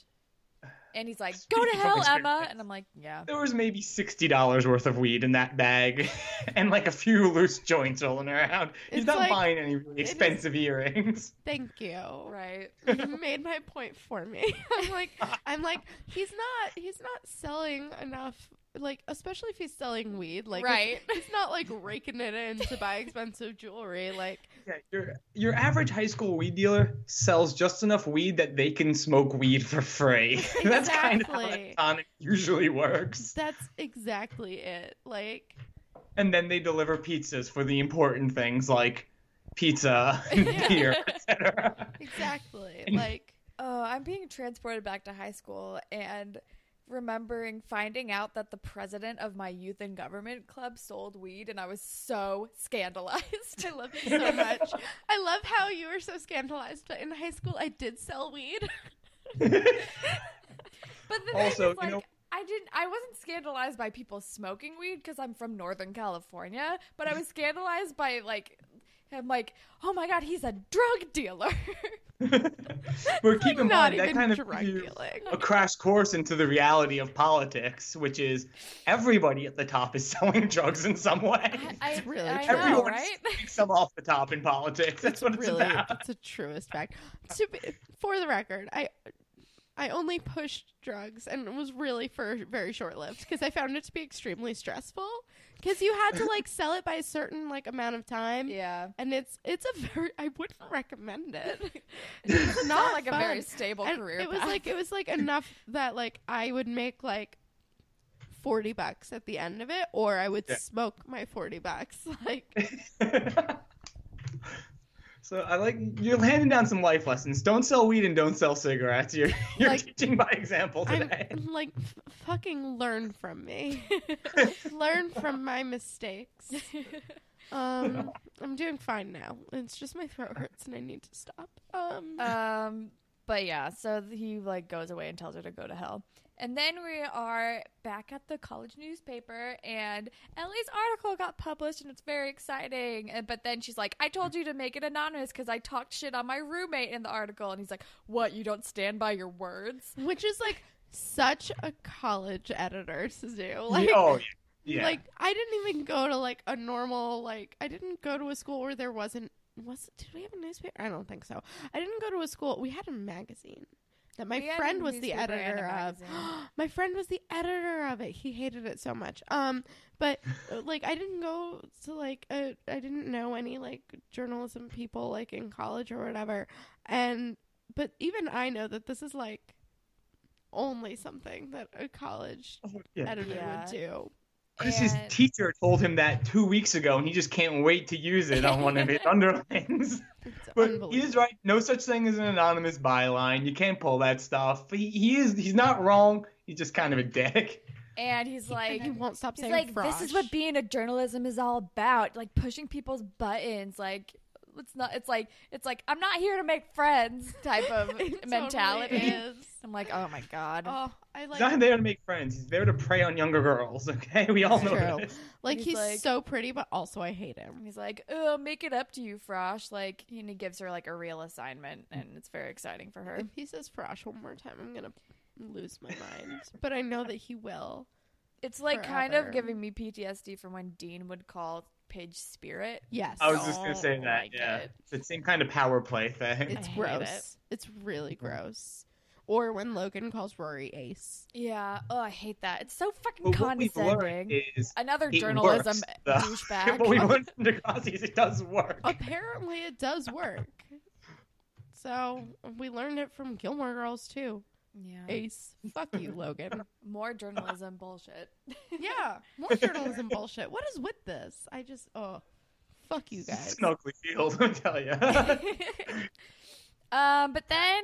Speaker 2: and he's like, "Go to
Speaker 3: Speaking
Speaker 2: hell,
Speaker 3: from
Speaker 2: Emma."
Speaker 3: experience.
Speaker 2: And I'm like, "Yeah."
Speaker 3: there was maybe sixty dollars worth of weed in that bag, and like a few loose joints rolling around. He's
Speaker 1: It's
Speaker 3: not
Speaker 1: like-
Speaker 3: buying any really
Speaker 1: it is-
Speaker 3: expensive earrings.
Speaker 1: Thank you.
Speaker 2: Right.
Speaker 1: You made my point for me. I'm like, I'm like, he's not, he's not selling enough. Like, especially if he's selling weed, like,
Speaker 2: Right.
Speaker 1: it's- He's not like raking it in to buy expensive jewelry. Like,
Speaker 3: Yeah, your your average high school weed dealer sells just enough weed that they can smoke weed for free. That's kind of how that
Speaker 1: Exactly.
Speaker 3: tonic usually works.
Speaker 1: that's exactly it. Like,
Speaker 3: And then they deliver pizzas for the important things like pizza,
Speaker 1: Yeah.
Speaker 3: beer, etc.
Speaker 1: exactly. Like,
Speaker 2: Oh, I'm being transported back to high school and remembering finding out that the president of my youth and government club sold weed, and I was so scandalized.
Speaker 1: I love you so much. I love how you were so scandalized, but in high school, I did sell weed.
Speaker 2: But the
Speaker 3: Also,
Speaker 2: thing is, like,
Speaker 3: you know-
Speaker 2: I didn't. I wasn't scandalized by people smoking weed because I'm from Northern California, but I was scandalized by like. I'm like, oh my god, he's a drug dealer.
Speaker 3: but keep in
Speaker 1: Not
Speaker 3: mind that
Speaker 1: even
Speaker 3: kind of
Speaker 1: drug
Speaker 3: gives you
Speaker 1: dealing.
Speaker 3: a crash course into the reality of politics, which is everybody at the top is selling drugs in some way.
Speaker 2: I,
Speaker 1: It's really
Speaker 2: I
Speaker 1: true.
Speaker 2: know,
Speaker 3: Everyone
Speaker 2: right?
Speaker 3: Take some off the top in politics. That's what it's
Speaker 1: really
Speaker 3: about.
Speaker 1: that's the truest fact to be, for the record i i only pushed drugs and it was really for very short lived because i found it to be extremely stressful because you had to like sell it by a certain like amount of time
Speaker 2: Yeah,
Speaker 1: and it's it's a very i wouldn't recommend it
Speaker 2: it's
Speaker 1: not
Speaker 2: like a very
Speaker 1: fun.
Speaker 2: stable
Speaker 1: And
Speaker 2: career.
Speaker 1: it was
Speaker 2: path.
Speaker 1: like it was like enough that like i would make like 40 bucks at the end of it or i would
Speaker 3: Yeah.
Speaker 1: smoke my 40 bucks like
Speaker 3: So I like you're handing down some life lessons. Don't sell weed and don't sell cigarettes. You're you're
Speaker 1: Like-
Speaker 3: teaching by example
Speaker 1: I'm
Speaker 3: today.
Speaker 1: like, f- fucking learn from me. learn from my mistakes. Um, I'm doing fine now. It's just my throat hurts and I need to stop. Um,
Speaker 2: Um, but yeah, so he like goes away and tells her to go to hell. And then we are back at the college newspaper, and Ellie's article got published, and it's very exciting. And, but then she's like, "I told you to make it anonymous because I talked shit on my roommate in the article." And he's like, "What? You don't stand by your words?"
Speaker 1: which is like such a college editor to do. Like,
Speaker 3: oh yeah. yeah.
Speaker 1: like I didn't even go to like a normal like I didn't go to a school where there wasn't was did we have a newspaper? I don't think so. I didn't go to a school. We had a magazine that my
Speaker 2: We had a
Speaker 1: friend was the
Speaker 2: newspaper and a
Speaker 1: editor of.
Speaker 2: magazine.
Speaker 1: my friend was the editor of it. He hated it so much. Um, but like I didn't go to like I I didn't know any like journalism people like in college or whatever. And but even I know that this is like only something that a college
Speaker 3: Oh, yeah.
Speaker 1: editor
Speaker 2: Yeah.
Speaker 1: would do.
Speaker 3: Chris's
Speaker 2: And-
Speaker 3: teacher told him that two weeks ago, and he just can't wait to use it on one of his underlings.
Speaker 1: It's
Speaker 3: But
Speaker 1: unbelievable.
Speaker 3: he is right. No such thing as an anonymous byline. You can't pull that stuff. He, he is. He's not wrong. He's just kind of a dick.
Speaker 2: And he's like,
Speaker 1: he won't stop
Speaker 2: He's
Speaker 1: saying
Speaker 2: like, this is what
Speaker 1: Frosh."
Speaker 2: being a journalism is all about, like pushing people's buttons, like it's not, it's like, it's like I'm not here to make friends type of
Speaker 1: It totally
Speaker 2: mentality.
Speaker 1: is.
Speaker 2: I'm like, oh my god,
Speaker 1: Oh, I
Speaker 3: He's
Speaker 1: like
Speaker 3: not there to make friends. He's there to prey on younger girls. Okay, we all know
Speaker 1: True.
Speaker 3: this.
Speaker 1: like
Speaker 2: He's
Speaker 1: he's,
Speaker 2: like-
Speaker 1: so pretty, but also I hate him.
Speaker 2: And he's like, oh, make it up to you, Frosh. Like, and he gives her like a real assignment, and it's very exciting for her.
Speaker 1: If he says Frosh one more time, I'm gonna lose my mind. but I know that he will.
Speaker 2: It's like kind of
Speaker 1: Forever.
Speaker 2: giving me PTSD from when Dean would call Paige Spirit.
Speaker 1: Yes,
Speaker 3: I was just gonna say
Speaker 2: Don't
Speaker 3: that.
Speaker 2: like
Speaker 3: yeah,
Speaker 2: it.
Speaker 3: the same kind of power play thing.
Speaker 1: Oh, it's
Speaker 2: I hate
Speaker 1: gross. It's really gross. Or when Logan calls Rory Ace.
Speaker 2: Yeah. Oh, I hate that. It's so fucking
Speaker 3: But what we've learned
Speaker 2: condescending.
Speaker 3: is
Speaker 2: Another
Speaker 3: it
Speaker 2: journalism
Speaker 3: works, though.
Speaker 2: douchebag.
Speaker 3: what we learned from Degrassi is it does work.
Speaker 1: Apparently, it does work. So we learned it from Gilmore Girls too.
Speaker 2: yeah.
Speaker 1: Ace, fuck you, Logan.
Speaker 2: More journalism bullshit.
Speaker 1: Yeah, more journalism bullshit. What is with this? I just oh, fuck you guys.
Speaker 3: It's an ugly field, I tell you.
Speaker 2: um, but then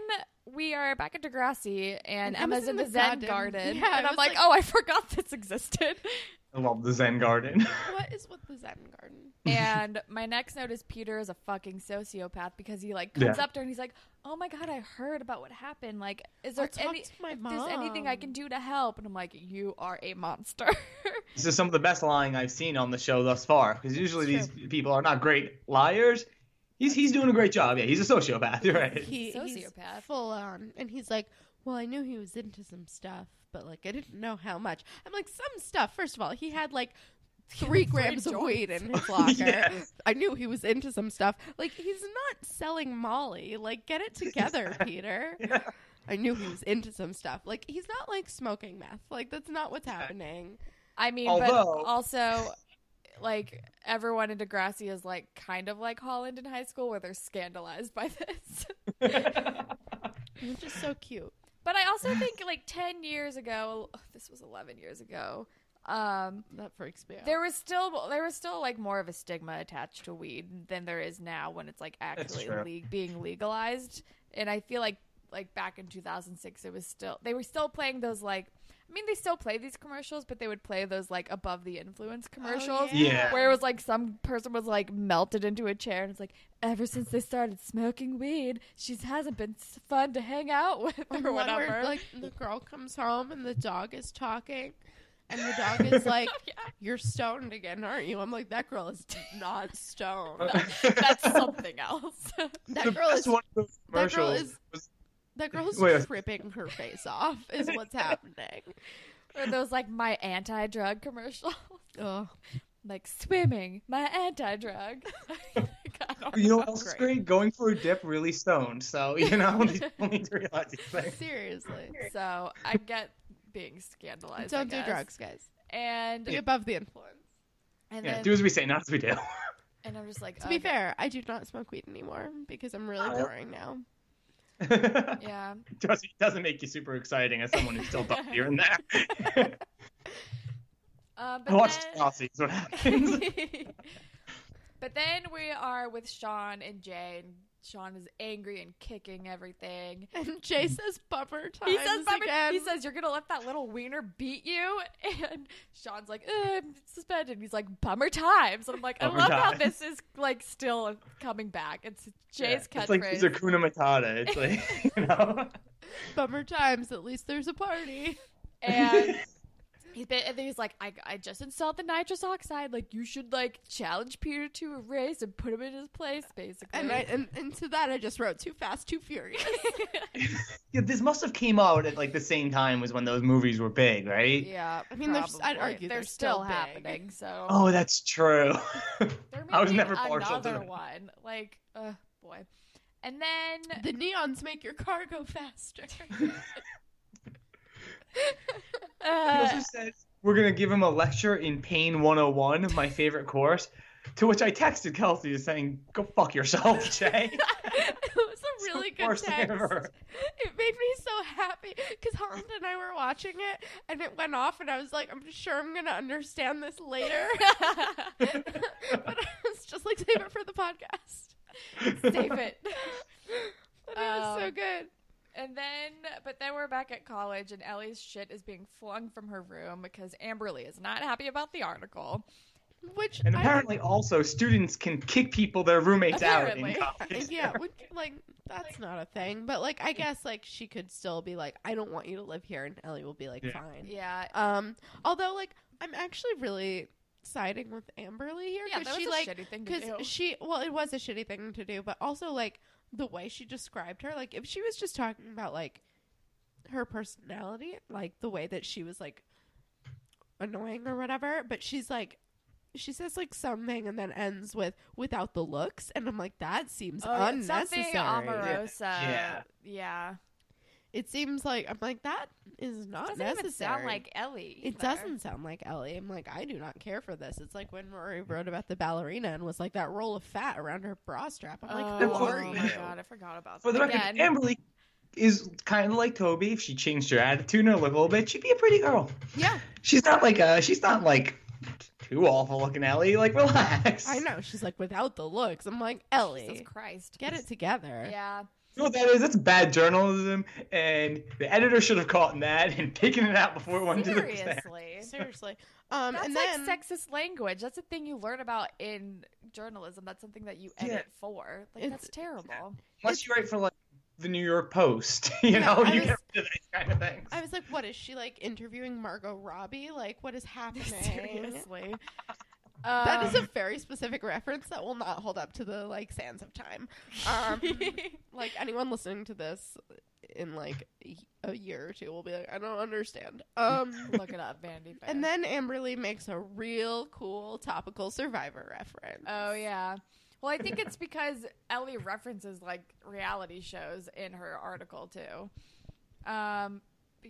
Speaker 2: we are back at Degrassi,
Speaker 1: And
Speaker 2: and, Emma's in the, Zen garden.
Speaker 1: Yeah, I
Speaker 2: and I'm
Speaker 1: was
Speaker 2: like,
Speaker 1: like-
Speaker 2: oh, I forgot this existed.
Speaker 3: I love the Zen Garden.
Speaker 1: What is with the Zen garden?
Speaker 2: and my next note is Peter is a fucking sociopath because he like comes
Speaker 3: Yeah.
Speaker 2: up to her and he's like, oh my god, I heard about what happened. Like, is there
Speaker 1: I'll talk
Speaker 2: any?
Speaker 1: to my
Speaker 2: if there's anything I
Speaker 1: mom."
Speaker 2: can do to help, and I'm like, you are a monster.
Speaker 3: This is some of the best lying I've seen on the show thus far. Because usually these people are not great liars. He's he's doing a great job. Yeah, he's a sociopath. You're right.
Speaker 1: He,
Speaker 2: Sociopath.
Speaker 1: He's full on, and he's like, "Well, I knew he was into some stuff, but like I didn't know how much." I'm like, "Some stuff." First of all, he had like three grams of
Speaker 2: joints.
Speaker 1: weed in his locker.
Speaker 3: Yes.
Speaker 1: I knew he was into some stuff. Like he's not selling Molly. Like get it together, Peter.
Speaker 3: Yeah.
Speaker 1: I knew he was into some stuff. Like he's not like smoking meth. Like that's not what's happening.
Speaker 2: I mean,
Speaker 3: Although-
Speaker 2: but also, like everyone in Degrassi is like kind of like Holland in high school, where they're scandalized by this.
Speaker 1: Which is so cute.
Speaker 2: but I also think like ten years ago, oh, this was eleven years ago. Um,
Speaker 1: That freaks me out.
Speaker 2: there was still there was still like more of a stigma attached to weed than there is now when it's like actually
Speaker 3: true.
Speaker 2: le- being legalized. And I feel like like back in 2006, it was still they were still playing those like. I mean, they still play these commercials, but they would play those like above the influence
Speaker 1: Oh,
Speaker 2: commercials
Speaker 3: Yeah.
Speaker 2: where it was like some person was like melted into a chair and it's like ever since they started smoking weed she hasn't been s- fun to hang out with
Speaker 1: Or
Speaker 2: or
Speaker 1: Oh, one where,
Speaker 2: whatever
Speaker 1: like the girl comes home and the dog is talking, and the dog is like,
Speaker 2: Yeah.
Speaker 1: "You're stoned again, aren't you?" I'm like, "That girl is not stoned.
Speaker 2: that's something else
Speaker 1: That
Speaker 3: Uh, the
Speaker 1: girl
Speaker 3: best
Speaker 1: is
Speaker 3: one of those
Speaker 1: that girl
Speaker 3: commercials
Speaker 1: is-
Speaker 3: was
Speaker 1: that girl is
Speaker 3: Wait.
Speaker 1: tripping her face off. Is what's happening."
Speaker 2: or those like my anti-drug commercials
Speaker 1: Oh,
Speaker 2: like swimming my anti-drug Like, I don't
Speaker 3: you know what
Speaker 2: know.
Speaker 3: else is
Speaker 1: Great.
Speaker 3: great? Going for a dip really stoned. So, you know, these people need to realize these things.
Speaker 1: seriously,
Speaker 2: so i get being scandalized I
Speaker 1: don't do
Speaker 2: guess.
Speaker 1: drugs, guys.
Speaker 2: and
Speaker 1: Be above the influence.
Speaker 2: and
Speaker 3: Yeah,
Speaker 2: then
Speaker 3: do as we say, not as we do.
Speaker 2: and i'm just like
Speaker 1: To be
Speaker 2: okay.
Speaker 1: fair, I do not smoke weed anymore because I'm really
Speaker 3: Oh.
Speaker 1: boring now.
Speaker 3: It
Speaker 2: yeah
Speaker 3: doesn't- it doesn't make you super exciting as someone who's still dumb here and there.
Speaker 2: uh, but
Speaker 3: Watch
Speaker 2: then-
Speaker 3: Degrassi is what happens.
Speaker 2: but But then we are with Sean and Jay, and Sean is angry and kicking everything.
Speaker 1: And Jay says bummer times
Speaker 2: He says, Bubba-
Speaker 1: again.
Speaker 2: he says, you're going to let that little wiener beat you? And Sean's like, "Uh, I'm suspended. He's like, bummer times. And I'm like,
Speaker 3: Bummer
Speaker 2: I love how
Speaker 3: times.
Speaker 2: this is like still coming back. It's Jay's
Speaker 3: Yeah,
Speaker 2: catchphrase.
Speaker 3: It's like it's a kuna matata. It's like you know.
Speaker 1: bummer times. At least there's a party.
Speaker 2: and he's been, and then he's like, I, I just installed the nitrous oxide. Like, you should like challenge Peter to a race and put him in his place, basically.
Speaker 1: And, I, and and to that, I just wrote too fast, too furious.
Speaker 3: Yeah, this must have came out at like the same time as when those movies were big, right?
Speaker 2: yeah,
Speaker 1: I mean, there's- I'd
Speaker 2: probably.
Speaker 1: argue
Speaker 2: they're,
Speaker 1: they're
Speaker 2: still,
Speaker 1: still big.
Speaker 2: happening. So
Speaker 3: Oh, that's true.
Speaker 2: they're
Speaker 3: I was
Speaker 2: making
Speaker 3: never partial to
Speaker 2: another
Speaker 3: them.
Speaker 2: one. Like, uh, boy. And then
Speaker 1: the neons make your car go faster.
Speaker 3: He
Speaker 2: uh,
Speaker 3: also says we're gonna give him a lecture in Pain 101, my favorite course. To which I texted Kelsey saying, "Go fuck yourself, Jay."
Speaker 1: it was a really
Speaker 3: the
Speaker 1: good
Speaker 3: worst thing
Speaker 1: text.
Speaker 3: ever.
Speaker 1: It made me so happy because Harland and I were watching it, and it went off, and I was like, "I'm sure I'm gonna understand this later,"
Speaker 2: uh,
Speaker 1: but I was just like, "Save it for the podcast."
Speaker 2: save it.
Speaker 1: But it was so
Speaker 2: Um,
Speaker 1: good.
Speaker 2: And then, but then we're back at college, and Ellie's shit is being flung from her room because Amberly is not happy about the article.
Speaker 1: Which
Speaker 3: And
Speaker 1: I-
Speaker 3: apparently, also students can kick people their roommates
Speaker 2: Apparently.
Speaker 3: out in college.
Speaker 1: yeah, which, like that's not a thing. But like, I guess like she could still be like, "I don't want you to live here," and Ellie will be like,
Speaker 3: Yeah.
Speaker 1: "Fine."
Speaker 2: Yeah,
Speaker 1: Um, although like I'm actually really siding with Amberly here
Speaker 2: yeah, that
Speaker 1: because
Speaker 2: was
Speaker 1: she
Speaker 2: a
Speaker 1: like
Speaker 2: shitty thing to
Speaker 1: because
Speaker 2: do.
Speaker 1: she well it was a shitty thing to do but also like the way she described her like if she was just talking about like her personality like the way that she was like annoying or whatever but she's like she says like something and then ends with without the looks and i'm like that seems
Speaker 2: Oh, it's
Speaker 1: unnecessary
Speaker 2: Something Omarosa.
Speaker 3: Yeah.
Speaker 2: yeah.
Speaker 1: it seems like i'm like that is not
Speaker 2: Doesn't
Speaker 1: necessary
Speaker 2: even sound like Ellie.
Speaker 1: it
Speaker 2: either.
Speaker 1: doesn't sound like Ellie. I'm like, I do not care for this. It's like when Rory wrote about the ballerina and was like that roll of fat around her bra strap. I'm like, who
Speaker 3: Oh,
Speaker 1: are
Speaker 2: my
Speaker 1: you?
Speaker 3: yeah.
Speaker 2: god, I forgot about
Speaker 3: For the
Speaker 2: that.
Speaker 3: record,
Speaker 2: Again,
Speaker 3: Amberly is kind of like Toby. If she changed her attitude and her look a little bit, she'd be a pretty girl.
Speaker 1: Yeah,
Speaker 3: She's not like uh, she's not like too awful looking, Ellie. Like relax.
Speaker 1: I know. She's like, without the looks. I'm like, Ellie,
Speaker 2: Jesus Christ.
Speaker 1: get it together.
Speaker 2: Yeah.
Speaker 3: You know what that is? That's bad journalism, and the editor should have caught that and taken it out before it went to the fair.
Speaker 2: Seriously.
Speaker 1: Seriously. Um,
Speaker 2: That's
Speaker 1: and
Speaker 2: like
Speaker 1: then
Speaker 2: sexist language. That's a thing you learn about in journalism. That's something that you edit for. Like
Speaker 1: It's-
Speaker 2: that's terrible.
Speaker 3: Unless you write for like the New York Post, you
Speaker 1: Yeah,
Speaker 3: know,
Speaker 1: I
Speaker 3: you
Speaker 1: was-
Speaker 3: get rid of that kind of things.
Speaker 1: I was like, what is she like interviewing Margot Robbie? Like, what is happening?
Speaker 2: Seriously.
Speaker 1: That is
Speaker 2: Um,
Speaker 1: a very specific reference that will not hold up to the like sands of time. Um, like anyone listening to this in like a- a year or two will be like, I don't understand. Um,
Speaker 2: look it up, Vanity Fair.
Speaker 1: and then Amberly makes a real cool topical Survivor reference.
Speaker 2: Oh yeah. Well, I think it's because Ellie references like reality shows in her article too. Um,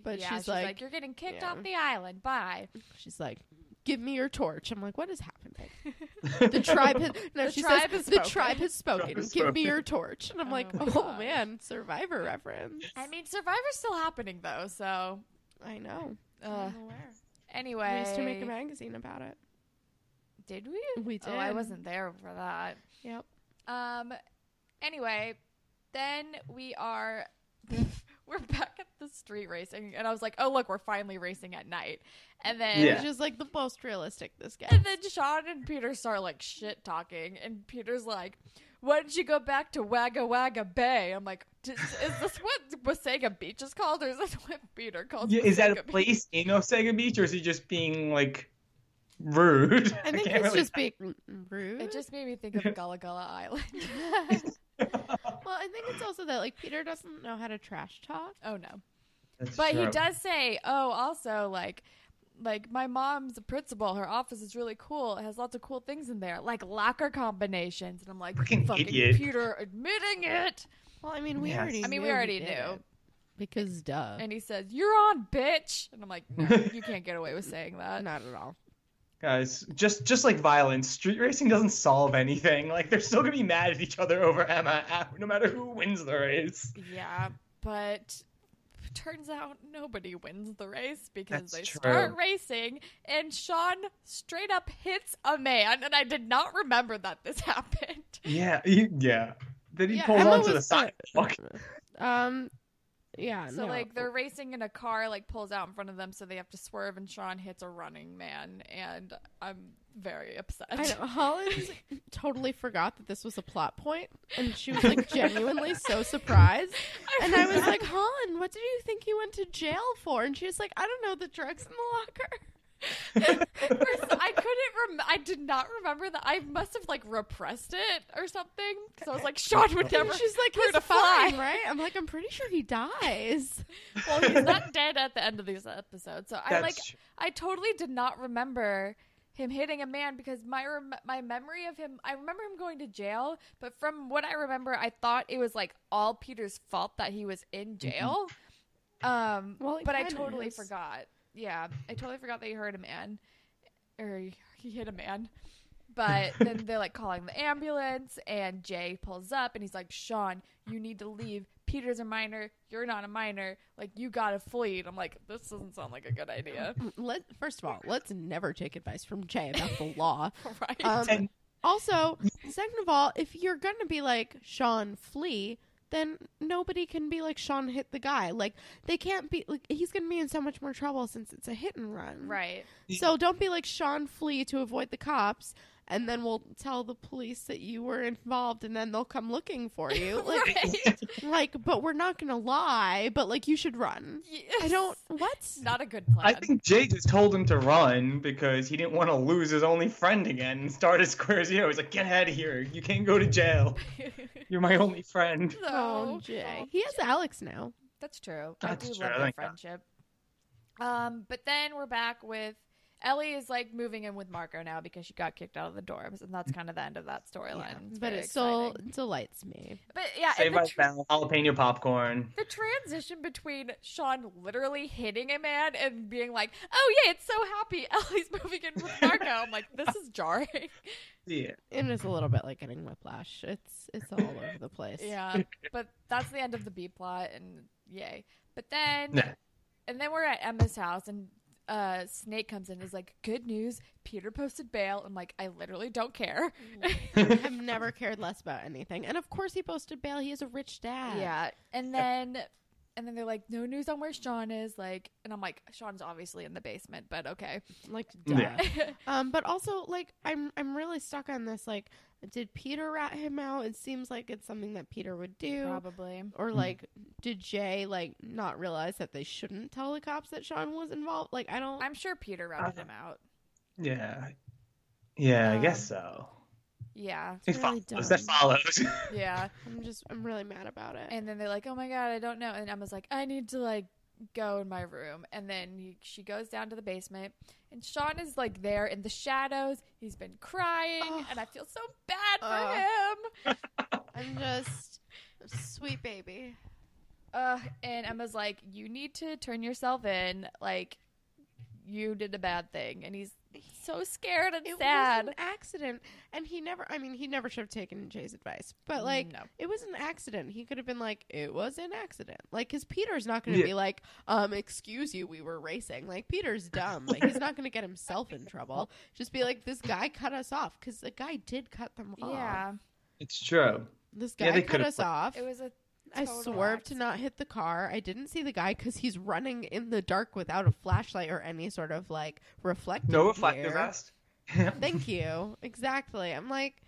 Speaker 1: But
Speaker 2: yeah,
Speaker 1: she's
Speaker 2: like,
Speaker 1: like-
Speaker 2: "You're getting kicked
Speaker 1: yeah.
Speaker 2: off the island." Bye.
Speaker 1: she's like, "Give me your torch." I'm like, "What is happening?" The tribe has no.
Speaker 2: The
Speaker 1: she
Speaker 2: tribe
Speaker 1: says
Speaker 2: has
Speaker 1: the
Speaker 2: spoken.
Speaker 1: tribe has spoken.
Speaker 3: Tribe has
Speaker 1: Give me
Speaker 3: spoken.
Speaker 1: your torch, and I'm
Speaker 2: Oh
Speaker 1: like,
Speaker 2: my
Speaker 1: "Oh
Speaker 2: gosh.
Speaker 1: man, Survivor reference."
Speaker 2: I mean, Survivor's still happening though, so
Speaker 1: I know.
Speaker 2: uh,
Speaker 1: I'm aware.
Speaker 2: anyway,
Speaker 1: We used to make a magazine about it.
Speaker 2: did we?
Speaker 1: We did.
Speaker 2: Oh, I wasn't there for that.
Speaker 1: Yep.
Speaker 2: Um. Anyway, then we are. We're back at the street racing, and I was like, "Oh, look, we're finally racing at night." And then
Speaker 3: Yeah.
Speaker 1: It's just like the most realistic this guy.
Speaker 2: And then Sean and Peter start like shit talking, and Peter's like, "Why don't you go back to Wagga Wagga Bay?" I'm like, "Is, is this what Wasaga Beach is called, or is this what Peter calls?"
Speaker 3: Yeah, is that a
Speaker 2: Wasaga Beach?
Speaker 3: place in Osega Beach, or is he just being like rude?
Speaker 1: I think
Speaker 3: can't
Speaker 1: he's
Speaker 3: really-
Speaker 1: just being rude.
Speaker 2: It just made me think of Gullah Gullah Island.
Speaker 1: Well, I think it's also that like Peter doesn't know how to trash talk.
Speaker 2: oh no,
Speaker 3: That's
Speaker 2: but he
Speaker 3: true.
Speaker 2: does say, "Oh, also like." Like my mom's a principal, her office is really cool. It has lots of cool things in there, like locker combinations. And I'm like,
Speaker 3: Freaking
Speaker 2: fucking
Speaker 3: idiot.
Speaker 2: Peter admitting it.
Speaker 1: Well, I mean, we
Speaker 3: Yes.
Speaker 1: already.
Speaker 2: I mean,
Speaker 1: knew
Speaker 2: we already
Speaker 1: he did
Speaker 2: knew.
Speaker 1: it, because duh,
Speaker 2: And he says, "You're on, bitch," and I'm like, "No, you can't get away with saying that."
Speaker 1: not at all.
Speaker 3: Guys, just just like violence, street racing doesn't solve anything. Like they're still gonna be mad at each other over Emma, uh, no matter who wins the race.
Speaker 2: Yeah, but turns out nobody wins the race because
Speaker 3: That's
Speaker 2: they
Speaker 3: true.
Speaker 2: start racing and Sean straight up hits a man. And I did not remember that this happened.
Speaker 3: Yeah, he, yeah. Then he
Speaker 2: Yeah,
Speaker 3: pulls
Speaker 2: Emma
Speaker 3: onto the
Speaker 1: was so-
Speaker 3: sidewalk.
Speaker 1: Um, yeah.
Speaker 2: So
Speaker 1: no.
Speaker 2: like they're racing and a car like pulls out in front of them, so they have to swerve, and Sean hits a running man, and I'm very upset.
Speaker 1: I know, Holland totally forgot that this was a plot point, and she was like genuinely so surprised. And I was like, Holland, what did you think you went to jail for? And she was like, I don't know, the drugs in the
Speaker 2: First, I couldn't. Rem- I did not remember that. I must have like repressed it or something. So I was like, Sean would
Speaker 1: locker.
Speaker 2: never.
Speaker 1: And she's like,
Speaker 2: Where
Speaker 1: he's
Speaker 2: to fly?
Speaker 1: fine, right? I'm like, I'm pretty sure he dies.
Speaker 2: well, he's not dead at the end of these episodes. So I
Speaker 3: That's
Speaker 2: like.
Speaker 3: true.
Speaker 2: I totally did not remember him hitting a man because my rem- my memory of him. I remember him going to jail, but from what I remember, I thought it was like all Peter's fault that he was in jail. Um,
Speaker 1: Well, it
Speaker 2: but I
Speaker 1: kinda
Speaker 2: totally
Speaker 1: is.
Speaker 2: forgot. Yeah, I totally forgot that he hurt a man, or he- he hit a man. But then they're like calling the ambulance, and Jay pulls up and he's like, Sean, you need to leave. Peter's a minor. You're not a minor. Like, you gotta flee. And I'm like, this doesn't sound like a good idea.
Speaker 1: Let first of all, let's never take advice from Jay about the law.
Speaker 2: right.
Speaker 1: Um,
Speaker 3: And-
Speaker 1: also, second of all, if you're gonna be like Sean flee, then nobody can be like Sean hit the guy. Like they can't be. Like, he's gonna be in so much more trouble since it's a hit and run.
Speaker 2: right.
Speaker 1: So don't be like Sean flee to avoid the cops, and then we'll tell the police that you were involved, and then they'll come looking for you. Like,
Speaker 2: right.
Speaker 1: like, but we're not gonna lie. But like, you should run. I don't. What?
Speaker 2: Not a good plan.
Speaker 3: I think Jay just told him to run because he didn't want to lose his only friend again and start at square zero. He's like, get out of here. You can't go to jail. You're my only friend.
Speaker 2: so,
Speaker 1: Oh, Jay. He has Alex now.
Speaker 2: That's true.
Speaker 3: That's
Speaker 2: I do
Speaker 3: true. I
Speaker 2: love their
Speaker 3: like that.
Speaker 2: friendship. Um, but then we're back with Ellie is like moving in with Marco now because she got kicked out of the dorms, and that's kind of the end of that storyline.
Speaker 1: Yeah,
Speaker 2: It's
Speaker 1: but
Speaker 2: very
Speaker 1: it still
Speaker 2: exciting.
Speaker 1: delights me.
Speaker 2: but yeah,
Speaker 3: Saved
Speaker 2: and the,
Speaker 3: by
Speaker 2: tr-
Speaker 3: Bell, jalapeno popcorn.
Speaker 2: the transition between Sean literally hitting a man and being like, "Oh yeah, it's so happy." Ellie's moving in with Marco. I'm like, this is jarring.
Speaker 3: Yeah.
Speaker 1: It is a little bit like getting whiplash. It's it's all over the place.
Speaker 2: Yeah, but that's the end of the B plot, and yay. But then,
Speaker 3: Yeah.
Speaker 2: and then we're at Emma's house, and uh, Snake comes in and is like, "Good news, Peter posted bail." I'm like, I literally don't care.
Speaker 1: I've never cared less about anything. And of course, he posted bail. He is a rich dad.
Speaker 2: yeah, and then, and then they're like, "No news on where Sean is." Like, and I'm like, Sean's obviously in the basement, but okay.
Speaker 1: like duh.
Speaker 3: Yeah.
Speaker 1: Um, but also like I'm I'm really stuck on this. Like, did Peter rat him out? It seems like it's something that Peter would do.
Speaker 2: Probably.
Speaker 1: Or like, did Jay like not realize that they shouldn't tell the cops that Sean was involved? Like, I don't.
Speaker 2: I'm sure Peter
Speaker 3: Uh-huh.
Speaker 2: routed him out.
Speaker 3: Yeah. Yeah, I guess
Speaker 2: Um,
Speaker 3: so.
Speaker 2: Yeah,
Speaker 3: It
Speaker 1: really
Speaker 3: follows. That
Speaker 1: dumb.
Speaker 3: follows.
Speaker 2: yeah.
Speaker 1: I'm just I'm really mad about it.
Speaker 2: And then they're like, "Oh my god, I don't know." And Emma's like, "I need to like go in my room." And then he, she goes down to the basement, and Sean is like there in the shadows. He's been crying,
Speaker 1: Ugh.
Speaker 2: and I feel so bad for
Speaker 1: Ugh.
Speaker 2: him.
Speaker 1: I'm just sweet baby.
Speaker 2: Uh, and Emma's like, "You need to turn yourself in. Like, you did a bad thing." And he's so scared and
Speaker 1: it
Speaker 2: sad.
Speaker 1: was an accident and he never i mean he never should have taken jay's advice but like
Speaker 2: Mm, no.
Speaker 1: it was an accident he could have been like it was an accident like because peter's not going to
Speaker 3: Yeah.
Speaker 1: be like um excuse you we were racing like peter's dumb like he's not going to get himself in trouble just be like this guy cut us off because the guy did cut them off
Speaker 2: Yeah,
Speaker 3: it's true.
Speaker 1: this guy
Speaker 3: Yeah, they
Speaker 1: cut
Speaker 3: could've
Speaker 1: us off
Speaker 2: it was a.
Speaker 1: I
Speaker 2: total
Speaker 1: swerved to
Speaker 2: accident.
Speaker 1: not hit the car. I didn't see the guy because he's running in the dark without a flashlight or any sort of like reflective.
Speaker 3: No reflective
Speaker 1: gear.
Speaker 3: vest. Talk
Speaker 1: Thank you. Exactly. I'm like,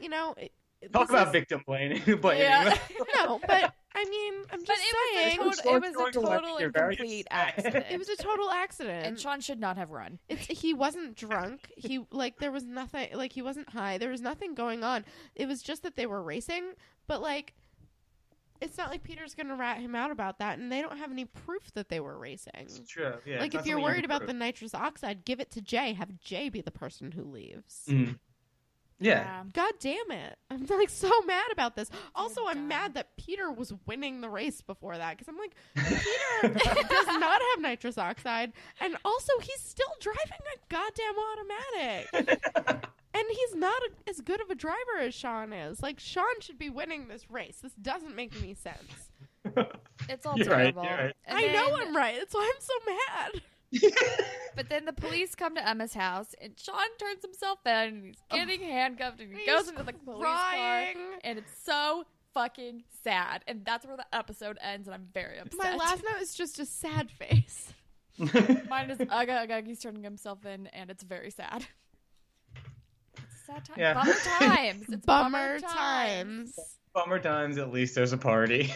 Speaker 1: you know, it- this
Speaker 3: about
Speaker 1: is-
Speaker 3: victim blaming. blaming.
Speaker 2: Yeah.
Speaker 1: no, but I mean, I'm
Speaker 2: But
Speaker 1: just
Speaker 2: it
Speaker 1: saying,
Speaker 2: was, a total,
Speaker 3: Short
Speaker 2: it
Speaker 3: going
Speaker 2: was a
Speaker 3: to left
Speaker 2: total
Speaker 3: here,
Speaker 2: and
Speaker 3: very
Speaker 2: complete
Speaker 3: sad.
Speaker 2: accident.
Speaker 1: it was a total accident.
Speaker 2: and Sean should not have run.
Speaker 1: it's, he wasn't drunk. He like there was nothing. Like he wasn't high. There was nothing going on. It was just that they were racing. But like, it's not like Peter's gonna rat him out about that, and they don't have any proof that they were racing.
Speaker 3: It's true. Yeah,
Speaker 1: like if you're worried about the nitrous oxide, give it to Jay. Have Jay be the person who leaves.
Speaker 3: Mm. Yeah.
Speaker 1: God damn it. I'm like so mad about this. Also, I'm
Speaker 2: Oh God.
Speaker 1: mad that Peter was winning the race before that because I'm like, Peter does not have nitrous oxide. And also, he's still driving a goddamn automatic. and he's not a, as good of a driver as Sean is. Like, Sean should be winning this race. This doesn't make any sense.
Speaker 2: It's all
Speaker 3: You're right,
Speaker 2: terrible.
Speaker 3: you're right.
Speaker 2: And
Speaker 1: I know
Speaker 2: then-
Speaker 1: I'm right. That's why I'm so mad.
Speaker 2: But then the police come to Emma's house, and Sean turns himself in, and he's getting handcuffed, and he
Speaker 1: Oh. He's
Speaker 2: goes into the police
Speaker 1: crying.
Speaker 2: car, and it's so fucking sad. And that's where the episode ends, and I'm very upset.
Speaker 1: My last note is just a sad face.
Speaker 2: Mine is Uga Uga. He's turning himself in, and it's very sad. It's a sad time.
Speaker 3: Yeah.
Speaker 2: Bummer times. It's
Speaker 1: Bummer
Speaker 2: bummer,
Speaker 1: times.
Speaker 3: Bummer times. At least there's a party.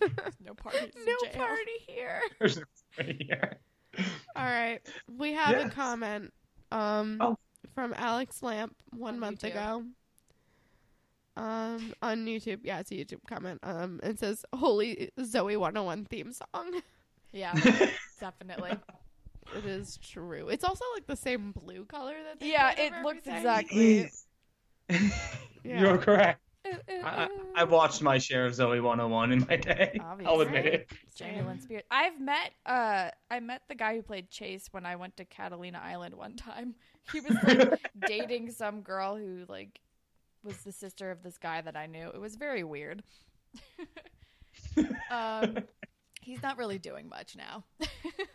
Speaker 2: No parties. in
Speaker 1: No
Speaker 2: jail.
Speaker 1: party here.
Speaker 3: there's a party here.
Speaker 1: All right, we have a
Speaker 3: Yes.
Speaker 1: comment um
Speaker 3: Oh.
Speaker 1: from Alex Lamp one
Speaker 2: On
Speaker 1: month
Speaker 2: YouTube.
Speaker 1: ago. Um, on YouTube, yeah, it's a YouTube comment. Um, and says "Holy Zoe 101 theme song."
Speaker 2: Yeah, definitely.
Speaker 1: It is true. It's also like the same blue color that. They
Speaker 2: Yeah,
Speaker 1: put
Speaker 2: it
Speaker 1: over
Speaker 2: looks
Speaker 1: everything.
Speaker 2: exact-
Speaker 1: Yeah.
Speaker 3: You're correct.
Speaker 2: Ooh, ooh,
Speaker 3: I, I-
Speaker 2: ooh.
Speaker 3: I watched my share of Zoe 101 in my day. I'll
Speaker 2: Obviously.
Speaker 3: admit it.
Speaker 2: Genuine spirit. I've met uh I met the guy who played Chase when I went to Catalina Island one time. He was like dating some girl who like was the sister of this guy that I knew. It was very weird. um he's not really doing much now.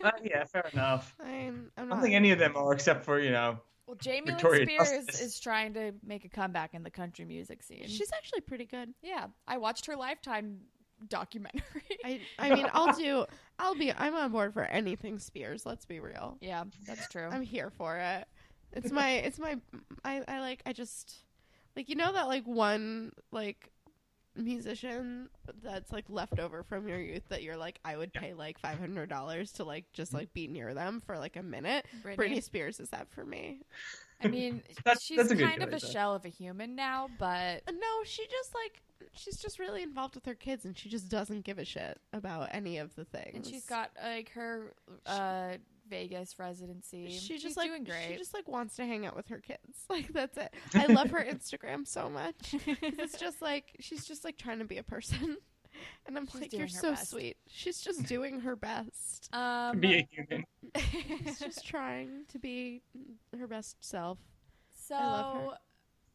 Speaker 3: Uh, yeah, fair enough.
Speaker 1: I'm, I'm
Speaker 3: I
Speaker 1: not.
Speaker 3: don't think any of them are, except for you know.
Speaker 2: Well, Jamie
Speaker 3: Victoria
Speaker 2: Lynn Spears
Speaker 3: Justice.
Speaker 2: is trying to make a comeback in the country music scene.
Speaker 1: She's actually pretty good.
Speaker 2: yeah, I watched her Lifetime documentary.
Speaker 1: I I mean, I'll do. I'll be. I'm on board for anything Spears. Let's be real.
Speaker 2: yeah, that's true.
Speaker 1: I'm here for it. It's my. It's my. I I like. I just like you know that like one like musician that's like left over from your youth that you're like I would pay like five hundred dollars to like just like be near them for like a minute. Britney Spears is that for me?
Speaker 2: I mean,
Speaker 3: That's-
Speaker 2: she's
Speaker 3: that's a good
Speaker 2: kind of a
Speaker 3: choice, though.
Speaker 2: shell of a human now, but
Speaker 1: Uh, No, she just like she's just really involved with her kids and she just doesn't give a shit about any of the things.
Speaker 2: and she's got like her uh, Vegas residency.
Speaker 1: she
Speaker 2: she's
Speaker 1: just like
Speaker 2: doing great.
Speaker 1: she just like wants to hang out with her kids. Like that's it. I love her Instagram so much. 'Cause It's just like she's just like trying to be a person. And I'm
Speaker 2: She's
Speaker 1: like,
Speaker 2: doing
Speaker 1: you're
Speaker 2: her
Speaker 1: so
Speaker 2: best.
Speaker 1: sweet. She's just doing her best.
Speaker 2: um,
Speaker 3: Be a human.
Speaker 1: She's just trying to be her best self.
Speaker 2: so
Speaker 1: love her.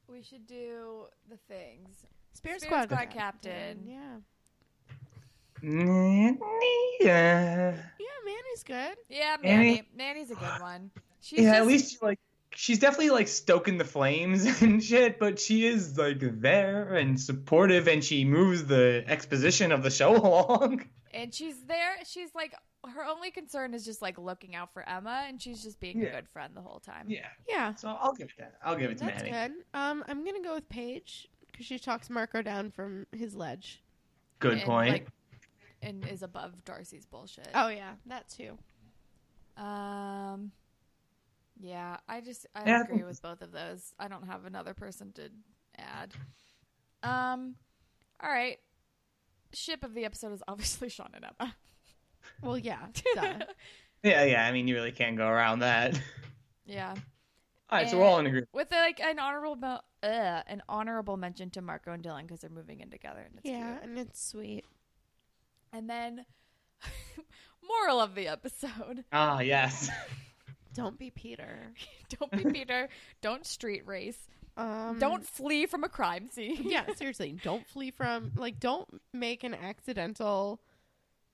Speaker 2: we should do the things.
Speaker 1: Spirit, Squad,
Speaker 2: Spirit Squad Captain.
Speaker 1: Yeah.
Speaker 3: Yeah.
Speaker 1: Yeah, Manny's good.
Speaker 2: Yeah,
Speaker 3: Manny.
Speaker 2: Manny. Manny's a good one. She's
Speaker 3: yeah,
Speaker 2: just,
Speaker 3: at least she, like she's definitely like stoking the flames and shit, but she is like there and supportive, and she moves the exposition of the show along.
Speaker 2: and she's there. She's like her only concern is just like looking out for Emma, and she's just being a
Speaker 3: Yeah.
Speaker 2: good friend the whole time.
Speaker 3: Yeah,
Speaker 1: Yeah.
Speaker 3: so I'll give it that. I'll give it to
Speaker 1: That's
Speaker 3: Manny.
Speaker 1: good. Um, I'm gonna go with Paige because she talks Marco down from his ledge.
Speaker 3: Good
Speaker 2: And,
Speaker 3: point.
Speaker 2: like, and is above Darcy's bullshit.
Speaker 1: Oh yeah, that too.
Speaker 2: Um. Yeah, I just I
Speaker 3: Yeah, I
Speaker 2: agree
Speaker 3: think-
Speaker 2: with both of those. I don't have another person to add. Um. All right. Ship of the episode is obviously Sean and Emma.
Speaker 1: Well, yeah, duh.
Speaker 3: yeah, yeah. I mean, you really can't go around that.
Speaker 2: yeah,
Speaker 3: All right, so we're all in agreement.
Speaker 2: with like an honorable mo- uh, an honorable mention to Marco and Dylan because they're moving in together and it's
Speaker 1: yeah,
Speaker 2: cute.
Speaker 1: and it's sweet.
Speaker 2: And then moral of the episode:
Speaker 3: Ah, yes.
Speaker 1: Don't be Peter.
Speaker 2: Don't be Peter. don't street race.
Speaker 1: Um,
Speaker 2: don't flee from a crime scene.
Speaker 1: yeah, seriously, don't flee from like don't make an accidental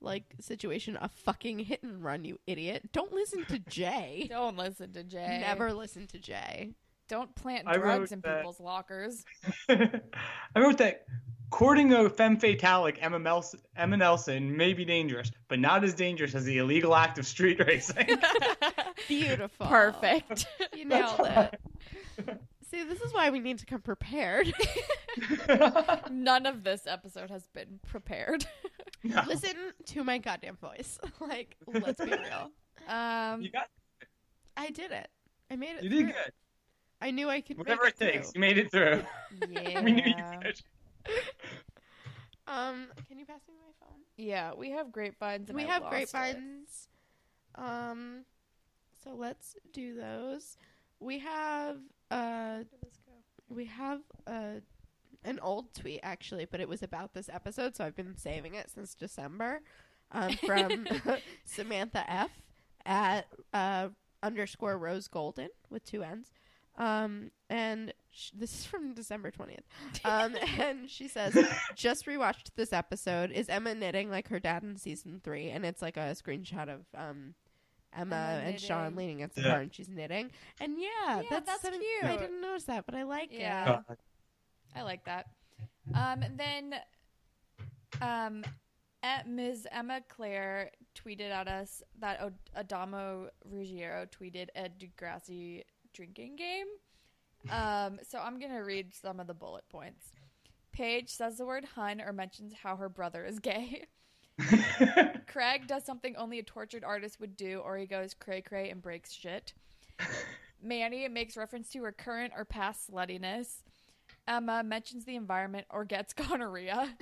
Speaker 1: like situation a fucking hit and run, you idiot. Don't listen to Jay.
Speaker 2: Don't listen to Jay.
Speaker 1: Never listen to Jay.
Speaker 2: Don't plant
Speaker 3: I
Speaker 2: drugs
Speaker 3: wrote
Speaker 2: in
Speaker 3: that-
Speaker 2: people's lockers.
Speaker 3: I wrote that courting a femme fatale like Emma, Mels- Emma Nelson may be dangerous, but not as dangerous as the illegal act of street racing.
Speaker 1: Beautiful.
Speaker 2: Perfect.
Speaker 1: You nailed it. See, this is why we need to come prepared.
Speaker 2: None of this episode has been prepared.
Speaker 3: No.
Speaker 1: listen to my goddamn voice. like, let's be real.
Speaker 2: Um,
Speaker 3: You got
Speaker 1: I did it. I made it.
Speaker 3: you did
Speaker 1: through.
Speaker 3: good.
Speaker 1: I knew I could. make
Speaker 3: Whatever it
Speaker 1: through.
Speaker 3: takes, you made it through.
Speaker 2: yeah.
Speaker 3: We knew you could.
Speaker 1: Um, can you pass me my phone?
Speaker 2: Yeah, we have grapevines. And
Speaker 1: we
Speaker 2: I
Speaker 1: have
Speaker 2: lost
Speaker 1: grapevines. Um, so let's do those. We have uh,
Speaker 2: it. Where did this go?
Speaker 1: we have uh, an old tweet actually, but it was about this episode, so I've been saving it since December. Um, from Samantha F at uh underscore Rose Golden with two N's. Um, and sh- this is from December 20th. Um, and she says, just rewatched this episode. Is Emma knitting like her dad in season three? And it's like a screenshot of um, Emma
Speaker 2: Emma
Speaker 1: and Sean
Speaker 2: knitting.
Speaker 1: leaning against the
Speaker 3: Yeah.
Speaker 1: car and she's knitting. And yeah,
Speaker 2: Yeah,
Speaker 1: that's,
Speaker 2: that's
Speaker 1: something-
Speaker 2: cute.
Speaker 1: I didn't notice that, but I like
Speaker 2: Yeah.
Speaker 1: it.
Speaker 3: Uh,
Speaker 2: I like that. Um, and then um, at Ms. Emma Claire tweeted at us that o- Adamo Ruggiero tweeted a Degrassi drinking game. Um, so I'm going to read some of the bullet points. Paige says the word hun or mentions how her brother is gay. Craig does something only a tortured artist would do, or he goes cray cray and breaks shit. Manny makes reference to her current or past sluttiness. Emma mentions the environment or gets gonorrhea.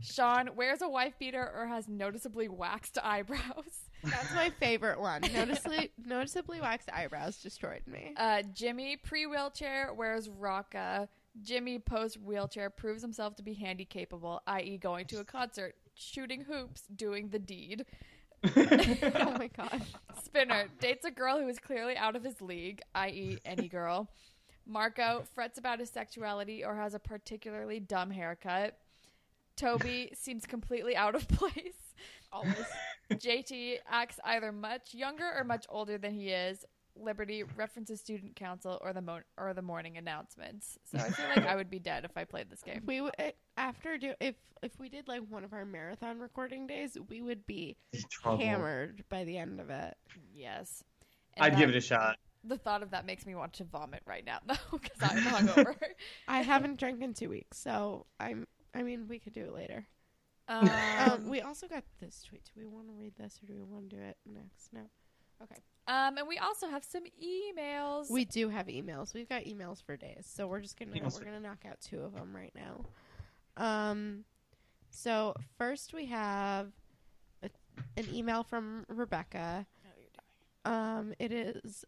Speaker 2: Sean wears a wife beater or has noticeably waxed eyebrows.
Speaker 1: That's my favorite one. Noticeably, noticeably waxed eyebrows destroyed me.
Speaker 2: Uh, Jimmy, pre wheelchair, wears rocka. Jimmy, post wheelchair, proves himself to be handy capable, i.e., going to a concert, shooting hoops, doing the deed.
Speaker 1: oh my god.
Speaker 2: Spinner dates a girl who is clearly out of his league, i.e., any girl. Marco frets about his sexuality or has a particularly dumb haircut. Toby seems completely out of place. Always. JT acts either much younger or much older than he is. Liberty references student council or the mo- or the morning announcements. So I feel like I would be dead if I played this game.
Speaker 1: We would after do if if we did like one of our marathon recording days, we would be
Speaker 3: Uh-huh.
Speaker 1: hammered by the end of it.
Speaker 2: Yes. And
Speaker 3: I'd give
Speaker 2: that-
Speaker 3: it a shot.
Speaker 2: The thought of that makes me want to vomit right now, though, because I'm hungover.
Speaker 1: I haven't drank in two weeks, so I'm. I mean, we could do it later.
Speaker 2: Um,
Speaker 1: Um, we also got this tweet. Do we want to read this, or do we want to do it next? No.
Speaker 2: um, and we also have some emails.
Speaker 1: We do have emails. We've got emails for days, so we're just gonna
Speaker 3: Emails
Speaker 1: we're
Speaker 3: for-
Speaker 1: gonna knock out two of them right now. Um, so first we have a, an email from Rebecca.
Speaker 2: Oh,
Speaker 1: Um, it is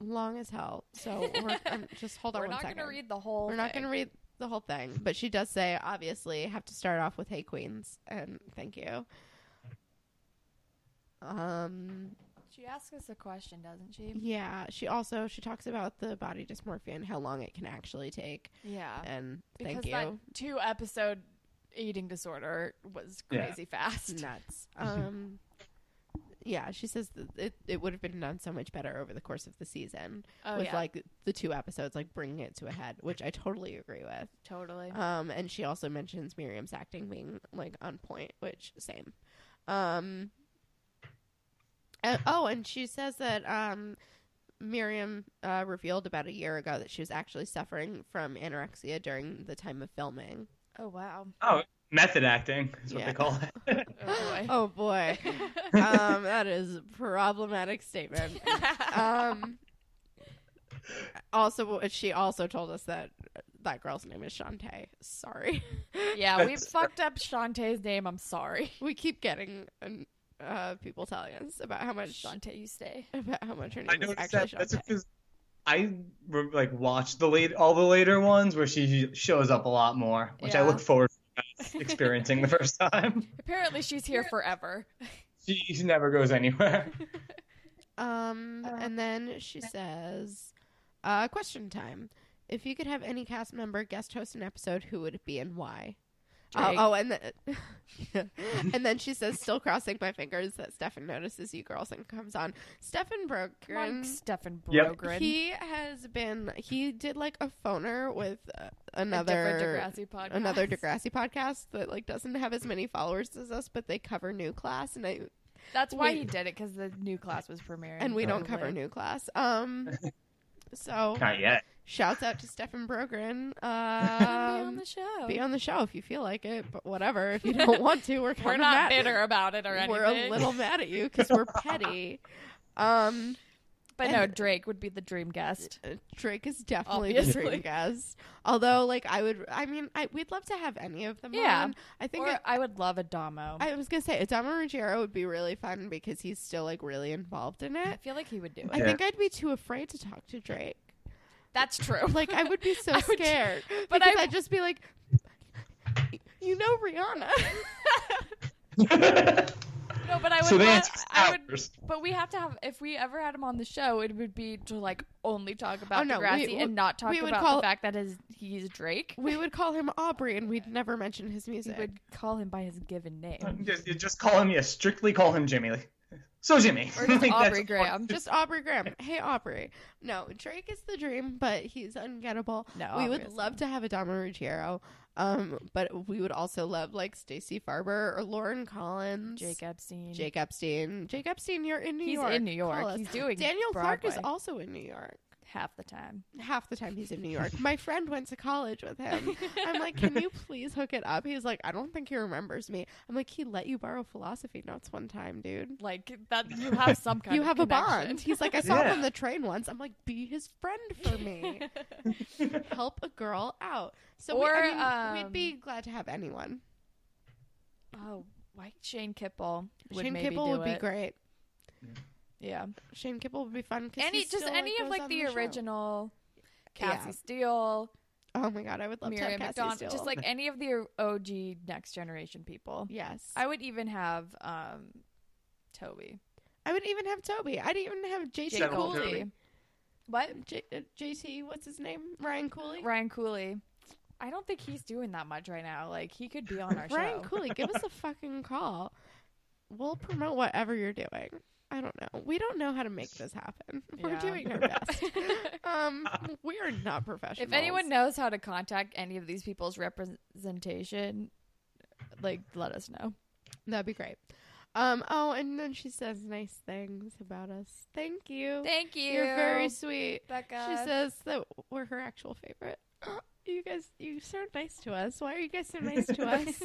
Speaker 1: long as hell. So we're, um, just hold on
Speaker 2: We're
Speaker 1: one
Speaker 2: not
Speaker 1: second.
Speaker 2: gonna read the whole.
Speaker 1: we're not going to
Speaker 2: thing.
Speaker 1: read the whole thing, but she does say, obviously, have to start off with "Hey Queens" and thank you. Um,
Speaker 2: She asks us a question, doesn't she?
Speaker 1: yeah. She also she talks about the body dysmorphia and how long it can actually take.
Speaker 2: Yeah.
Speaker 1: And
Speaker 2: because
Speaker 1: thank you.
Speaker 2: that two episode eating disorder was
Speaker 3: Yeah.
Speaker 2: crazy fast.
Speaker 1: nuts.
Speaker 2: Mm-hmm.
Speaker 1: Um, yeah, she says that it, it would have been done so much better over the course of the season
Speaker 2: Oh
Speaker 1: with
Speaker 2: yeah,
Speaker 1: like the two episodes, like bringing it to a head, which I totally agree with.
Speaker 2: totally.
Speaker 1: Um, and she also mentions Miriam's acting being like on point, which same. Um, and- oh, and she says that um, Miriam uh, revealed about a year ago that she was actually suffering from anorexia during the time of filming.
Speaker 2: oh wow.
Speaker 3: Method acting is what
Speaker 1: Yeah.
Speaker 3: they call it.
Speaker 2: Oh, boy.
Speaker 1: Oh boy, um, that is a problematic statement. um also she also told us that that girl's name is Shantae. Sorry.
Speaker 2: yeah, we
Speaker 3: that's-
Speaker 2: fucked up Shantae's name. I'm sorry.
Speaker 1: We keep getting um, uh, people telling us about how much
Speaker 2: Shantae, you stay.
Speaker 1: about how much her
Speaker 3: I
Speaker 1: name is
Speaker 3: noticed
Speaker 1: actually
Speaker 3: that. That's
Speaker 1: Shantae.
Speaker 3: because I re- like watched the late all the later ones where she shows up a lot more, which I
Speaker 2: Yeah.
Speaker 3: look forward to experiencing the first time.
Speaker 2: Apparently, she's here forever.
Speaker 3: She she never goes anywhere.
Speaker 1: Um
Speaker 2: Uh,
Speaker 1: and then she says uh question time. If you could have any cast member guest host an episode, who would it be and why? Oh,
Speaker 2: Drake.
Speaker 1: oh, and then and then she says, still crossing my fingers that Stefan notices you girls and comes on. Stefan
Speaker 2: Come on,
Speaker 1: Brogren
Speaker 2: Stefan
Speaker 3: Yep.
Speaker 2: Brogren.
Speaker 1: He has been. He did like a phoner with uh,
Speaker 2: A different
Speaker 1: another
Speaker 2: Degrassi podcast.
Speaker 1: another Degrassi podcast that like doesn't have as many followers as us, but they cover new class, and I
Speaker 2: That's why
Speaker 1: We-
Speaker 2: he did it because the new class was premiering, Oh,
Speaker 1: and we don't
Speaker 2: probably.
Speaker 1: cover new class. Um, so
Speaker 3: Not yet.
Speaker 1: shouts out to Stefan Brogren.
Speaker 2: Come be on
Speaker 1: Um,
Speaker 2: the show.
Speaker 1: be on the show if you feel like it, but whatever. If you don't want to, we're
Speaker 2: We're
Speaker 1: kinda
Speaker 2: not
Speaker 1: mad.
Speaker 2: bitter about it or anything.
Speaker 1: We're a little mad at you because we're petty. Um.
Speaker 2: but no,
Speaker 1: and-
Speaker 2: Drake would be the dream guest.
Speaker 1: Uh, Drake is definitely the
Speaker 2: Obviously.
Speaker 1: dream guest. Although, like, I would, I mean, I, we'd love to have any of them.
Speaker 2: Yeah.
Speaker 1: on. I think.
Speaker 2: or
Speaker 1: it-
Speaker 2: I would love Adamo. I,
Speaker 1: I was gonna say Adama Ruggiero would be really fun because he's still like really involved in it.
Speaker 2: feel like he would do
Speaker 1: I
Speaker 2: it.
Speaker 3: Yeah.
Speaker 1: think I'd be too afraid to talk to Drake.
Speaker 2: That's true.
Speaker 1: Like, I would be so
Speaker 2: I would-
Speaker 1: scared.
Speaker 2: but
Speaker 1: because
Speaker 2: I-
Speaker 1: I'd just be like, you know, Rihanna.
Speaker 2: No, but I would.
Speaker 3: so the
Speaker 2: love-
Speaker 3: answer's
Speaker 2: I would-
Speaker 3: ours.
Speaker 2: but we have to have. If we ever had him on the show, it would be to like only talk about
Speaker 1: Oh, no, we-
Speaker 2: Degrassi
Speaker 1: we-
Speaker 2: and not talk
Speaker 1: we would
Speaker 2: about
Speaker 1: call-
Speaker 2: the fact that his he's Drake.
Speaker 1: We would call him Aubrey, and we'd never mention his
Speaker 2: We
Speaker 1: music.
Speaker 2: would call him by his given name.
Speaker 3: Just, you just call him, yeah, strictly call him Jimmy. Like, so Jimmy.
Speaker 2: Or
Speaker 3: Like,
Speaker 2: just
Speaker 3: that's-
Speaker 2: Aubrey Graham.
Speaker 1: Just Aubrey Graham. Hey, Aubrey. No, Drake is the dream, but he's ungettable.
Speaker 2: No,
Speaker 1: we
Speaker 2: Aubrey
Speaker 1: would
Speaker 2: is
Speaker 1: love to have Adama Ruggiero, um, but we would also love like Stacey Farber or Lauren Collins,
Speaker 2: Jake Epstein.
Speaker 1: Jake Epstein. Jake Epstein, you're in New
Speaker 2: He's
Speaker 1: York.
Speaker 2: in New York.
Speaker 1: Call us.
Speaker 2: He's doing
Speaker 1: Daniel Clark is
Speaker 2: Broadway.
Speaker 1: also in New York.
Speaker 2: half the time.
Speaker 1: Half the time he's in New York. My friend went to college with him. I'm like, can you please hook it up? He's like, I don't think he remembers me. I'm like, he let you borrow philosophy notes one time, dude.
Speaker 2: like that you have some kind
Speaker 1: you
Speaker 2: of
Speaker 1: have a
Speaker 2: connection.
Speaker 1: bond. He's like, I saw him on
Speaker 3: Yeah.
Speaker 1: the train once. I'm like, be his friend for me. Help a girl out. So we,
Speaker 2: Or,
Speaker 1: I mean,
Speaker 2: um,
Speaker 1: we'd be glad to have anyone.
Speaker 2: oh, why Shane Kipple would
Speaker 1: Shane
Speaker 2: maybe
Speaker 1: Kipple
Speaker 2: do
Speaker 1: would be
Speaker 2: it.
Speaker 1: great.
Speaker 2: Yeah,
Speaker 1: Shane Kipple would be fun. 'cause
Speaker 2: any
Speaker 1: he
Speaker 2: just
Speaker 1: still,
Speaker 2: any of
Speaker 1: goes
Speaker 2: like
Speaker 1: on
Speaker 2: the,
Speaker 1: show.
Speaker 2: original Cassie
Speaker 1: Yeah.
Speaker 2: Steele,
Speaker 1: Oh my god, I would love
Speaker 2: Miriam
Speaker 1: to have Cassie
Speaker 2: McDonald,
Speaker 1: Steele.
Speaker 2: just like any of the OG Next Generation people.
Speaker 1: yes, I,
Speaker 2: I would even have um, Toby,
Speaker 1: would even have Toby. I'd even have JT
Speaker 2: Jake
Speaker 3: General
Speaker 1: Cooley.
Speaker 2: Cooley,
Speaker 3: Toby.
Speaker 2: what
Speaker 1: J- uh, JT, what's his name? Ryan Cooley.
Speaker 2: Ryan Cooley. I don't think he's doing that much right now. Like he could be on our
Speaker 1: Ryan
Speaker 2: show.
Speaker 1: Cooley, give us a fucking call. We'll promote whatever you're doing. I don't know. We don't know how to make this happen. We're
Speaker 2: Yeah.
Speaker 1: doing our best. Um, we are not professionals.
Speaker 2: If anyone knows how to contact any of these people's representation, like let us know.
Speaker 1: that'd be great. Um, oh, and then she says nice things about us. Thank you.
Speaker 2: Thank you.
Speaker 1: You're very sweet.
Speaker 2: Becca.
Speaker 1: She says that we're her actual favorite. You guys, you're so nice to us. Why are you guys so nice to us?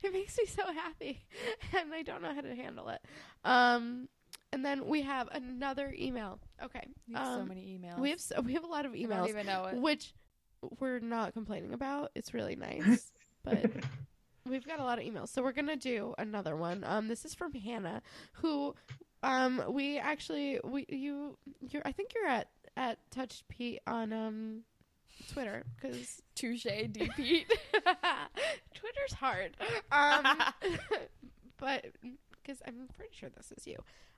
Speaker 1: it makes me so happy, and I don't know how to handle it. Um, and then we have another email. Okay,
Speaker 2: we have so
Speaker 1: um,
Speaker 2: many emails.
Speaker 1: we have so, we have a lot of
Speaker 2: I don't
Speaker 1: emails,
Speaker 2: even know it.
Speaker 1: which we're not complaining about. It's really nice, but we've got a lot of emails, so we're gonna do another one. Um, this is from Hannah, who, um, we actually we you you're I think you're at at touched Pete on um Twitter because
Speaker 2: Touche DP.
Speaker 1: Twitter's hard. Um, but because I'm pretty sure this is you.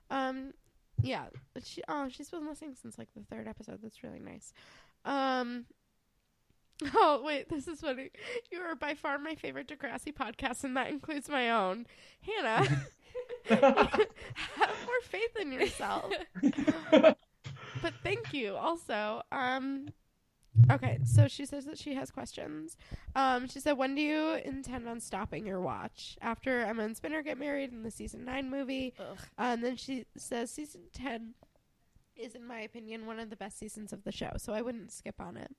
Speaker 1: Um, yeah, she oh she's been listening since like the third episode. That's really nice. Um. Oh wait, this is funny. You are by far my favorite Degrassi podcast, and that includes my own. Hannah, have more faith in yourself. But thank you also. Um Okay, so she says that she has questions. Um, she said, "When do you intend on stopping your watch after Emma and Spinner get married in the season nine movie?"
Speaker 2: Ugh.
Speaker 1: Uh, and then she says, "Season ten is, in my opinion, one of the best seasons of the show, so I wouldn't skip on it.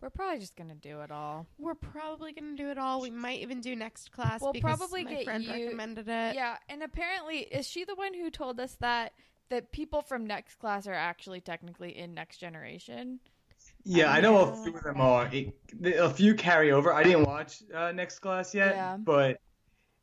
Speaker 2: We're probably just gonna do it all.
Speaker 1: We're probably gonna do it all. We might even do next class.
Speaker 2: We'll
Speaker 1: because
Speaker 2: probably
Speaker 1: my
Speaker 2: get
Speaker 1: friend
Speaker 2: you-
Speaker 1: recommended it.
Speaker 2: yeah, and apparently, is she the one who told us that that people from Next Class are actually technically in Next Generation?
Speaker 3: Yeah, I know
Speaker 1: Yeah.
Speaker 3: a few of them are. It, the- a few carry over. I didn't watch uh, Next Class yet,
Speaker 2: Yeah.
Speaker 3: but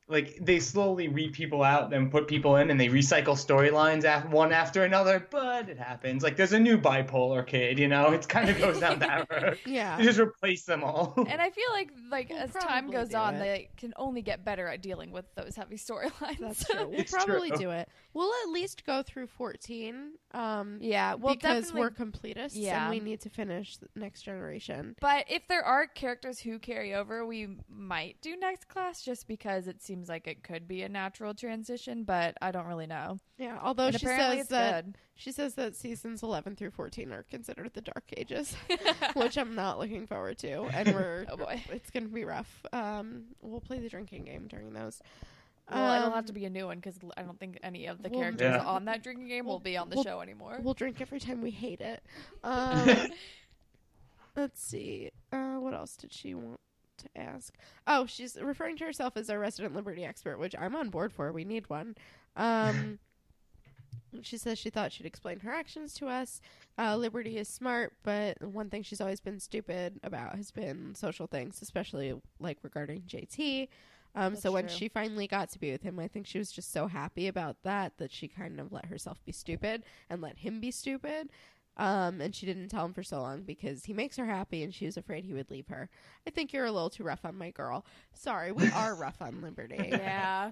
Speaker 3: like they slowly weed people out, then put people in, and they recycle storylines af- one after another. But it happens. Like there's a new bipolar kid. You know, it kind of goes down that road.
Speaker 1: yeah.
Speaker 3: You just replace them all.
Speaker 2: And I feel like like
Speaker 1: We'll
Speaker 2: as time
Speaker 1: probably
Speaker 2: goes
Speaker 1: do
Speaker 2: on,
Speaker 1: it.
Speaker 2: they can only get better at dealing with those heavy storylines.
Speaker 1: That's true. We'll
Speaker 3: It's
Speaker 1: probably
Speaker 3: true.
Speaker 1: do it. We'll at least go through 14. Um,
Speaker 2: yeah, well,
Speaker 1: because
Speaker 2: definitely
Speaker 1: we're completists
Speaker 2: Yeah.
Speaker 1: and we need to finish the next generation.
Speaker 2: But if there are characters who carry over, we might do next class just because it seems like it could be a natural transition, but I don't really know.
Speaker 1: Yeah, although
Speaker 2: and
Speaker 1: she
Speaker 2: apparently
Speaker 1: says
Speaker 2: it's
Speaker 1: that
Speaker 2: good.
Speaker 1: she says that seasons 11 through 14 are considered the dark ages, which I'm not looking forward to and we're
Speaker 2: Oh boy.
Speaker 1: it's going to be rough. Um we'll play the drinking game during those.
Speaker 2: Well, it'll
Speaker 1: Um,
Speaker 2: have to be a new one because I don't think any of the
Speaker 1: we'll-
Speaker 2: characters
Speaker 3: Yeah.
Speaker 2: on that drinking game will be on the
Speaker 1: we'll-
Speaker 2: show anymore.
Speaker 1: We'll drink every time we hate it. Um, let's see. Uh, what else did she want to ask? Oh, she's referring to herself as our resident liberty expert, which I'm on board for. We need one. Um, she says she thought she'd explain her actions to us. Uh, liberty is smart, but one thing she's always been stupid about has been social things, especially like regarding JT. Um, so
Speaker 2: That's
Speaker 1: when
Speaker 2: true.
Speaker 1: she finally got to be with him, I think she was just so happy about that that she kind of let herself be stupid and let him be stupid. Um, and she didn't tell him for so long because he makes her happy and she was afraid he would leave her. I think you're a little too rough on my girl. Sorry, we are rough on Liberty.
Speaker 2: yeah.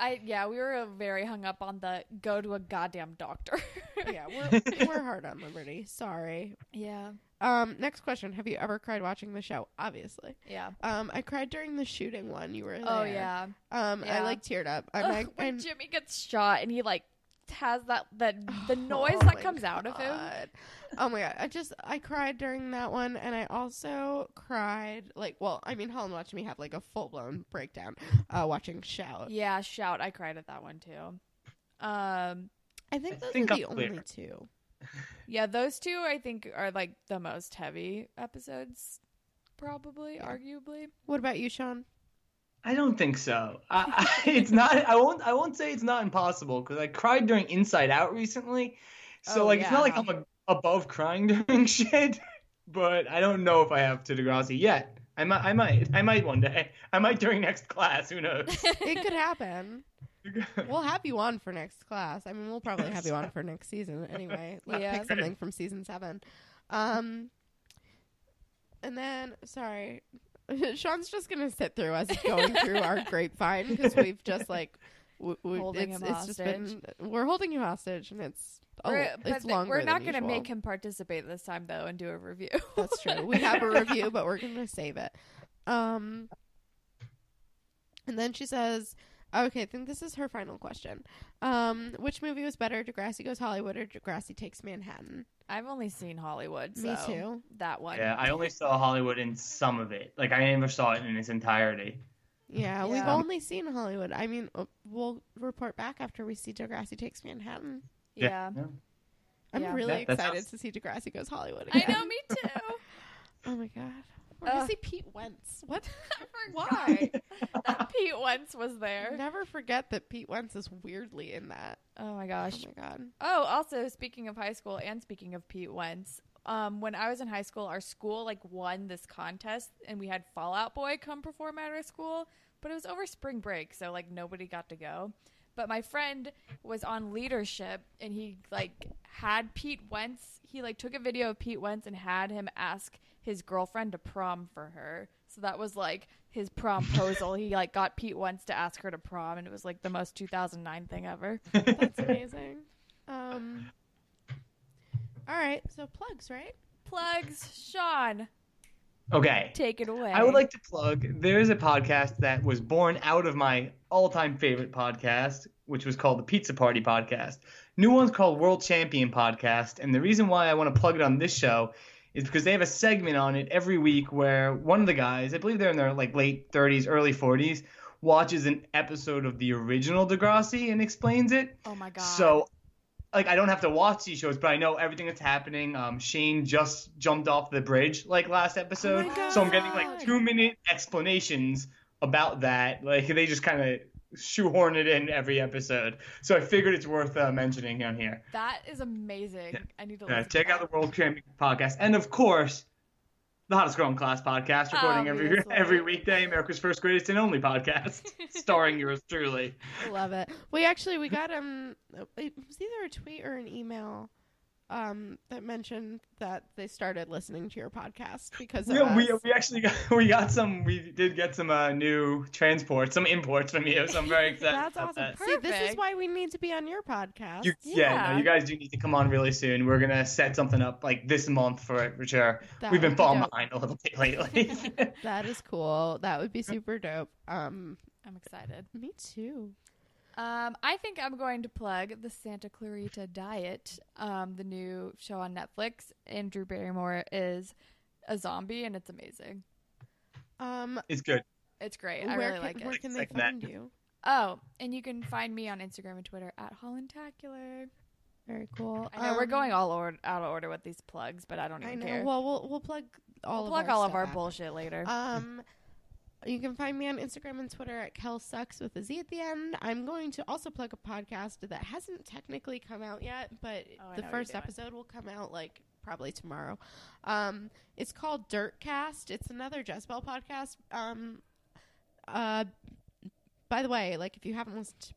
Speaker 2: I yeah, we were very hung up on the go to a goddamn doctor.
Speaker 1: yeah, we're, we're hard on Liberty. Sorry.
Speaker 2: yeah,
Speaker 1: Um, next question. Have you ever cried watching the show? Obviously.
Speaker 2: yeah.
Speaker 1: Um, I cried during the shooting one. You were there.
Speaker 2: Oh yeah.
Speaker 1: Um, I
Speaker 2: Yeah.
Speaker 1: like teared up. I'm
Speaker 2: Ugh,
Speaker 1: like,
Speaker 2: when
Speaker 1: I'm-
Speaker 2: Jimmy gets shot and he like has that that the noise
Speaker 1: Oh
Speaker 2: that
Speaker 1: my
Speaker 2: comes out of him.
Speaker 1: God. Oh my god! I just I cried during that one, and I also cried like well, I mean, Helen watched me have like a full blown breakdown uh, watching Shout.
Speaker 2: Yeah, shout! I cried at that one too. Um,
Speaker 1: I think
Speaker 3: I
Speaker 1: those
Speaker 3: think
Speaker 1: are
Speaker 3: I'm
Speaker 1: the only
Speaker 3: clear.
Speaker 1: two.
Speaker 2: yeah, those two I think are like the most heavy episodes, probably,
Speaker 1: Yeah.
Speaker 2: arguably.
Speaker 1: What about you, Sean?
Speaker 3: I don't think so. I, I, it's not. I won't. I won't say it's not impossible because I cried during Inside Out recently, so
Speaker 2: Oh,
Speaker 3: like it's not like
Speaker 2: yeah.
Speaker 3: I'm a, above crying during shit. But I don't know if I have to Degrassi yet. I might. I might. I might one day. I might during next class. Who knows?
Speaker 1: It could happen. We'll have you on for next class. I mean, we'll probably have you on for next season anyway. Like,
Speaker 2: Yeah.
Speaker 1: pick something from season seven. Um, and then sorry, Sean's just gonna sit through us going through our grapevine because we've just like we, we,
Speaker 2: Holding
Speaker 1: it's,
Speaker 2: him
Speaker 1: it's just been we're holding you hostage and it's oh
Speaker 2: We're- but
Speaker 1: it's
Speaker 2: th-
Speaker 1: longer.
Speaker 2: we're not
Speaker 1: than
Speaker 2: gonna
Speaker 1: usual.
Speaker 2: make him participate this time though and do a review.
Speaker 1: That's true. We have a review, but we're gonna save it. Um, and then she says, "Okay, I think this is her final question. Um, which movie was better, Degrassi Goes Hollywood or Degrassi Takes Manhattan?"
Speaker 2: I've only seen Hollywood.
Speaker 1: Me
Speaker 2: so
Speaker 1: too.
Speaker 2: That one.
Speaker 3: yeah, I only saw Hollywood in some of it. Like I never saw it in its entirety.
Speaker 1: Yeah, we've
Speaker 2: Yeah.
Speaker 1: only seen Hollywood. I mean, uh, we'll report back after we see Degrassi Takes Manhattan.
Speaker 2: yeah.
Speaker 1: I'm
Speaker 2: Yeah.
Speaker 1: really
Speaker 3: That- that
Speaker 1: excited
Speaker 3: sounds-
Speaker 1: to see Degrassi Goes Hollywood
Speaker 2: I
Speaker 1: again.
Speaker 2: know. Me too.
Speaker 1: Oh my god, we're gonna
Speaker 2: Ugh.
Speaker 1: see Pete Wentz. What?
Speaker 2: I forgot that Pete Wentz was there.
Speaker 1: Never forget that Pete Wentz is weirdly in that.
Speaker 2: Oh my
Speaker 1: Oh
Speaker 2: gosh.
Speaker 1: my god.
Speaker 2: Oh, also speaking of high school and speaking of Pete Wentz, um, when I was in high school, our school like won this contest, and we had Fallout Boy come perform at our school, but it was over spring break, so like nobody got to go. But my friend was on leadership, and he like had Pete Wentz. He like took a video of Pete Wentz and had him ask his girlfriend to prom for her. So that was like his promposal. he like got Pete Wentz to ask her to prom, and it was like the most 2009 thing ever.
Speaker 1: That's amazing. Um, all right, so plugs, right?
Speaker 2: plugs sean
Speaker 3: Okay.
Speaker 2: take it away
Speaker 3: I would like to plug there is a podcast that was born out of my all time favorite podcast, which was called the Pizza Party Podcast. New one's called World Champion Podcast. And the reason why I want to plug it on this show is because they have a segment on it every week where one of the guys, I believe they're in their like late 30s, early 40s, watches an episode of the original Degrassi and explains it.
Speaker 2: oh my god
Speaker 3: So, like, I don't have to watch these shows, but I know everything that's happening. Um, Shane just jumped off the bridge like last
Speaker 2: Oh
Speaker 3: episode,
Speaker 1: Oh my
Speaker 3: so I'm getting
Speaker 1: God.
Speaker 3: like two minute explanations about that. Like, they just kind of shoehorn it in every episode. So I figured it's worth uh, mentioning on here.
Speaker 2: that is amazing i need to
Speaker 3: Uh,
Speaker 2: listen
Speaker 3: check
Speaker 2: to
Speaker 3: out the World Champion podcast, and of course. The hottest girl in class podcast,
Speaker 1: Oh,
Speaker 3: recording every
Speaker 2: Obviously.
Speaker 3: every weekday. America's first, greatest, and only podcast, starring yours truly.
Speaker 1: Love it. We actually we got um, it was either a tweet or an email, um, that mentioned that they started listening to your podcast because of
Speaker 3: Yeah, we,
Speaker 1: us.
Speaker 3: we actually got we got some we did get some uh, new transports some imports from you so I'm very excited
Speaker 1: That's
Speaker 3: about
Speaker 1: awesome.
Speaker 3: that.
Speaker 1: See, this is
Speaker 2: Perfect.
Speaker 1: why we need to be on your podcast.
Speaker 3: You, yeah.
Speaker 2: Yeah.
Speaker 3: no, you guys do need to come on really soon. We're gonna set something up like this month for it for sure.
Speaker 1: That
Speaker 3: We've
Speaker 1: would
Speaker 3: been
Speaker 1: be
Speaker 3: falling
Speaker 1: dope.
Speaker 3: behind a little bit lately.
Speaker 1: That is cool. That would be super dope. Um,
Speaker 2: i'm excited
Speaker 1: me too.
Speaker 2: um i think i'm going to plug the santa clarita diet um the new show on netflix and drew barrymore is a zombie and it's amazing
Speaker 1: Um,
Speaker 3: it's good.
Speaker 2: it's great i
Speaker 1: where
Speaker 2: really
Speaker 1: can,
Speaker 2: like
Speaker 1: where
Speaker 2: it
Speaker 1: can they
Speaker 3: Second that.
Speaker 1: find you?
Speaker 2: oh and you can find me on instagram and twitter at hollandtacular
Speaker 1: Very cool.
Speaker 2: i know we're
Speaker 1: Um,
Speaker 2: going all or- out of order with these plugs but i don't even
Speaker 1: I know.
Speaker 2: care
Speaker 1: Well, we'll we'll plug all
Speaker 2: we'll
Speaker 1: of
Speaker 2: plug
Speaker 1: our
Speaker 2: all
Speaker 1: stuff
Speaker 2: of our
Speaker 1: after.
Speaker 2: bullshit later
Speaker 1: Um, you can find me on Instagram and Twitter at Kel Sucks with a Z at the end. I'm going to also plug a podcast that hasn't technically come out yet, but
Speaker 2: Oh, I know what
Speaker 1: the
Speaker 2: you're
Speaker 1: first
Speaker 2: doing.
Speaker 1: episode will come out like probably tomorrow. Um, it's called Dirtcast. It's another Jezebel podcast. Um, uh, by the way, like if you haven't listened to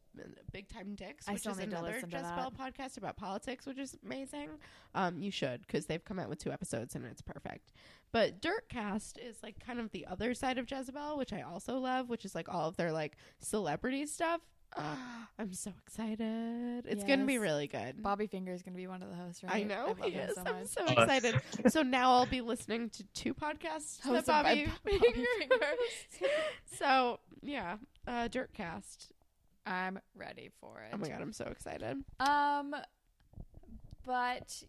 Speaker 1: Big Time Dicks,
Speaker 2: I
Speaker 1: which
Speaker 2: still
Speaker 1: is
Speaker 2: need to
Speaker 1: another
Speaker 2: listen to
Speaker 1: Jezebel podcast about politics, which is amazing, um, you should because they've come out with two episodes and it's perfect. But Dirtcast is like kind of the other side of Jezebel, which I also love, which is like all of their like celebrity stuff. Ah, I'm so excited. It's going to be
Speaker 2: Yes.
Speaker 1: really good.
Speaker 2: Bobby Finger is going to be one of the hosts, right?
Speaker 1: Mm. I know
Speaker 2: I love
Speaker 1: he
Speaker 2: him
Speaker 1: is.
Speaker 2: so
Speaker 1: I'm
Speaker 2: much.
Speaker 1: so
Speaker 3: Us.
Speaker 1: excited. so now I'll be listening to two podcasts that
Speaker 2: Hosted by
Speaker 1: Bobby,
Speaker 2: Bobby
Speaker 1: Finger
Speaker 2: Finger.
Speaker 1: hosts. so yeah, uh, Dirtcast.
Speaker 2: I'm ready for it.
Speaker 1: Oh my god, I'm so excited.
Speaker 2: Um, but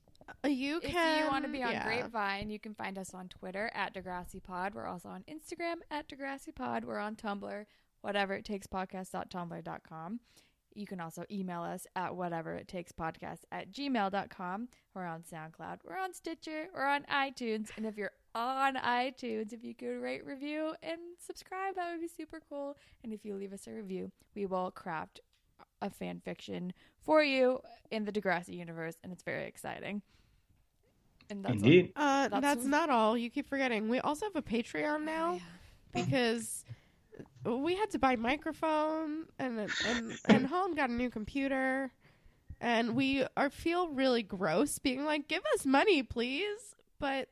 Speaker 1: Uh, You
Speaker 2: if
Speaker 1: can.
Speaker 2: you want to be on
Speaker 1: yeah.
Speaker 2: Grapevine, you can find us on Twitter at Degrassi Pod. We're also on Instagram at Degrassi Pod. We're on Tumblr, whatever it takes podcast.tumblr.com. You can also email us at whatever it takes podcast at gmail.com. We're on SoundCloud. We're on Stitcher. We're on iTunes. And if you're on iTunes, if you could rate, review, and subscribe, that would be super cool. And if you leave us a review, we will craft a fan fiction for you in the Degrassi universe, and it's very exciting. And that's all.
Speaker 3: Indeed.
Speaker 1: Uh,
Speaker 2: That's
Speaker 1: that's,
Speaker 2: all.
Speaker 1: not all. You keep forgetting. We also have a Patreon now because we had to buy microphone and and and Holland got a new computer, and we are feel really gross being like, give us money, please. But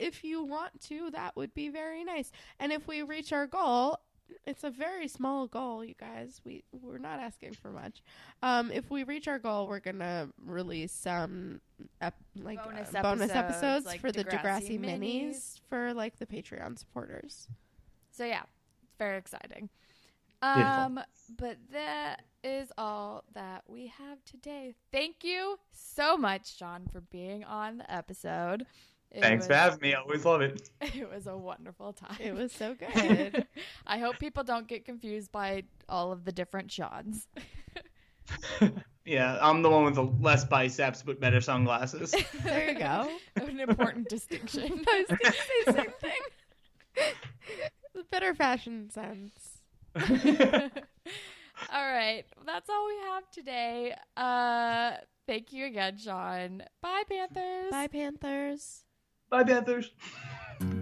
Speaker 1: if you want to, that would be very nice. And if we reach our goal. It's a very small goal, you guys. We we're not asking for much. Um, if we reach our goal, we're gonna release some ep- like
Speaker 2: Bonus
Speaker 1: uh, bonus
Speaker 2: episodes,
Speaker 1: episodes
Speaker 2: like
Speaker 1: for the
Speaker 2: Degrassi
Speaker 1: Degrassi
Speaker 2: minis.
Speaker 1: minis for like the Patreon supporters.
Speaker 2: So yeah, it's very exciting.
Speaker 3: Beautiful.
Speaker 2: Um, but that is all that we have today. Thank you so much, Sean, for being on the episode. It
Speaker 3: Thanks for
Speaker 2: was-
Speaker 3: having me. I always love it.
Speaker 2: It was a wonderful time.
Speaker 1: It was so good.
Speaker 2: I hope people don't get confused by all of the different Sean's.
Speaker 3: Yeah, I'm the one with the less biceps but better sunglasses.
Speaker 1: there you go.
Speaker 2: An important distinction.
Speaker 1: I was gonna say the same thing. the better fashion sense.
Speaker 2: all right, that's all we have today. Uh, thank you again, Sean. Bye, Panthers.
Speaker 1: Bye, Panthers.
Speaker 3: Bye, Panthers.